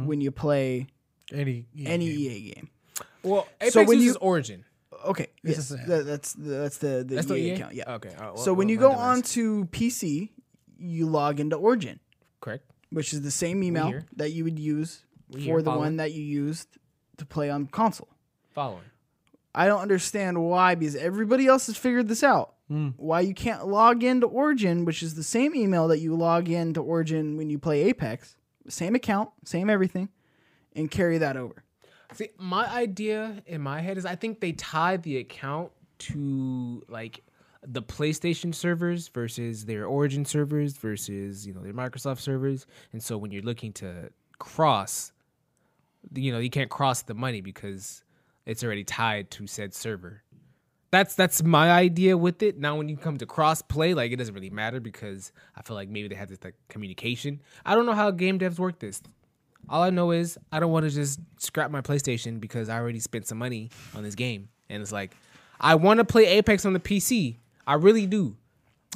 B: when you play
C: any
B: any EA game.
A: Well, Apex
B: So when
A: uses
B: you-
A: Origin.
B: Okay, yes,
C: is-
B: that- that's that's the the
A: That's
B: EA,
A: the EA?
B: account. Yeah.
A: Okay, uh, all right,
B: so
A: well,
B: when
A: well,
B: you
A: my
B: go
A: device.
B: on to PC, you log into Origin,
A: Correct.
B: which is the same email
A: here.
B: that you would use
A: here,
B: for the
A: follow
B: one that you used to play on console.
A: Following.
B: I don't understand why, because everybody else has figured this out. Why you can't log into Origin, which is the same email that you log into Origin when you play Apex, same account, same everything, and carry that over.
A: See, my idea in my head is I think they tie the account to like the PlayStation servers versus their Origin servers versus you know their Microsoft servers, and so when you're looking to cross, you know you can't cross the money because it's already tied to said server. That's that's my idea with it. Now when you come to cross play, like it doesn't really matter because I feel like maybe they have this like communication. I don't know how game devs work this. All I know is I don't want to just scrap my PlayStation because I already spent some money on this game. And it's like, I want to play Apex on the PC. I really do.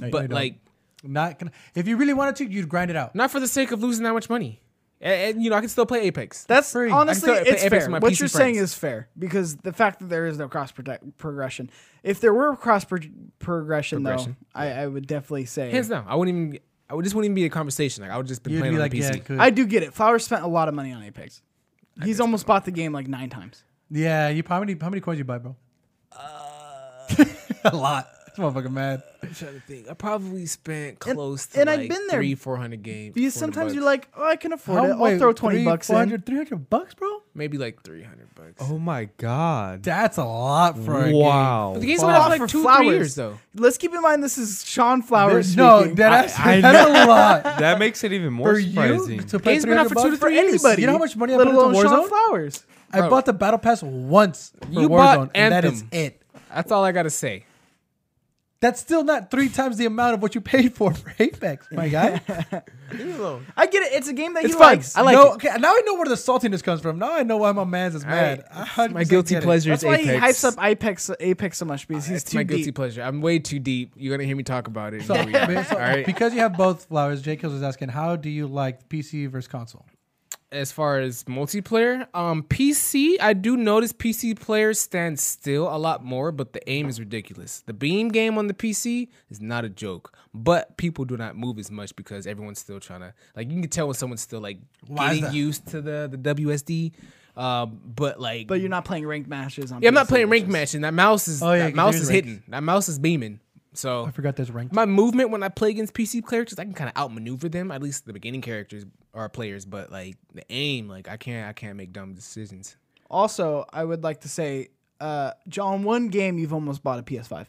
C: you
A: but
C: don't.
A: like,
C: Not gonna. If you really wanted to, you'd grind it out.
A: not for the sake of losing that much money. And, and, you know, I can still play Apex.
B: That's
C: free.
B: honestly,
A: I can still
B: it's
A: pay Apex
B: fair.
A: with my
B: What
A: PC
B: you're saying
A: friends.
B: is fair because the fact that there is no cross protect- progression. If there were cross pro- progression,
A: Progression.
B: though, I, I would definitely say
A: Hands down. I wouldn't even. I would, this wouldn't even be a conversation. Like I would just been
C: You'd
A: playing
C: be
A: on
C: like,
A: the
C: yeah,
A: PC.
C: good.
B: I do get it. Flower spent a lot of money on Apex. He's almost bought the game like nine times. Uh,
C: yeah. You how many how many coins you buy, bro? A lot. motherfucker mad.
A: I'm trying to think. I probably spent close
B: and
A: to
B: I've
A: like
B: been there.
A: three, four hundred games. 400
B: Because sometimes you're
A: bucks.
B: like, oh, I can afford it. I'll
C: wait,
B: throw twenty
C: three,
B: bucks in.
C: 400, 300 bucks, bro?
A: maybe like three hundred bucks.
D: Oh my god!
C: That's a lot for a
D: wow.
A: the game's
C: fuck.
A: been out for
B: For
A: like two,
B: flowers.
A: three years though.
B: Let's keep in mind this is Sean
C: game.
B: Flowers.
C: no,
B: speaking.
C: that
D: I-
C: that's,
D: I
C: that's a lot.
D: That makes it even more
C: For you
D: surprising.
C: to play
A: Game's been out
C: 300
A: for two to
C: bucks?
A: three years.
C: You know how much money I
B: let
C: put into
B: alone Sean
C: Warzone?
B: Flowers.
C: I bought the battle pass once for
A: You
C: Warzone,
A: bought
C: and that is
A: Anthem.
C: it.
A: That's all I gotta say.
C: That's still not three times the amount of what you paid for for Apex, my guy.
B: I get it. It's a game that
A: It's
B: he
A: fun.
B: likes.
A: I like
C: no,
A: it.
C: Okay, now I know where the saltiness comes from. Now I know why my man's is mad.
A: Alright,
C: I 100%
A: My guilty
C: get it.
A: pleasure
B: That's
A: is
B: why
A: Apex. Uh,
B: he hypes up Apex Apex so much because he's
A: it's
B: too
A: my guilty
B: deep.
A: pleasure. I'm way too deep. You're gonna hear me talk about it. in
C: So,
A: the week.
C: so
A: all right.
C: Because you have both flowers, Jay Kills is asking, how do you like PC versus console?
A: as far as multiplayer, um, PC, I do notice PC players stand still a lot more, but the aim is ridiculous. The beam game on the PC is not a joke, but people do not move as much because everyone's still trying to like. You can tell when someone's still like
C: Why is
A: getting
C: that?
A: used to the the WSD, uh, but like,
B: But you're not playing ranked matches on.
A: yeah, I'm not
B: PC,
A: playing
B: which
A: rank
B: is-
A: match, and that mouse is
C: Oh, yeah,
A: that
C: 'cause
A: mouse
C: there's
A: is
C: ranks.
A: hitting. That mouse is beaming. So
C: I forgot there's ranked.
A: my movement when I play against PC characters, I can kind of outmaneuver them. At least the beginning characters are players, but like the aim, like I can't, I can't make dumb decisions.
B: Also, I would like to say, uh, John, one game you've almost bought a PS5.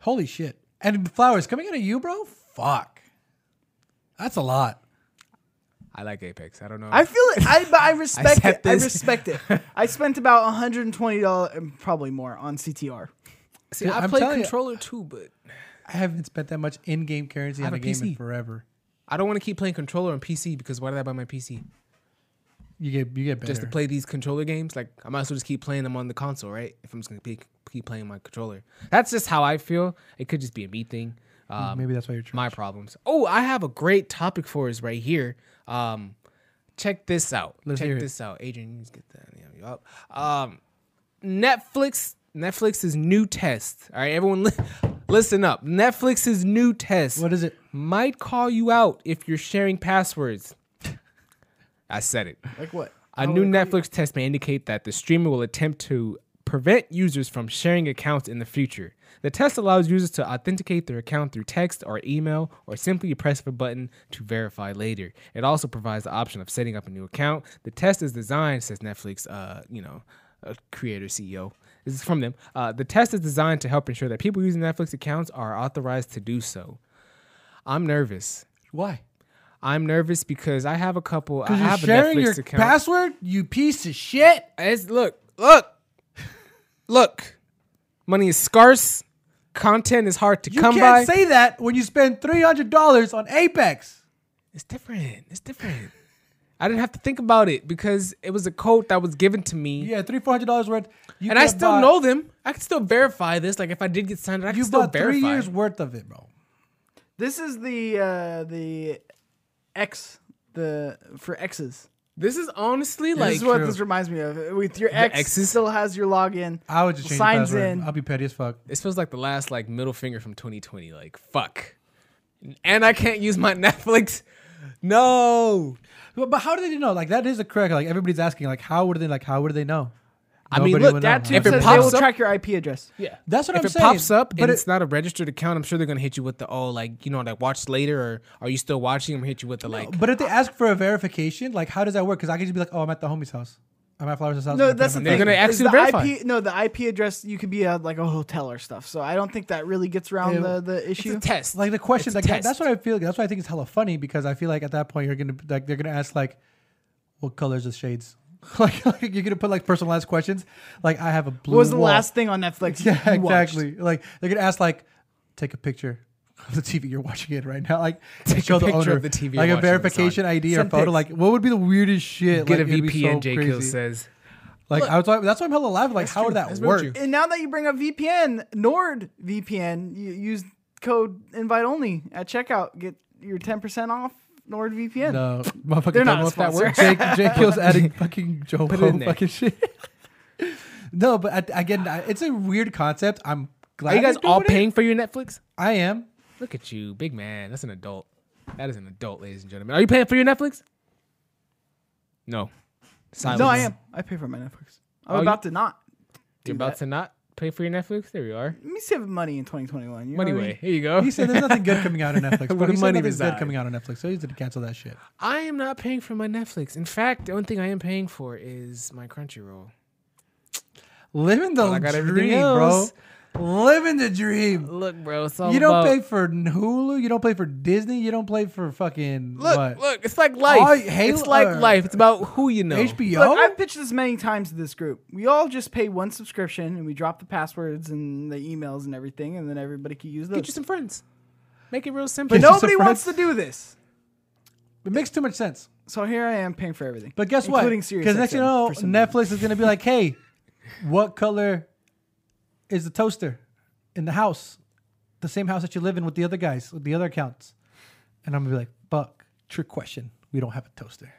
C: Holy shit. And flowers coming out of you, bro? Fuck. That's a lot.
A: I like Apex. I don't know.
B: I feel it. I but I respect it.
A: accept
B: I
A: this.
B: respect it. I spent about 120 dollars, probably more, on CTR.
A: See, I
C: I'm
A: play
C: telling you-
A: controller too, but
C: I haven't spent that much in game currency
A: I
C: on a
A: have a
C: game in
A: PC.
C: forever.
A: I don't want to keep playing controller on PC because why did I buy my PC
C: You get you get better.
A: just to play these controller games? Like I might as well just keep playing them on the console, right? If I'm just gonna be, keep playing my controller, that's just how I feel. It could just be a me thing. Um,
C: Maybe that's why you're trying.
A: my problems. Oh, I have a great topic for us right here. Um, check this out.
C: Let's
A: check
C: hear it.
A: this out, Adrian. You just get that. Yeah, you up. Um, Netflix. Netflix's new test. All right, everyone, li- listen up. Netflix's new test
C: What is it?
A: might call you out if you're sharing passwords. I said it.
B: Like what?
A: A new Netflix test may indicate that the streamer will attempt to prevent users from sharing accounts in the future. The test allows users to authenticate their account through text or email or simply press the button to verify later. It also provides the option of setting up a new account. The test is designed, says Netflix, uh, you know, uh, creator CEO. This is from them. Uh, the test is designed to help ensure that people using Netflix accounts are authorized to do so. I'm nervous.
C: Why?
A: I'm nervous because I have a couple. I
C: Because you're
A: have a
C: sharing
A: Netflix
C: your
A: account.
C: password, you piece of shit.
A: It's, look, look, look. Money is scarce. Content is hard to
C: You
A: come by.
C: can't say that when you spend three hundred dollars on Apex.
A: it's different. It's different. I didn't have to think about it because it was a code that was given to me,
C: Yeah, three four hundred dollars worth. You
A: and I
C: could've
A: still
C: bought-
A: know them. I can still verify this. Like if I did get signed, I can
C: you
A: still
C: bought
A: verify.
C: three years worth of it, bro.
B: This is the uh, the X the for X's.
A: This is honestly like
B: this is what this reminds me of. With your X
A: X's?
B: still has your login.
C: I would just change
B: Signs
C: the password.
B: in.
C: I'll be petty as fuck.
A: this feels like the last like middle finger from 2020. Like fuck, and I can't use my Netflix. No,
C: But, but how do they know? Like that is a correct. Like everybody's asking. Like how would they? Like how would they know?
A: I mean,
C: Nobody
A: look,
C: would know,
B: That
C: huh?
B: too
A: If it
B: says they
A: pops
B: will
A: up-
B: track your IP address.
A: Yeah,
C: That's what
A: if
C: I'm
A: it
C: saying,
A: pops up
C: but
A: and
C: it-
A: it's not a registered account, I'm sure they're gonna hit you with the oh, like you know, like watch later or are you still watching? I'm gonna hit you with the like.
C: But if they ask for a verification, like how does that work? Because I could just be like, oh, I'm at the homie's house. I'm at Flowers' house.
B: No,
C: I'm
B: that's the
C: at
B: thing.
A: They're gonna
B: is
A: ask you to
B: the
A: verify.
B: IP, no, the IP address you could be at like a hotel or stuff. So I don't think that really gets around the, the
A: it's a
B: issue.
A: test.
C: like the question.
A: It's a
C: Like that,
A: test.
C: that's what I feel. That's why I think it's hella funny because I feel like at that point you're gonna like they're gonna ask like, what colors of shades? like, like, you're gonna put like personalized questions. Like I have a blue.
B: What was the
C: wall.
B: last thing on Netflix?
C: Yeah,
B: you watched?
C: exactly. Like they're gonna ask like, take a picture of the TV you're watching it right now. Like
A: Take a
C: show the
A: picture of
C: owner,
A: the TV
C: like
A: you're watching
C: a
A: this
C: verification
A: on.
C: ID or
A: Send
C: photo.
A: pics.
C: Like what would be the weirdest shit?
A: Get
C: like,
A: a
C: it'd be
A: VPN.
C: so
A: J
C: crazy.
A: Kill says
C: Like I was, that's why I'm hella alive. Like how would that
A: That's
C: work?
A: true.
B: And now that you bring up VPN, NordVPN, you use code invite only at checkout. Get your 10% off NordVPN.
C: No, motherfucker,
B: They're
C: don't
B: not
C: know
B: a
C: if that
B: sponsor.
C: works. Jake, Jake Hill's adding fucking Joe
A: Put it in
C: Ho
A: there.
C: fucking shit. no, but I, again, I- it's a weird concept. I'm glad.
A: Are you guys
C: they're
A: all
C: doing it.
A: paying for your Netflix?
C: I am.
A: Look at you, big man. That's an adult. That is an adult, ladies and gentlemen. Are you paying for your Netflix? No. Silence.
B: No, I am. I pay for my Netflix. I'm
A: Oh, you-
B: about to not.
A: You're
B: do
A: about
B: that.
A: to not. Pay for your Netflix. There you are.
B: Let me save money in 2021. You know what
A: Money
B: I mean?
A: way. Here you go.
C: He said there's nothing good coming out on
A: Where
C: Netflix. But
A: the
C: he said
A: money
C: nothing
A: reside.
C: good coming out on Netflix, so he needs to cancel that shit.
A: I am not paying for my Netflix. In fact, the only thing I am paying for is my Crunchyroll.
C: Living the
A: Well, I got everything
C: dream,
A: else.
C: bro. Living the dream.
A: Look, bro, it's all
C: You don't
A: about-
C: pay for Hulu. You don't pay for Disney. You don't play for fucking
A: Look,
C: what?
A: look, it's like life.
C: All- hey,
A: it's like
C: uh,
A: life. It's about who you know.
C: HBO.
B: Look, I've pitched this many times to this group. We all just pay one subscription and we drop the passwords and the emails and everything, and then everybody can use
A: Get
B: those.
A: you some friends. Make it real simple.
B: but
C: Get you some
B: nobody wants to
C: friends.
B: do this.
C: it makes too much sense.
B: So here I am paying for everything.
C: But guess what?
B: Including
C: Because next you know, Netflix is gonna be like, hey, what color is the toaster in the house? The same house that you live in with the other guys, with the other accounts. And I'm gonna be like, fuck, trick question. We don't have a toaster.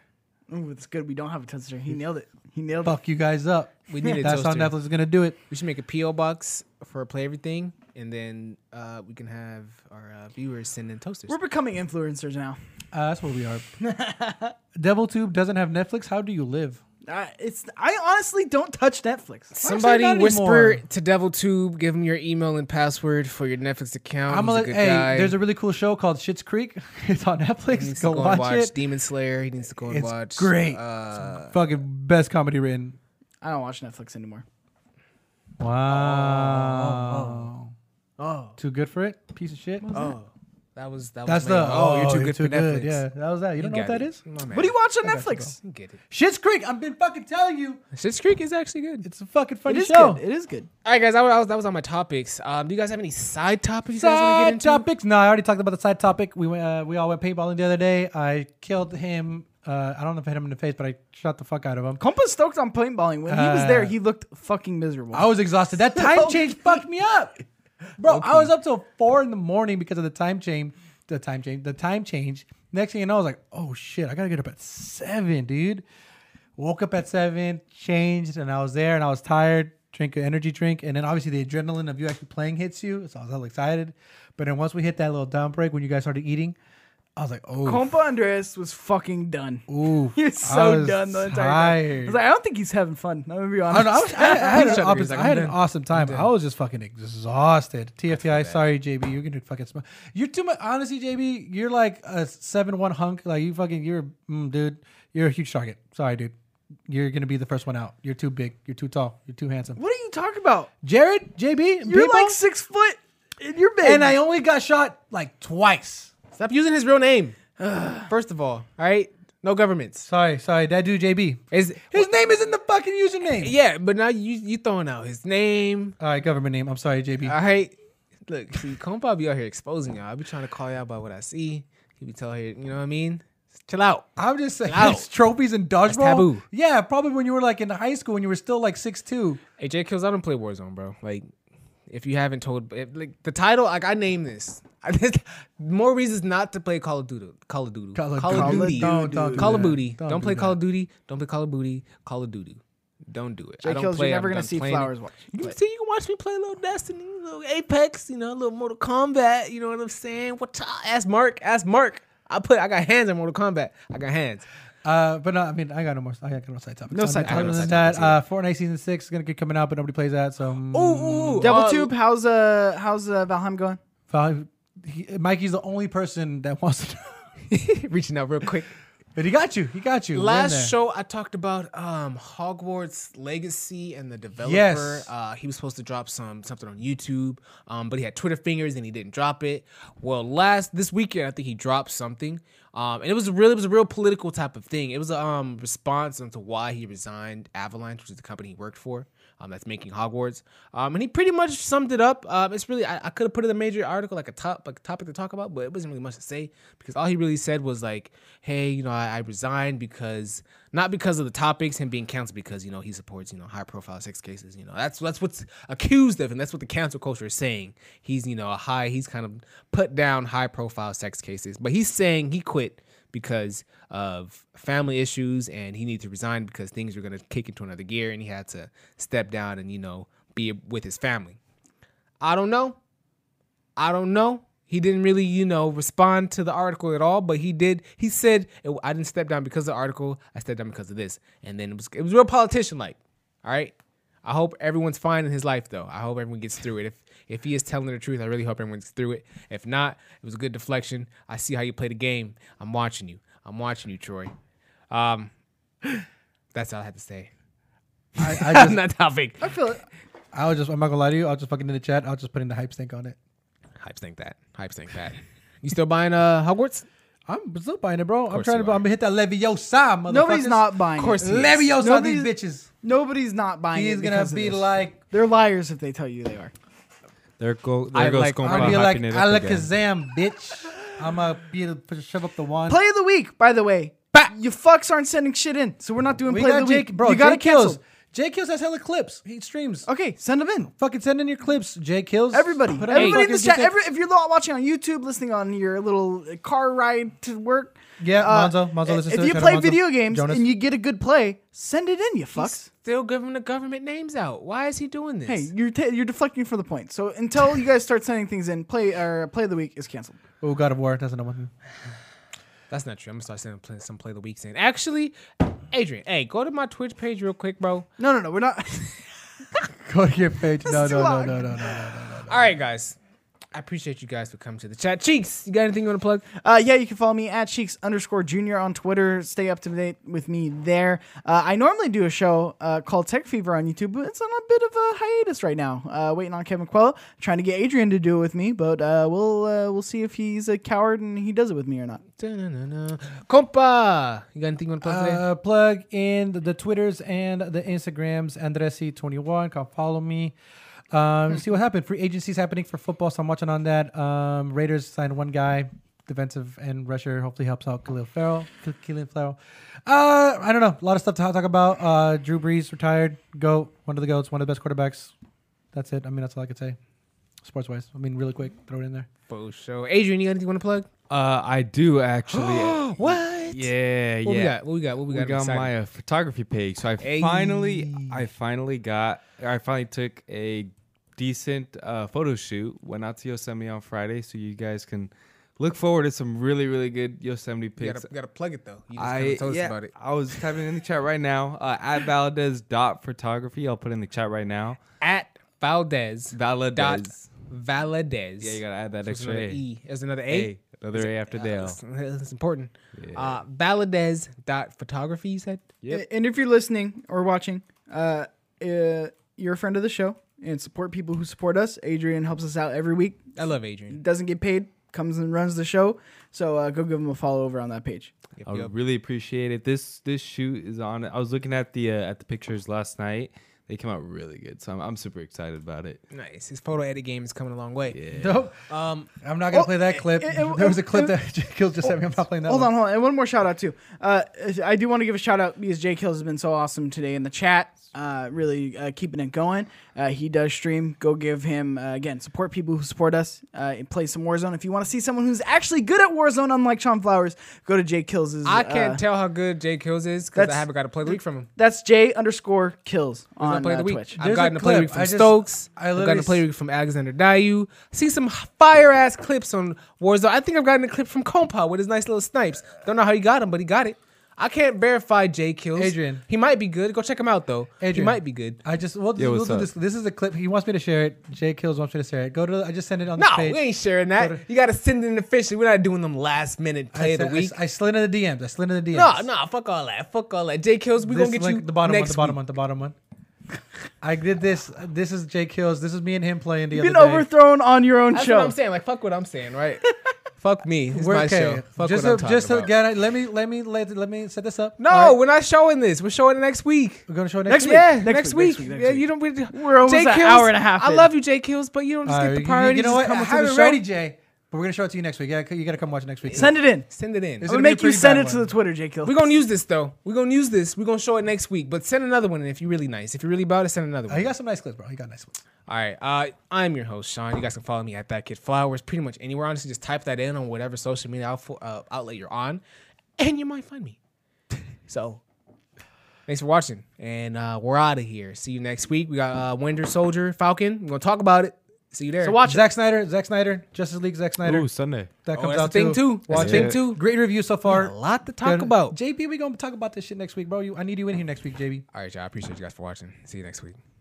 B: Ooh, it's good. We don't have a toaster. He nailed it. He nailed it.
C: Mm. Fuck you guys up.
A: We need a
C: That's
A: toaster.
C: how Netflix is gonna do it.
A: we should make a PO box for play everything, and then uh, we can have our uh, viewers send in toasters.
B: We're becoming influencers now.
C: Uh, that's where we are. Devil Tube doesn't have Netflix. How do you live?
B: Uh, it's I honestly don't touch Netflix.
A: Somebody
C: not
A: whisper
C: anymore?
A: to Devil Tube, give him your email and password for your Netflix account.
C: I'm
A: He's a
C: like,
A: good
C: hey,
A: guy.
C: there's a really cool show called Shit's Creek. It's on
A: he
C: Netflix.
A: needs to
C: Go,
A: go
C: watch,
A: and watch
C: it.
A: Demon Slayer. He needs to go and
C: It's
A: watch.
C: great.
A: Uh,
C: Fucking best comedy written.
B: I don't watch Netflix anymore.
C: Oh, Wow.
B: Oh,
C: Too good for it? Piece of shit.
A: oh, that was that.
C: That's
A: was me.
C: the
A: oh, you're too good for Netflix.
C: Yeah, that was that. You don't know what that is?
B: what do you watch on Netflix?
A: Get it.
C: Shit's Creek. I've been fucking telling you.
A: Shit's Creek is actually good.
C: It's a fucking
B: It
C: funny
B: is
C: show.
B: good. It is good.
A: All right, guys, that was, that was all my topics. Um, do you guys have any side topics you guys want to get
C: Side
A: into?
C: topics. No, I already talked about the side topic. We went, uh, we all went paintballing the other day. I killed him. Uh, I don't know if I hit him in the face, but I shot the fuck out of him.
B: Compa's stoked on paintballing. When he was there,
C: Uh,
B: he looked fucking miserable.
C: I was exhausted. That time change fucked me up, bro. I was up till four in the morning because of the time change. The time change. The time change. Next thing you know, I was like, oh shit, I gotta get up at seven, dude. Woke up at seven, changed, and I was there, and I was tired. Drink an energy drink, and then obviously the adrenaline of you actually playing hits you, so I was all excited. But then once we hit that little down break when you guys started eating, I was like, oh,
B: Compa Andres was fucking done.
C: ooh,
B: He was so
C: I was
B: done the entire time. I
C: tired.
B: was like, I don't think he's having fun. I'm gonna be
C: I,
B: honest.
C: don't know, Oh, I, was, I, had- I
A: He's
C: had, an,
A: trying to be
C: opposite-
A: like,
C: I
A: I'm
C: had an
A: done.
C: awesome time. I was just fucking exhausted. TFTI, sorry, JB, you're gonna fucking smile. You're too much. Honestly, JB, you're like a seven-one hunk. Like you fucking, you're, mm, dude, you're a huge target. Sorry, dude, you're gonna be the first one out. You're too big. You're too tall. You're too handsome.
B: what are you talking about?
C: Jared, JB, and
B: You're
C: people,
B: like six foot and you're big.
C: and I only got shot like twice.
A: Stop using his real name. First of all, all right, no governments.
C: Sorry, sorry, that dude, JB.
A: Is
C: His name is in the fucking username.
A: yeah, but now you you throwing out his name.
C: All right, government name. I'm sorry, JB.
A: All right. Look, see, Compa be out here exposing y'all. I be trying to call y'all by what I see. He be telling her, you know what I mean? Chill out.
C: I'm just saying
A: Wow.
C: it's trophies and dodgeball.
A: taboo.
C: Yeah, probably when you were like in high school when you were still like six two.
A: Hey, J Kills, I don't play Warzone, bro. Like, if you haven't told, if, like the title, like I named this. More reasons not to play Call of Duty. Call of Duty.
C: Call of-
A: Call of
C: Call of-
A: Duty.
C: don't- don't do
A: Call of
C: that.
A: Duty. Don't,
C: Don't do
A: play Call
C: that.
A: of Duty. Don't play Call of Duty. Call of Duty. Don't do it. I
B: Jay
A: don't
B: Kills,
A: play.
B: you're never
A: I'm
B: gonna
A: done
B: see
A: playing it.
B: flowers. Watch.
A: You
B: But
A: can see, you can watch me play a little Destiny, a little Apex, you know, a little Mortal Kombat. You know what I'm saying? What? up? Ask Mark. Ask Mark. I put. I got hands in Mortal Kombat. I got hands.
C: Uh, but no, I mean I got no more. I got no side topics.
B: No
C: I mean,
B: side
C: other
A: topics.
C: than
A: No side
C: that, uh, Fortnite season six is gonna keep coming out, but nobody plays that. So mm,
A: Ooh, ooh,
B: Devil
A: uh,
B: Tube, how's uh how's uh, Valheim going?
C: Val- he- Mikey's the only person that wants to.
A: reaching out real quick.
C: but he got you. He got you. We're in there.
A: Last show I talked about um, Hogwarts Legacy and the developer.
C: Yes.
A: Uh, he was supposed to drop some something on YouTube, um, but he had Twitter fingers and he didn't drop it. Well, last this weekend I think he dropped something, um, and it was a really it was a real political type of thing. It was a um, response onto why he resigned Avalanche, which is the company he worked for. Um, that's making Hogwarts, um, and he pretty much summed it up. Um, it's really I, I could have put in a major article like a top like a topic to talk about, but it wasn't really much to say because all he really said was like, "Hey, you know, I, I resigned because not because of the topics him being canceled because you know he supports you know high profile sex cases you know that's that's what's accused of and that's what the cancel culture is saying he's you know a high he's kind of put down high profile sex cases but he's saying he quit because of family issues and he needed to resign because things were going to kick into another gear and he had to step down and you know be with his family I don't know. I don't know. He didn't really, you know, respond to the article at all, but he did. He said, "I didn't step down because of the article. I stepped down because of this." And then it was it was real politician like. All right. I hope everyone's fine in his life, though. I hope everyone gets through it. If if he is telling the truth, I really hope everyone gets through it. If not, it was a good deflection. I see how you play the game. I'm watching you. I'm watching you, Troy. Um, that's all I had to say.
C: I, I
A: I'm
C: just,
A: not topic.
B: I feel it.
C: I was just, I'm not gonna lie to you. I was just fucking in the chat. I was just putting the hype stink on it.
A: Hype stink that. Hype stink that. You still buying uh Hogwarts?
C: I'm still buying it, bro. I'm
A: course
C: trying to.
A: you
C: I'm
A: are.
C: gonna hit that Leviosa, motherfucker.
B: Nobody's not buying.
A: Of course
B: it.
A: he is.
C: Leviosa, these
B: Nobody's-
C: bitches.
B: Nobody's not buying.
C: He's
B: it
C: gonna
B: because of
C: be
B: this.
C: like,
B: they're liars if they tell you they are.
D: There go there
A: I
D: goes
A: like-
D: going
A: I'll
C: I'll
D: by
C: be like
D: hyping it up again.
C: Alakazam, bitch. I'm gonna be the, put- shove up the wand.
B: Play of the week, by the way. You fucks aren't sending shit in, so we're not doing
C: we
B: play
C: got
B: of the
C: Jake,
B: week.
C: bro.
B: you gotta
C: Jake Kills.
B: cancel.
C: Jake Kills has hella clips. He streams.
B: Okay, send them in.
C: Fucking send in your clips, Jay Kills.
B: Everybody,
C: Put up
B: everybody in
C: fucking
B: this chat.
C: Jake-
B: Every, if you're lo- watching on YouTube, listening on your little uh, car ride to work.
C: Yeah,
B: uh,
C: Monzo, Monzo, listen
B: If
C: to
B: you
C: it. Shout out
B: play
C: Monzo.
B: video games
C: Jonas.
B: and you get a good play, send it in, you fucks.
A: Still giving the government names out. Why is he doing this?
B: Hey, you're ta you're deflecting from the point. So until you guys start sending things in, play or play of the week is canceled.
C: oh, God of War. That's another one.
A: That's not true. I'm gonna start saying play, some play the weeks in. Actually, Adrian, hey, go to my Twitch page real quick, bro.
B: No, no, no, we're not.
C: Go to your page. No,
B: is too
C: no, no,
B: long.
C: no, no, no.
A: All right, guys. I appreciate you guys for coming to the chat. Cheeks, you got anything you want to plug?
B: Uh, yeah, you can follow me at Cheeks underscore Junior on Twitter. Stay up to date with me there. Uh, I normally do a show uh, called Tech Fever on YouTube, but it's on a bit of a hiatus right now. Uh, waiting on Kevin Quello, trying to get Adrian to do it with me, but uh, we'll uh, we'll see if he's a coward and he does it with me or not.
A: Da-na-na-na. Compa, you got anything you want to plug today?
C: Uh, plug in the, the Twitters and the Instagrams, Andresi21. Come follow me. Um, see what happened. Free agencies happening for football, so I'm watching on that. Um, Raiders signed one guy, defensive and rusher. Hopefully helps out Khalil Farrell. K- Khalil Farrell. Uh, I don't know. A lot of stuff to talk about. Uh, Drew Brees retired. Go one of the goats, one of the best quarterbacks. That's it. I mean, that's all I could say. Sports wise, I mean, really quick, throw it in there.
A: For sure. Adrian, you got anything you want to plug?
D: Uh, I do actually.
A: What?
D: yeah,
A: What we
D: yeah.
A: got? What we got? What we
D: We
A: got?
D: got,
A: I'm excited.
D: my uh, photography page. So I
A: Hey.
D: finally, I finally got, I finally took a decent uh, photo shoot. Went out to Yosemite on Friday, so you guys can look forward to some really, really good Yosemite
A: you
D: pics.
A: gotta, you gotta plug it though. You just
D: I
A: kinda told
D: yeah,
A: us about it.
D: I was typing in the chat right now uh, at Valdez dot photography. I'll put it in the chat right now.
A: At Valdez.
D: Valdez.
A: Dot Valadez.
D: Yeah, you gotta add that
A: There's
D: extra
A: another
D: a.
A: E. There's another A.
D: A. Another A after
A: Uh,
D: Dale.
A: It's, it's important. Uh, Valadez dot photography. You said.
D: Yep.
B: And if you're listening or watching, uh, uh, you're a friend of the show and support people who support us. Adrian helps us out every week.
A: I love
C: Mm.
A: Adrian.
B: Doesn't get paid, comes and runs the show. So uh, go give him a follow over on that page.
A: Yep,
D: I
C: Oh,
A: yep.
D: really appreciate it. This this shoot is on. I was looking at the uh, at the pictures last night. They came out really good, so I'm, I'm super excited about it.
A: Nice. His photo edit game is coming a long way.
C: Nope.
A: Um,
C: I'm not gonna
B: Oh,
C: play that clip.
B: eh, eh,
C: there was a
B: eh,
C: clip
B: eh,
C: that Jake Hills just sent me. I'm not playing that.
B: Hold
C: one.
B: on, hold on. And one more shout out too. Uh, I do want to give a shout out because Jake Hills has been so awesome today in the chat. Uh, really uh, keeping it going. Uh, he does stream. Go give him uh, again support people who support us. Uh, and play some Warzone. If you want to see someone who's actually good at Warzone, unlike Sean Flowers, go to Jake Hills. uh,
A: I can't tell how good Jake Hills is because I
B: that's-
A: haven't got a play the week from him.
B: That's J underscore Kills
A: I
B: on
A: play
B: uh,
A: the week.
B: Twitch.
A: I've
C: There's a
A: gotten a play the
C: clip.
A: week from
C: I just-
A: Stokes.
C: I
A: I've gotten
C: literally
A: a play the
C: s-
A: week from Alexander Dayu. Seen some fire ass clips on Warzone. I think I've gotten a clip from Compa with his nice little snipes. Don't know how he got him, but he got it. I can't verify Jake Hills.
C: Adrian.
A: He might be good. Go check him out though.
C: Adrian.
A: He might be good.
C: I just we'll,
D: Yeah,
C: we'll
D: what's
C: do
D: up?
C: this. This is a clip. He wants me to share it. Jay Kills wants me to share it. Go to. The, I just sent it on
A: No,
C: this
A: we
C: page.
A: ain't sharing that. You gotta send it in officially. We're not doing them last minute
C: I
A: play of the
C: sent- I
A: week.
C: s- I, slid in the DMs. I slid in the DMs.
A: No, no, fuck all that. Fuck all that. Jake Hills, we
C: This
A: gonna get
C: link,
A: you
C: the bottom one.
A: next
C: The bottom
A: week.
C: one. The bottom one. I did this. This is Jay Kills. This is me and him playing the
B: You've been
C: other day.
B: overthrown on your own
A: That's
B: show.
A: what I'm saying. Like fuck what I'm saying, right? fuck me. It's
C: We're
A: my
C: okay.
A: show. Fuck
C: just
A: what I'm
C: to,
A: talking
C: just to
A: about.
C: get it- let me let me let, let me set this up.
A: No,
C: All right?
A: we're not showing this. We're showing it next week.
C: we're gonna show it
B: Next
C: next,
B: week.
C: week.
A: Yeah, next, week.
B: week, next week, next
A: yeah,
B: week.
A: you don't. We,
B: We're almost
A: Jake
B: an
A: Hills,
B: hour and a half
A: I
B: in.
A: love you, Jake Hills, but you don't just
C: All
A: get
C: right,
A: the
C: you-
A: priority.
C: You know what?
A: Come
C: I
A: on to
C: have
A: the
C: it
A: show.
C: ready, Jay. But we're gonna show it to you next week. Yeah, you gotta come watch it next week.
B: Send it in.
A: Send it in.
B: I'm
C: Is it-
B: gonna
C: gonna
B: make
C: be a
B: you
C: pretty
B: send
C: bad
B: it to the
C: one.
B: Twitter, Jake Hills.
A: We're gonna use this though. We're gonna use this. We're gonna show it next week. But send another one, and if you're really nice, if you're really about it, send another
C: Oh,
A: one.
C: you got some nice clips, bro. You got nice ones.
A: All right. Uh, I'm your host, Sean. You guys can follow me at that kid flowers. Pretty much anywhere. Honestly, just type that in on whatever social media outfo- uh, outlet you're on, and you might find me. So, thanks for watching, and uh, we're out of here. See you next week. We got uh, Winter Soldier Falcon. We're gonna talk about it. See you there.
B: So watch it.
C: Zack Snyder, Zack Snyder, Justice League, Zack Snyder.
D: Ooh, Sunday.
C: That
A: Oh,
C: comes
A: that's
C: out
A: the thing too. That's
C: Watch
A: the thing
C: it.
A: too.
C: Great review so far.
A: a lot to talk
C: Good.
A: about.
C: JB, we gonna talk about this shit next week, bro. You, I need you in here next week, JB.
A: All right, y'all. I appreciate you guys for watching. See you next week.